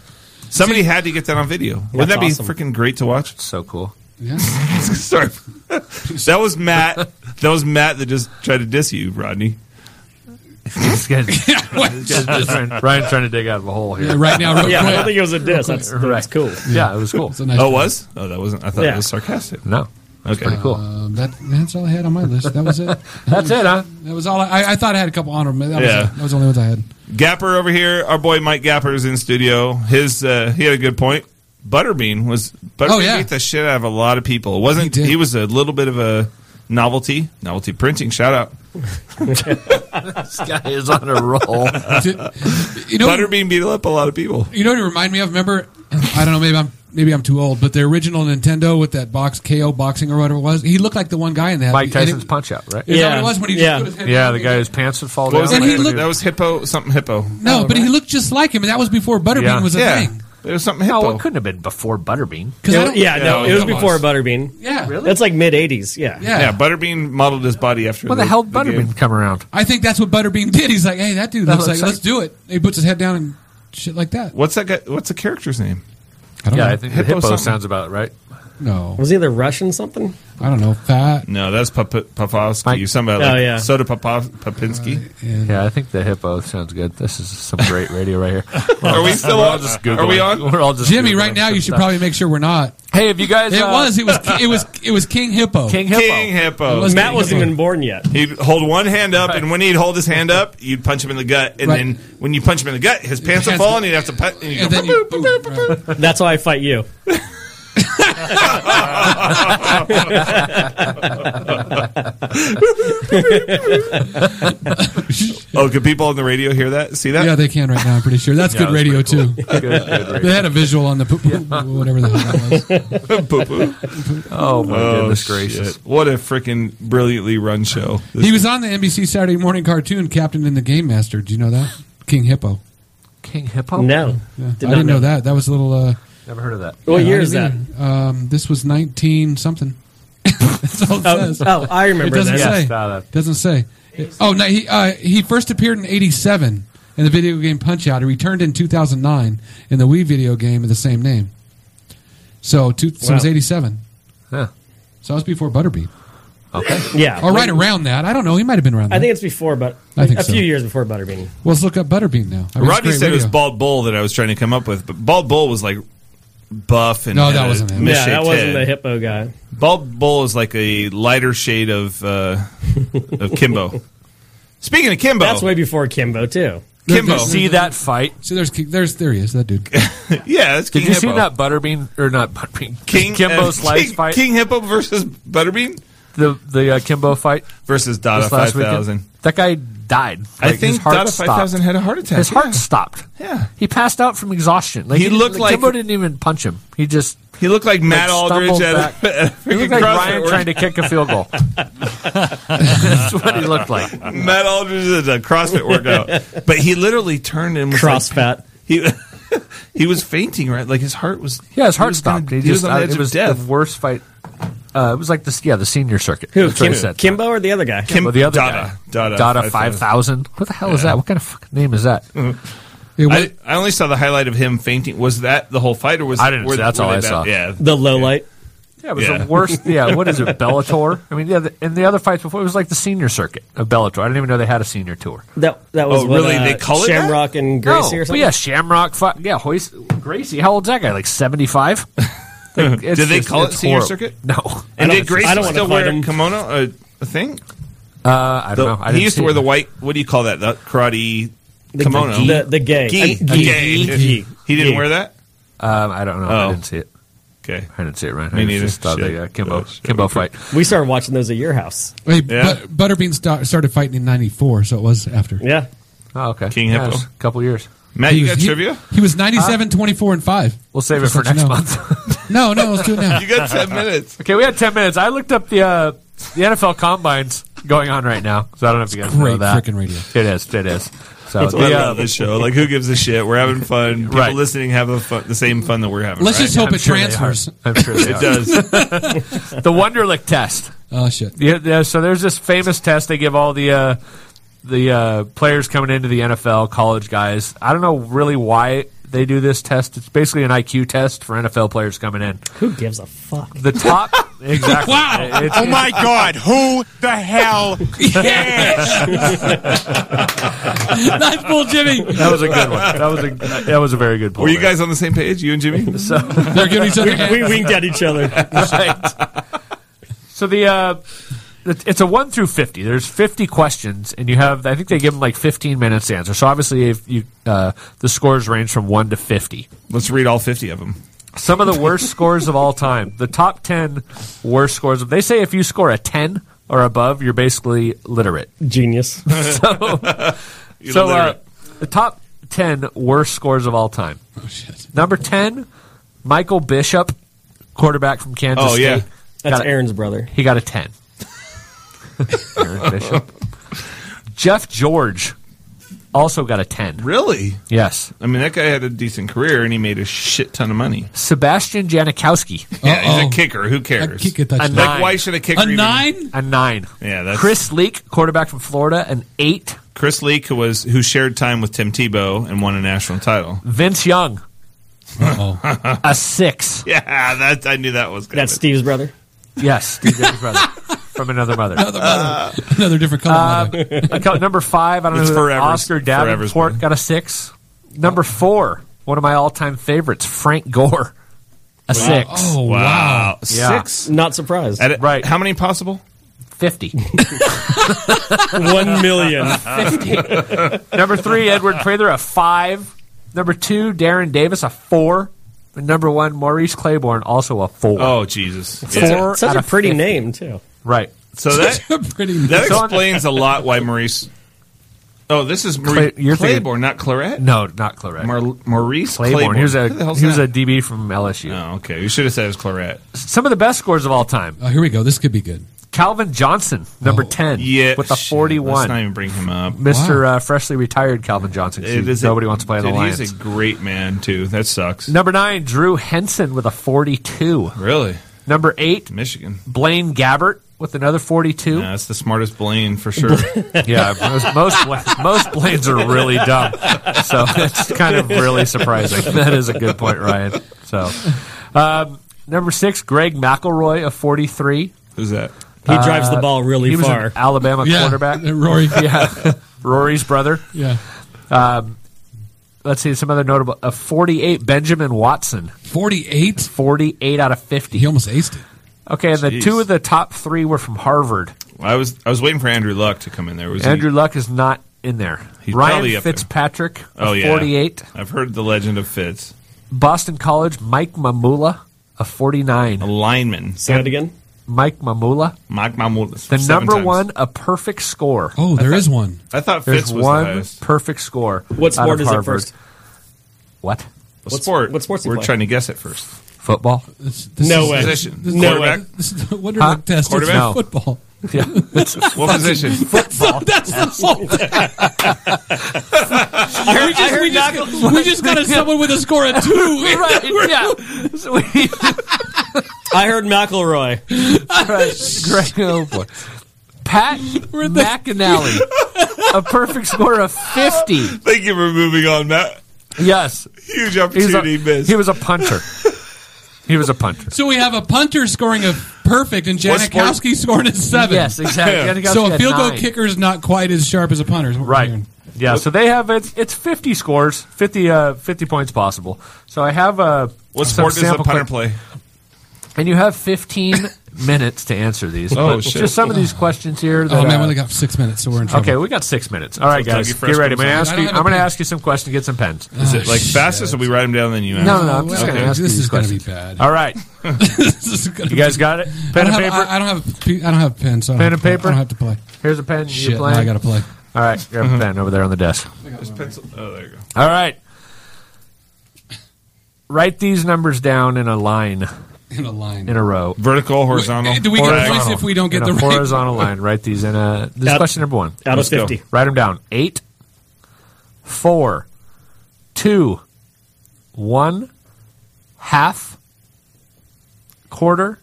C: Somebody had to get that on video. Wouldn't that
B: That's
C: be
B: awesome.
C: freaking great to watch? *laughs*
B: So cool.
A: *laughs* Yeah.
C: Sorry. that was Matt. That was Matt that just tried to diss you, Rodney.
B: *laughs* Ryan, Ryan's trying to dig out of a hole here.
E: yeah, Oh, I don't think it was a diss. That's, that's
B: Right.
E: cool.
B: Yeah, it was cool. It's a nice
C: oh,
B: one.
C: was? Oh, that wasn't. I thought
B: Yeah.
C: it was sarcastic.
B: No.
C: Okay.
B: pretty cool.
A: Um, that, that's all I had on my list. That was it. *laughs* That
B: That's
A: was-
B: it, huh?
A: That was all. I, I thought I had a couple honorable. That was,
C: Yeah.
A: it. that was the only ones I had.
C: Gapper over here, our boy Mike Gapper is in studio. His uh, he had a good point. Butterbean was Butterbean
A: Oh, yeah.
C: beat the shit out of a lot of people. It wasn't he, was a little bit of a novelty novelty printing shout out.
B: *laughs* this guy *laughs* is on a roll.
A: you know-
C: Butterbean beat up a lot of people.
A: You know what it reminded me of? Remember, I don't know. Maybe I'm maybe I'm too old, but the original Nintendo with that box KO boxing or whatever it was, he looked like the one guy in that.
B: Mike
A: And
B: Tyson's
A: it-
B: punch out, right?
A: Is that what it was when he just put his head
B: yeah,
A: down?
B: the guy whose pants would fall
C: What was
B: down.
C: that?
A: And he looked-
C: that was hippo something hippo.
A: No, but he looked just like him, and that was before Butterbean
B: Yeah.
A: was a
B: Yeah.
A: thing. Oh,
C: It was something
B: No,
C: hippo.
B: it couldn't have been before Butterbean.
A: I don't-
E: yeah, no,
C: Yeah,
E: it was
C: that
E: before
C: was.
E: Butterbean.
A: Yeah. Really?
E: That's like mid '80s. Yeah.
A: Yeah.
C: Yeah, Butterbean modeled his body after.
A: When the hell
C: game.
A: Butterbean
B: come around?
A: I think that's what Butterbean did. He's like, hey, that dude
B: *laughs*
C: That
A: looks,
C: looks
A: like, let's
C: like-
A: do it. He puts his head down and shit like that.
C: What's that guy? What's the character's name?
A: I don't
B: Oh, yeah,
A: know.
B: I think the
A: Hippo
B: hippo
A: something.
B: sounds about right.
A: No,
E: Was he the Russian something?
A: I don't know. Fat.
C: No, that's Pop- Popovsky. You're something about
E: Oh,
C: like
E: yeah.
C: Soda Popov- Popinski.
A: Yeah.
B: I think the hippo sounds good. This is some great radio right here.
A: Uh,
C: Are we still
B: We're all
C: on?
B: just Googling.
C: Are we on?
B: We're all just
A: Jimmy,
B: Googling
A: right now you
B: some
A: should
B: stuff.
A: probably make sure we're not.
B: Hey, if you guys,
A: It
B: uh,
A: was. It was. It was. It was King Hippo.
B: King Hippo.
C: King Hippo.
A: It was
E: Matt
A: King
E: wasn't
A: Hippo.
E: even born yet.
C: He'd hold one hand up, and when he'd hold his hand up, you'd punch him in the gut, and
A: Right.
C: then when you punch him in the gut, his pants would
A: Hands-
C: fall, and he'd have to punch. And you'd
A: And
C: go,
A: then you, boom, right.
E: That's why I fight you.
C: oh, could people on the radio hear that? See that?
A: Yeah, they can right now. I'm pretty sure that's good
B: Yeah, that's
A: radio
B: pretty
A: too.
B: Good, good radio.
A: They had a visual on the poop, whatever the hell that was.
C: Poo-poo.
B: Oh my
C: Oh,
B: goodness
C: shit.
B: gracious!
C: What a freaking brilliantly run show!
A: He was on the NBC Saturday morning cartoon Captain and the Game Master. Do you know that? King Hippo.
B: King Hippo.
E: No,
A: Yeah. I didn't know. that. That was a little. Uh,
B: Never heard of that.
E: What
A: yeah,
E: year
A: I
E: is that?
A: didn't either. Um, this was 19 something. *laughs* That's all it
E: Oh,
A: says.
E: *laughs* oh, I
A: It
E: remember
A: doesn't
E: that.
A: say.
B: saw that.
A: Doesn't say. It- oh no, he uh, he first appeared in '87 in the video game Punch Out. He returned in 2009 in the Wii video game of the same name. So, two, so it was
E: Wow.
A: '87.
B: Yeah.
A: So that was before Butterbean,
B: Okay.
E: Yeah,
A: or right around that. I don't know. He might have been around.
E: I
A: that.
E: think it's before, but
A: I think
E: a
A: so.
E: few years before Butterbean.
A: Well, let's look up Butterbean now. I mean, it's
C: Rodney
A: great
C: said it was
A: radio.
C: Bald Bull that I was trying to come up with, but Bald Bull was like buff and
A: No,
C: had
A: that
C: a
A: wasn't him.
E: Yeah,
C: misshaped
E: that wasn't
C: head.
E: the hippo guy.
C: Bald Bull is like a lighter shade of uh, of Kimbo. Speaking of Kimbo,
E: That's way before Kimbo too.
C: Kimbo.
B: See that fight?
A: See, there's there's there he is. That dude.
C: yeah, it's King
B: Did you
C: Hippo.
B: see that Butterbean or not Butterbean? *laughs*
C: King
B: Kimbo
C: uh,
B: Slice
C: King,
B: fight.
C: King Hippo versus Butterbean
B: The the uh, Kimbo fight
C: versus Dada
B: this last
C: Five
B: weekend.
C: Thousand.
B: That guy died.
C: I
B: Like, his
C: think
B: heart
C: Dada Five
B: stopped.
C: Thousand had a heart attack.
B: His heart
C: Yeah.
B: stopped.
C: Yeah.
B: He passed out from exhaustion. Like
C: He looked like-
B: Kimbo didn't even punch him. He just
C: He looked like Matt Aldridge
B: stumbled
C: at, *laughs*
B: back.
C: a, at a
B: he
C: freaking
B: looked like
C: CrossFit
B: Ryan
C: workout.
B: trying to kick a field goal. *laughs* That's what he looked like.
C: Matt Aldridge at a CrossFit workout,
B: *laughs*
C: but he literally turned and was like,
E: Crossfat.
C: he *laughs* he was fainting right, like his heart was
B: Yeah, his heart
C: was
B: stopped.
C: gonna-
B: he
C: he was
B: just
C: on the
B: uh,
C: edge
B: it
C: of
B: was
C: death.
B: the worst fight. Uh, it was like this. Yeah, the senior circuit.
E: Who?
B: That's what he
E: Kim,
B: said.
E: Kimbo or the other guy?
C: Kim-
B: Well, the other
C: Dada,
B: guy.
C: Dada,
B: five
C: 5000.
B: thousand. What the hell is that? What kind of fucking name is that?
C: Mm-hmm.
A: It was-
C: I, I only saw the highlight of him fainting. Was that the whole fight, or was
B: I didn't
C: were-
B: see- that's
C: were
B: all
C: they
B: I saw.
C: Yeah,
E: the low light.
B: Yeah, it was
C: Yeah.
B: the
C: *laughs*
B: worst. Yeah, what is it? Bellator. I mean, yeah, the, and the other fights before it was like the senior circuit of Bellator. I didn't even know they had a senior tour.
E: That that was
C: Oh,
E: what,
C: really?
E: uh,
C: They call it that?
E: Shamrock and Gracie
B: No,
E: or
B: but
E: something.
B: yeah, Shamrock. Fought, yeah, Hoist, Gracie. How old's that guy? Like seventy
C: *laughs*
B: five.
C: Did they call it senior circuit?
B: No,
C: and
E: I
C: did
E: don't- I
C: Grayson
E: don't wanna
C: still
E: fight
C: wear a
E: him.
C: kimono, a, a thing?
B: uh, I
C: The-
B: don't know. I
C: he
B: didn't
C: used
B: see
C: to wear the
B: it.
C: white. What do you call that? The karate kimono.
E: The the gay.
C: Gi.
E: I-
C: Gi.
E: Gi. Gi.
C: He didn't
E: Gi.
C: wear that.
B: Um, I don't know. I
C: Oh.
B: didn't see it.
C: Okay.
B: I didn't see it. Right.
C: Me
B: I
C: neither.
B: Just thought
C: Shit.
B: they, uh, Kimbo,
C: Oh, shit.
B: Kimbo fight.
E: We started watching those at your house.
A: Hey,
C: Yeah.
A: but, Butterbean sta- started fighting in '94, so it was after.
E: Yeah.
B: Oh, okay.
C: King
B: Yeah,
C: Hippo.
B: it was A couple years.
C: Matt,
A: He
C: you
A: was-
C: got
A: he-
C: trivia?
A: He was 97, 24, and five.
B: We'll save
A: Just
B: it for
A: let you know.
B: next month. *laughs*
A: No, no, let's do it now.
C: *laughs* You got ten minutes.
B: Okay, we had ten minutes. I looked up the uh, the NFL combines going on right now, so I don't know if you guys know
A: Great
B: that.
A: frickin' radio.
B: It is. It is. So
C: That's why
B: the,
C: I
B: uh,
C: love this show. Like, who gives a shit? We're having fun. People
B: Right.
C: listening have a fun, the same fun that we're having.
A: Let's
C: right?
A: just hope
B: I'm
A: it
B: sure they are.
A: transfers.
B: I'm sure they
C: It
B: are.
C: does.
B: The Wonderlick test.
A: Oh
B: *laughs*
A: shit!
B: Yeah, yeah, so there's this famous test they give all the uh, the uh, players coming into the NFL, college guys. I don't know really why They do this test. It's basically an IQ test for NFL players coming in.
E: Who gives a fuck?
C: *laughs*
B: The
D: *laughs*
B: top exactly.
D: Wow.
B: It's-
D: oh my God. Who the
C: *laughs*
D: hell cares?
A: That's Bull Jimmy.
B: That was a good one. That was a that was a very good. Pull
C: Were you guys on the same page, you and Jimmy?
B: so
A: They're giving each other We- we hands. winked
E: at each other.
B: right. So the uh, it- it's a one through fifty. There's fifty questions, and you have I think they give them like fifteen minutes to answer. So obviously, if you uh, the scores range from one to fifty.
C: Let's read all fifty of them.
B: Some of the worst scores of all time. The top ten worst scores. They say if you score a ten or above, you're basically literate.
E: Genius.
B: so,
E: You're
B: so uh,
E: literate.
B: the top 10 worst scores of all time. Oh, shit. Number 10, Michael Bishop, quarterback from Kansas
E: Oh, yeah.
B: State.
E: That's
B: Got a-
E: Aaron's brother.
B: He got a 10. *laughs* Aaron Bishop. Jeff George also got a 10.
C: Really?
B: Yes.
C: I mean, that guy had a decent career and he made a shit ton of money.
B: Sebastian Janikowski.
C: Yeah, he's a kicker. Who cares?
B: A
C: like,
B: nine.
C: why should a kicker even-
B: A nine.
C: Yeah, that's
B: Chris Leak, quarterback from Florida, an eight.
C: Chris Leak who was who shared time with Tim Tebow and won a national title. *laughs*
B: Vince Young, *laughs* a six.
C: Yeah, that I knew that was good.
E: That's Steve's brother.
B: Yes, Steve Young's
C: *laughs*
B: brother from another mother.
A: Another mother. Another different color
B: Uh,
A: mother.
B: I count number five. I don't
A: It's
B: know. Who that-
A: Forever's-
B: Oscar
A: Forever's
B: Davenport got a six. Number four, one of my all-time favorites, Frank Gore, a six.
C: wow.
B: Yeah.
C: Oh, Six.
E: Not surprised.
C: At a- right. How many possible? *laughs*
B: Fifty.
E: One million.
B: Fifty. *laughs* number three, Edward Prather, a five. Number two, Darren Davis, a four. And number one, Maurice Claiborne, also a four.
C: Oh Jesus.
B: Four
E: Such
B: out
E: a
B: of
E: pretty
B: 50.
E: name too.
B: Right.
C: So
A: *laughs*
C: that that explains a lot why Maurice. Oh, this is Maurice
B: Cla- you're thinking-
C: Claiborne, not Claret.
B: No, not Claret.
C: Mar- Maurice
B: Claiborne.
C: Claiborne.
B: He was a
C: Who the hell's
B: he was a
C: that?
B: DB from LSU.
C: Oh, okay. You should have said it was Claret.
B: Some of the best scores of all time.
A: Oh, here we go. This could be good.
B: Calvin Johnson, number ten,
C: Oh, Yeah,
B: with a
C: shit,
B: forty-one.
C: Let's not even bring him up,
B: Mr. Uh, freshly retired Calvin Johnson. 'cause
C: It
B: he-
C: is a-
B: nobody wants to play in the
C: dude,
B: Lions.
C: He's a great man too. That sucks.
B: Number nine, Drew Henson with a 42.
C: Really?
B: Number eight,
C: Michigan.
B: Blaine Gabbert with another 42.
C: Yeah, that's the smartest Blaine for
B: *laughs*
C: sure.
B: yeah, most most, Bla- most Blaines are really dumb, so *laughs* it's kind of really surprising. *laughs* That is a good point, Ryan. So, um, number six, Greg McElroy of 43.
C: Who's that?
E: He drives the ball really
B: he was
E: far.
B: an Alabama
A: Yeah, Uh,
B: quarterback,
A: Rory.
B: yeah, *laughs* Rory's brother.
A: Yeah.
B: Um, let's see some other notable. A forty-eight Benjamin Watson.
A: Forty-eight.
B: Forty-eight out of fifty. He
A: almost aced it.
B: Okay, and the
C: Jeez.
B: two of the top three were from Harvard.
C: I was I was waiting for Andrew Luck to come in there. Was he-
B: Andrew Luck is not in there.
C: He's probably
B: Ryan
C: up there.
B: Fitzpatrick.
C: Oh
B: a
C: yeah,
B: Forty-eight.
C: I've heard the legend of Fitz,
B: Boston College. Mike Mamula. A forty-nine.
C: a lineman.
E: Say it again.
B: Mike Mamula.
C: Mike Mamoulis.
B: The
C: Seven
B: number
C: times.
B: one, a perfect score.
A: Oh, there is one.
C: I thought
B: There's
C: Fitz was
B: one
C: the highest.
B: perfect score.
E: What
B: out
E: sport
B: of
E: is it
B: Harvard.
E: first?
B: What?
C: What sport?
E: what sports he
C: We're
E: play?
C: trying to guess
B: *laughs*
C: it first.
B: Football.
E: No way.
C: Position.
E: This is- No
C: Quarterback.
E: way.
A: This is the Wonder
B: Huh?
A: Egg test. It's
B: Quarterback? No.
A: football.
B: Yeah.
C: *laughs* What position?
A: Football. That's, *laughs* that's the whole thing.
E: I heard,
A: we just, we just- we just got a, someone with a score of two.
B: Right, *laughs* yeah. So we-
E: I heard McElroy.
B: Right, Greg, oh boy. Pat McAnally, a perfect score of 50.
C: Thank you for moving on, Matt.
B: Yes.
C: Huge
B: He's a-
C: opportunity missed.
B: he was a punter. He was a punter.
A: So we have a punter scoring a perfect and
B: What sport?
A: Janikowski scoring a seven.
B: Yes, exactly. Janikowski
A: So a
B: had
A: field goal
B: nine.
A: kicker is not quite as sharp as a punter. is what we're
B: Right.
A: hearing.
B: Yeah, so they have it's, it's 50 scores, 50, uh, 50 points possible. So I have a.
C: What sport does the punter play?
B: And you have 15 *laughs* minutes to answer these.
C: Oh,
B: But
C: shit.
B: Just some of these questions here. That,
A: Oh man,
B: uh,
A: we only got six minutes, so we're in trouble.
B: Okay, we got six minutes. All right,
C: So Dougie
B: guys,
C: Fresh
B: get ready. I'm
C: comes
B: going to
C: on.
B: ask
A: I don't
B: you.
A: have a
B: I'm going to
A: pen.
B: ask you some questions. Get
A: *laughs*
B: some pens.
C: Is it like fastest? Or we write him down, then you.
B: Oh, No, no, no. I'm just
A: well,
B: going to ask you
A: Oh, this
B: these
A: is gonna
B: questions.
A: be bad.
B: All right,
A: *laughs* this is gonna
B: you
A: be-
B: guys got it.
A: I
B: Pen
A: don't
B: and
A: have.
B: paper.
A: I, I don't have. pe- I don't have pen. So I
B: Pen
A: don't
B: and
A: have-
B: paper?
A: I don't have to play.
B: Here's a pen.
A: Shit, now
B: you playing?
A: I Mm-hmm. gotta play.
B: All right, grab a pen over there on the desk.
C: His pencil. Oh, there you go.
B: All right, write these numbers down in a line,
A: In a line.
B: in a row.
C: Vertical, horizontal.
A: Wait, do we get
B: Horizontal.
A: points if we don't get
B: in
A: the
B: a
A: right-
B: horizontal line? Write these in a. This is
E: Out-
B: question number one.
E: Out of
C: Let's go.
E: fifty.
B: Write them down. Eight, four, two, one, half, quarter.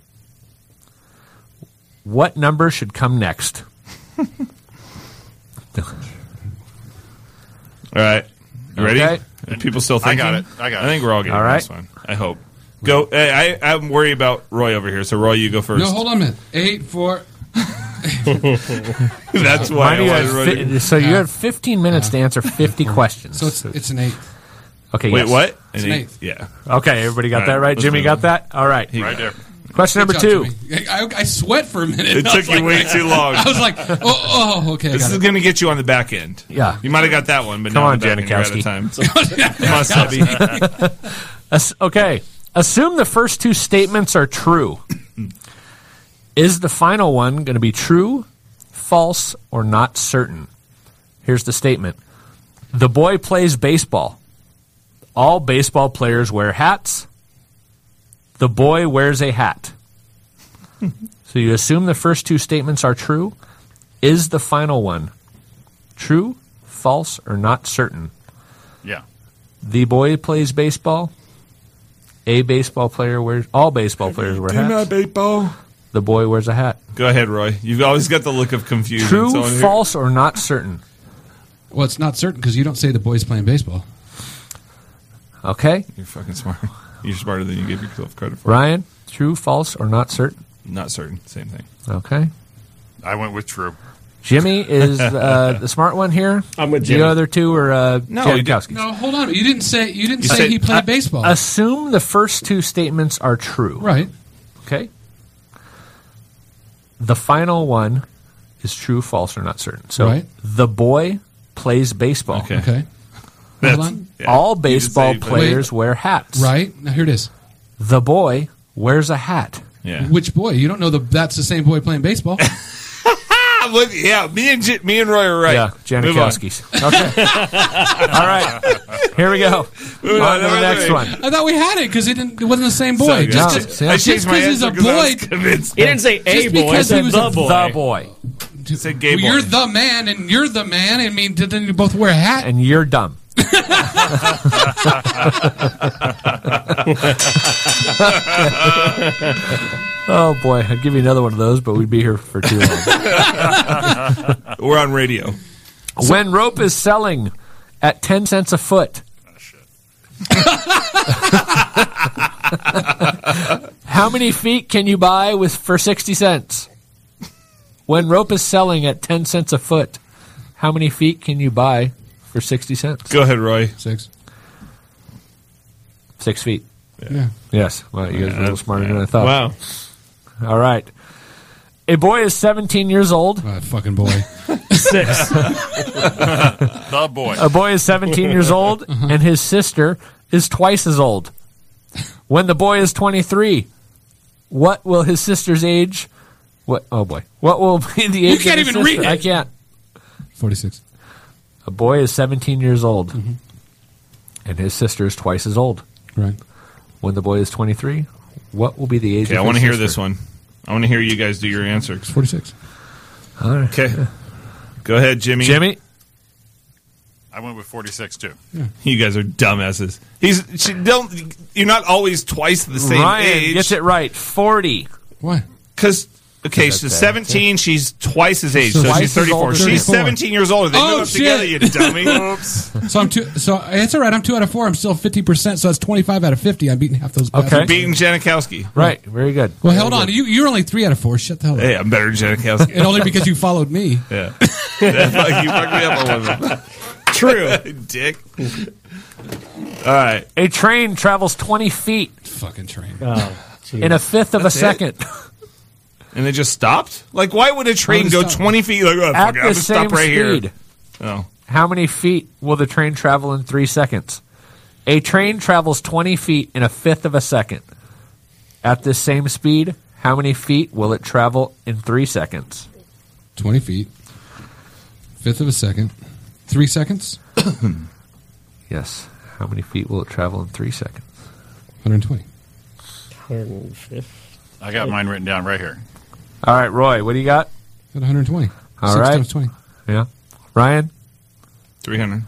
B: What number should come next?
C: All right. You ready?
B: Okay.
C: Are People still
D: I
C: thinking.
D: got it. I got it.
C: I think we're all getting
D: All right.
C: this one. I hope. Go. Hey, I, I'm worried about Roy over here. So Roy, you go first.
A: No,
C: *laughs*
A: hold on a minute. Eight, four.
C: That's why I
B: Mine, you
C: wanted
B: had
C: Roy.
B: fi-
C: to-
B: so you had 15 minutes to
A: *laughs*
B: answer 50 questions.
A: So it's, it's an eight.
B: Okay.
C: Wait,
B: yes.
C: what? It's an An eight. eight. Yeah.
B: Okay. Everybody got
C: All
B: that
C: right,
B: right.
C: let's
B: Jimmy
C: move
B: got
C: on.
B: that. All right.
C: Right there.
B: Question number
A: Good
B: two.
A: job, Jimmy. I, I- I sweat for a minute. *laughs*
C: It
A: I was
C: took you
A: like-
C: way too long.
A: I was like, oh, oh okay. I
C: This
A: got
C: is
A: it.
C: going to get you on the back end.
B: Yeah.
C: You might have got that one, but
B: Come
C: now
B: on,
C: the back end, you're out of
B: Janikowski. *laughs*
C: time.
A: *laughs*
C: *laughs*
B: Ass- okay. Assume the first two statements are true. Is the final one going to be true, false, or not certain? Here's the statement The boy plays baseball. All baseball players wear hats. The boy wears a hat. *laughs* so you assume the first two statements are true. Is the final one true, false, or not certain?
D: Yeah.
B: The boy plays baseball. A baseball player wears all baseball players wear hats. The boy wears a hat.
C: Go ahead, Roy. You've always got the look of confusion.
B: True,
C: So here-
B: false, or not certain?
A: Well, it's not certain because you don't say the boy's playing baseball.
B: Okay,
C: You're fucking smart. You're smarter than you give yourself credit for.
B: Ryan. True, false, or not certain?
C: Not certain. Same thing.
B: Okay.
D: I went with true.
A: *laughs*
B: Jimmy is uh, the smart one here.
E: I'm with
B: The
E: Jimmy.
B: other two are uh,
A: No, you
B: Janikowski.
A: No, hold on. You didn't say you didn't
B: You
A: say
B: said-
A: he played
B: I-
A: baseball.
B: Assume the first two statements are true.
A: Right.
B: Okay. The final one is true, false, or not certain. So
A: Right.
B: the boy plays baseball. Okay.
A: Okay. Hold on.
B: All
A: You just say
B: baseball
A: he played-
B: players wear hats.
A: Right now, here it is.
B: The boy wears a hat.
C: Yeah.
A: Which boy? You don't know the that's the same boy playing
B: *laughs*
A: baseball.
C: Ah, with, yeah. Me and J- me and Roy are right.
B: Yeah,
C: Move on.
B: Janikowski's. Okay. All right. Here we go. on
C: Move on,
B: to the
C: another
B: next
C: thing.
B: one.
A: I thought we had it because it didn't. It wasn't the same boy.
B: So good.
A: just
B: No,
A: because
B: see, I
A: just because
B: changed my
A: he's a
B: answer 'cause I
A: boy.
B: was He didn't say a
A: just because he was a
B: The boy.
A: He
C: said
A: Well, you're the man, and you're the man. I mean, did you both wear a hat?
B: And you're dumb. oh boy, I'd give you another one of those, but we'd be here for too long.
C: We're on radio.
B: when rope is selling at ten cents a foot. How many feet can you buy with for sixty cents? When rope is selling at ten cents a foot, how many feet can you buy for sixty cents?
C: Go ahead, Roy.
A: Six.
B: Six feet.
A: Yeah.
B: Yes. Well, you guys are a little smarter than I thought.
A: Wow.
B: All right. A boy is 17 years old.
A: Ah, fucking boy.
B: *laughs* Six.
D: The boy.
C: Uh,
B: A boy is 17
A: *laughs*
B: years old,
A: Mm-hmm.
B: and his sister is twice as old. When the boy is 23, what will his sister's age? What? Oh boy. What will *laughs* be the
A: You
B: age? of
A: can't
B: his
A: even
B: sister?
A: read it.
B: I can't.
A: Forty-six.
B: A boy is 17 years old,
A: Mm-hmm.
B: and his sister is twice as old.
A: Right.
B: When the boy is 23, what will be the age?
C: Okay,
B: of
C: I
B: his
C: want to hear
B: sister?
C: this one. I want to hear you guys do your answer.
A: Forty-six.
B: All right.
C: Okay. Go ahead, Jimmy.
B: Jimmy.
D: I went with 46 too.
C: You guys are dumbasses. He's she don't. You're not always twice the same
B: Ryan
C: age.
B: gets it right. 40.
A: Why?
C: Because okay, she's
B: that's bad.
C: 17. She's twice his age,
A: So
C: so,
A: twice
C: she's
A: as old
C: 34.
A: as
C: She's
A: 34.
C: 17 years older. They
A: Oh,
C: move up
A: shit.
C: together, you dummy.
B: *laughs*
C: Oops.
A: So I'm two. So it's all right. I'm two out of four. I'm still fifty percent. So that's twenty-five out of fifty. I'm beating half those.
C: You're
A: bastards.
C: beating Janikowski.
B: Right. Very good.
A: Well,
B: Very
A: hold on.
B: good.
A: You you're only three out of four. Shut the hell up.
C: Hey, I'm better than Janikowski.
A: And only because you followed me.
C: yeah. Yeah, *laughs* fuck, you fucked me up on one.
B: *laughs*
C: True, dick. All right.
B: A train travels 20 feet
A: Fucking train.
B: in a fifth of a
C: That's it?
B: second
C: And they just stopped. Like, why would a train
A: they
C: go
A: stop?
C: 20 feet? Like, oh, fuck it, I'm
B: at the
C: gonna
B: same
C: stop right
B: speed.
C: here. Oh,
B: How many feet will the train travel in three seconds? A train travels 20 feet in a fifth of a second. At this same speed, how many feet will it travel in three seconds?
A: Twenty feet. Fifth of a second. Three seconds.
B: Yes. How many feet will it travel in three seconds?
A: One hundred twenty.
D: I got mine written down right here.
B: All right, Roy, what do you got?
A: At one hundred twenty.
B: All
A: Six
B: right.
A: times twenty.
B: Yeah. Ryan?
C: 300.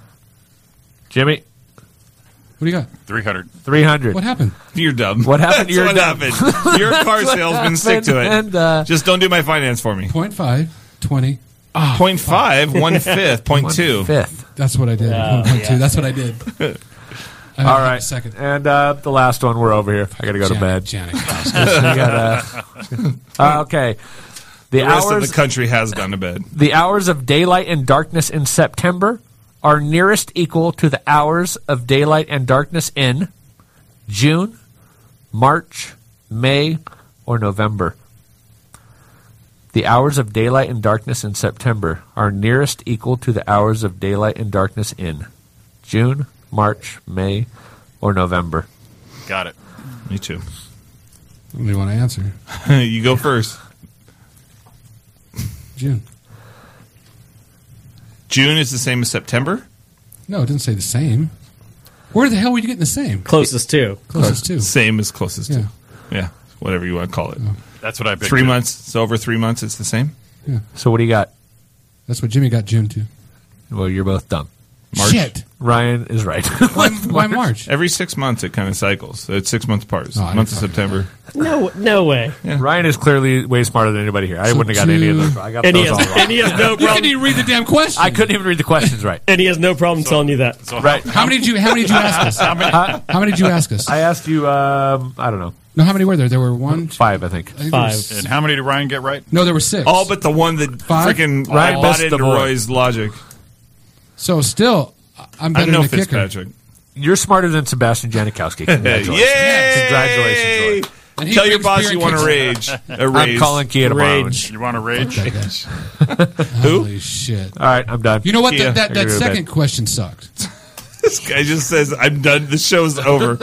B: Jimmy?
A: What do you got?
D: 300.
B: 300.
A: What happened?
C: You're dumb.
B: What happened?
C: That's
B: You're
C: what
B: dumb.
C: happened. You're a car *laughs* salesman. Stick to it.
B: And, uh,
C: Just don't do my finance for me.
A: Point five. Twenty.
C: Point five, one fifth, point two.
B: Fifth. *laughs*
A: That's what I did. One point two. That's what I did. I'm
B: All
A: gonna
B: right. Second. And uh, the last one, we're over here. I got to go to bed.
A: Janet.
C: *laughs*
B: uh, okay. The,
C: The, rest
B: hours
C: of the country has gone to bed.
B: The hours of daylight and darkness in September are nearest equal to the hours of daylight and darkness in June, March, May, or November. The hours of daylight and darkness in September are nearest equal to the hours of daylight and darkness in June, March, May, or November.
D: Got it.
C: Me too. *laughs*
A: What do you want to answer?
C: you go first.
A: June.
C: June is the same as September.
A: No, it didn't say the same. Where the hell were you getting the same?
E: Closest to.
A: Closest to.
C: Same as closest
A: Yeah.
C: to. Yeah. Whatever you want to call it.
D: That's what I picked.
C: Three months. It's over three months. It's the same.
A: Yeah.
B: So what do you got?
A: That's what Jimmy got June to.
B: Well, you're both dumb.
C: March.
A: Shit.
B: Ryan is right. *laughs*
A: Why, why March?
C: Every six months, it kind of cycles. It's six months apart. It's
B: No, I
C: the
B: didn't
C: month of
B: talk
C: September.
E: No, no way.
B: Ryan is clearly way smarter than anybody here. I
E: So
B: wouldn't have got any of those. I got
E: And he
B: those all
E: has-
B: wrong.
E: and he has no You problem- couldn't even
A: read the damn question.
B: I couldn't even read the questions right.
E: And he has no problem telling you that.
B: right.
A: How many did you? How many did you ask
B: *laughs*
A: us?
B: How many-
A: How many did you ask us?
B: I asked you. Um, I don't know.
A: No, how many were there? There were one,
B: five, I think.
A: there was-
D: And how many did Ryan get right?
A: No, there were six.
C: All but the one that
A: Five?
C: freaking
A: Right,
C: I
A: best
C: bought into
A: of all.
C: Roy's logic.
A: So still, I'm
B: I
A: better
B: know
A: than the kicker.
B: Fitzpatrick. You're smarter than Sebastian Janikowski. Congratulations.
C: Yay!
B: Congratulations, Roy.
A: And he
C: Tell your
A: drinks
C: boss
A: beer and
C: you want to
A: kicks
C: rage.
A: it.
C: *laughs* A raise.
B: I'm calling Kia tomorrow.
D: You want to rage?
A: Fuck that guy.
C: *laughs* Who?
A: Holy shit.
B: All right, I'm done.
A: You know what?
C: Yeah,
A: that that,
C: I
A: that
C: agree with
A: second question sucked.
C: This guy just says, "I'm done. The show's over."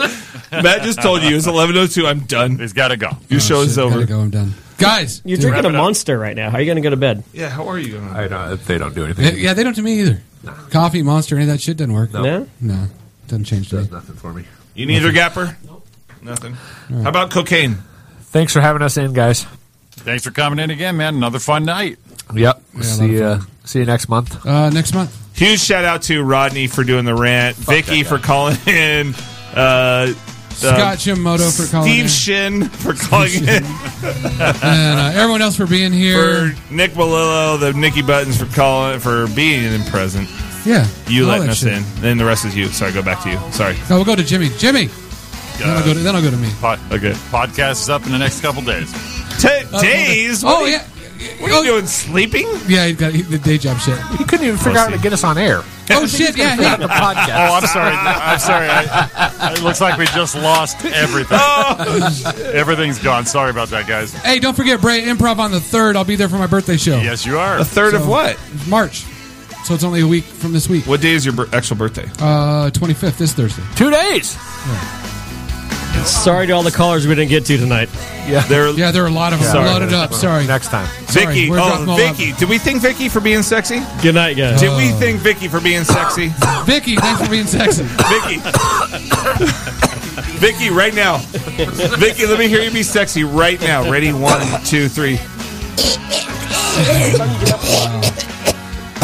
C: Matt just told you it's 11:02. I'm done.
D: He's got to go.
C: Your show
A: Oh, shit,
C: is
A: gotta
C: over.
A: go, I'm done. Guys,
E: You're
A: dude,
E: drinking a monster right now. How are you going to go to bed?
C: Yeah. How are you?
B: I don't, they don't do
A: they-
B: anything.
A: yeah, they don't to me either. Coffee, monster, any of that shit doesn't work.
E: No?
A: No, doesn't change to me.
B: Nothing for me.
C: You need her gapper? Nope. Nothing. How about cocaine?
B: Thanks for having us in, guys.
D: Thanks for coming in again, man. Another fun night.
B: Yep.
A: Yeah,
B: see
A: a
B: you.
A: lot of
B: Uh, see you next month.
A: Uh, next month,
C: Huge shout out to Rodney for doing the rant, Vicky for calling in, uh,
A: Scott Shimoto for calling
C: Steve
A: in.
C: Shin for calling in,
A: and uh, everyone else for being here.
C: for Nick Melillo, the Nicky Buttons for calling for being in present.
A: yeah,
C: You
A: all
C: letting
A: that
C: us
A: shit.
C: in. Then the rest is you. Sorry, go back to you. Sorry.
A: No, we'll go to Jimmy. Jimmy. Then I'll go to, then I'll go to me.
D: Pod-
C: Okay.
D: podcast is up in the next couple days.
C: Ta days? What
A: Uh, Oh
C: are you,
A: yeah,
C: What are you doing? Sleeping?
A: yeah. He got he, the day job
C: *laughs*
A: shit.
B: You couldn't even figure out how to get us on *laughs* air.
A: Oh shit, yeah.
B: Not
A: Hey,
B: the podcast.
D: Oh, I'm sorry. I'm sorry. I, it looks like we just lost everything. Everything's gone. Sorry about that, guys.
A: hey, don't forget Bray Improv on the third. I'll be there for my birthday show,
D: Yes, you are.
C: A third of
A: So-
C: what?
A: March. So it's only a week from this week.
C: What day is your bir- actual birthday?
A: Uh, twenty fifth this Thursday.
B: Two days.
E: Sorry to all the callers we didn't get to tonight.
C: There,
A: Yeah, there are a lot of them
B: Sorry.
A: loaded up. Sorry,
B: Next time.
C: Vicky.
A: Sorry, we're dropping
C: oh,
A: all up.
C: Vicky. Did we thank Vicky for being sexy?
E: Good night, guys.
C: Did
A: Uh.
C: we thank Vicky for being sexy?
A: *coughs* Vicky. Thanks for being
C: *laughs*
A: sexy.
C: Vicky. Vicky, right now. Vicky, let me hear you be sexy right now. Ready? One, two, three.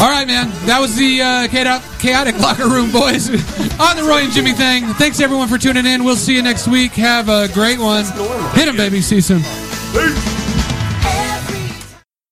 A: All right, man. That was the uh, chaotic, chaotic locker room, boys, *laughs* on the Roy and Jimmy thing. Thanks everyone for tuning in. We'll see you next week. Have a great one. Hit him, baby. See you soon.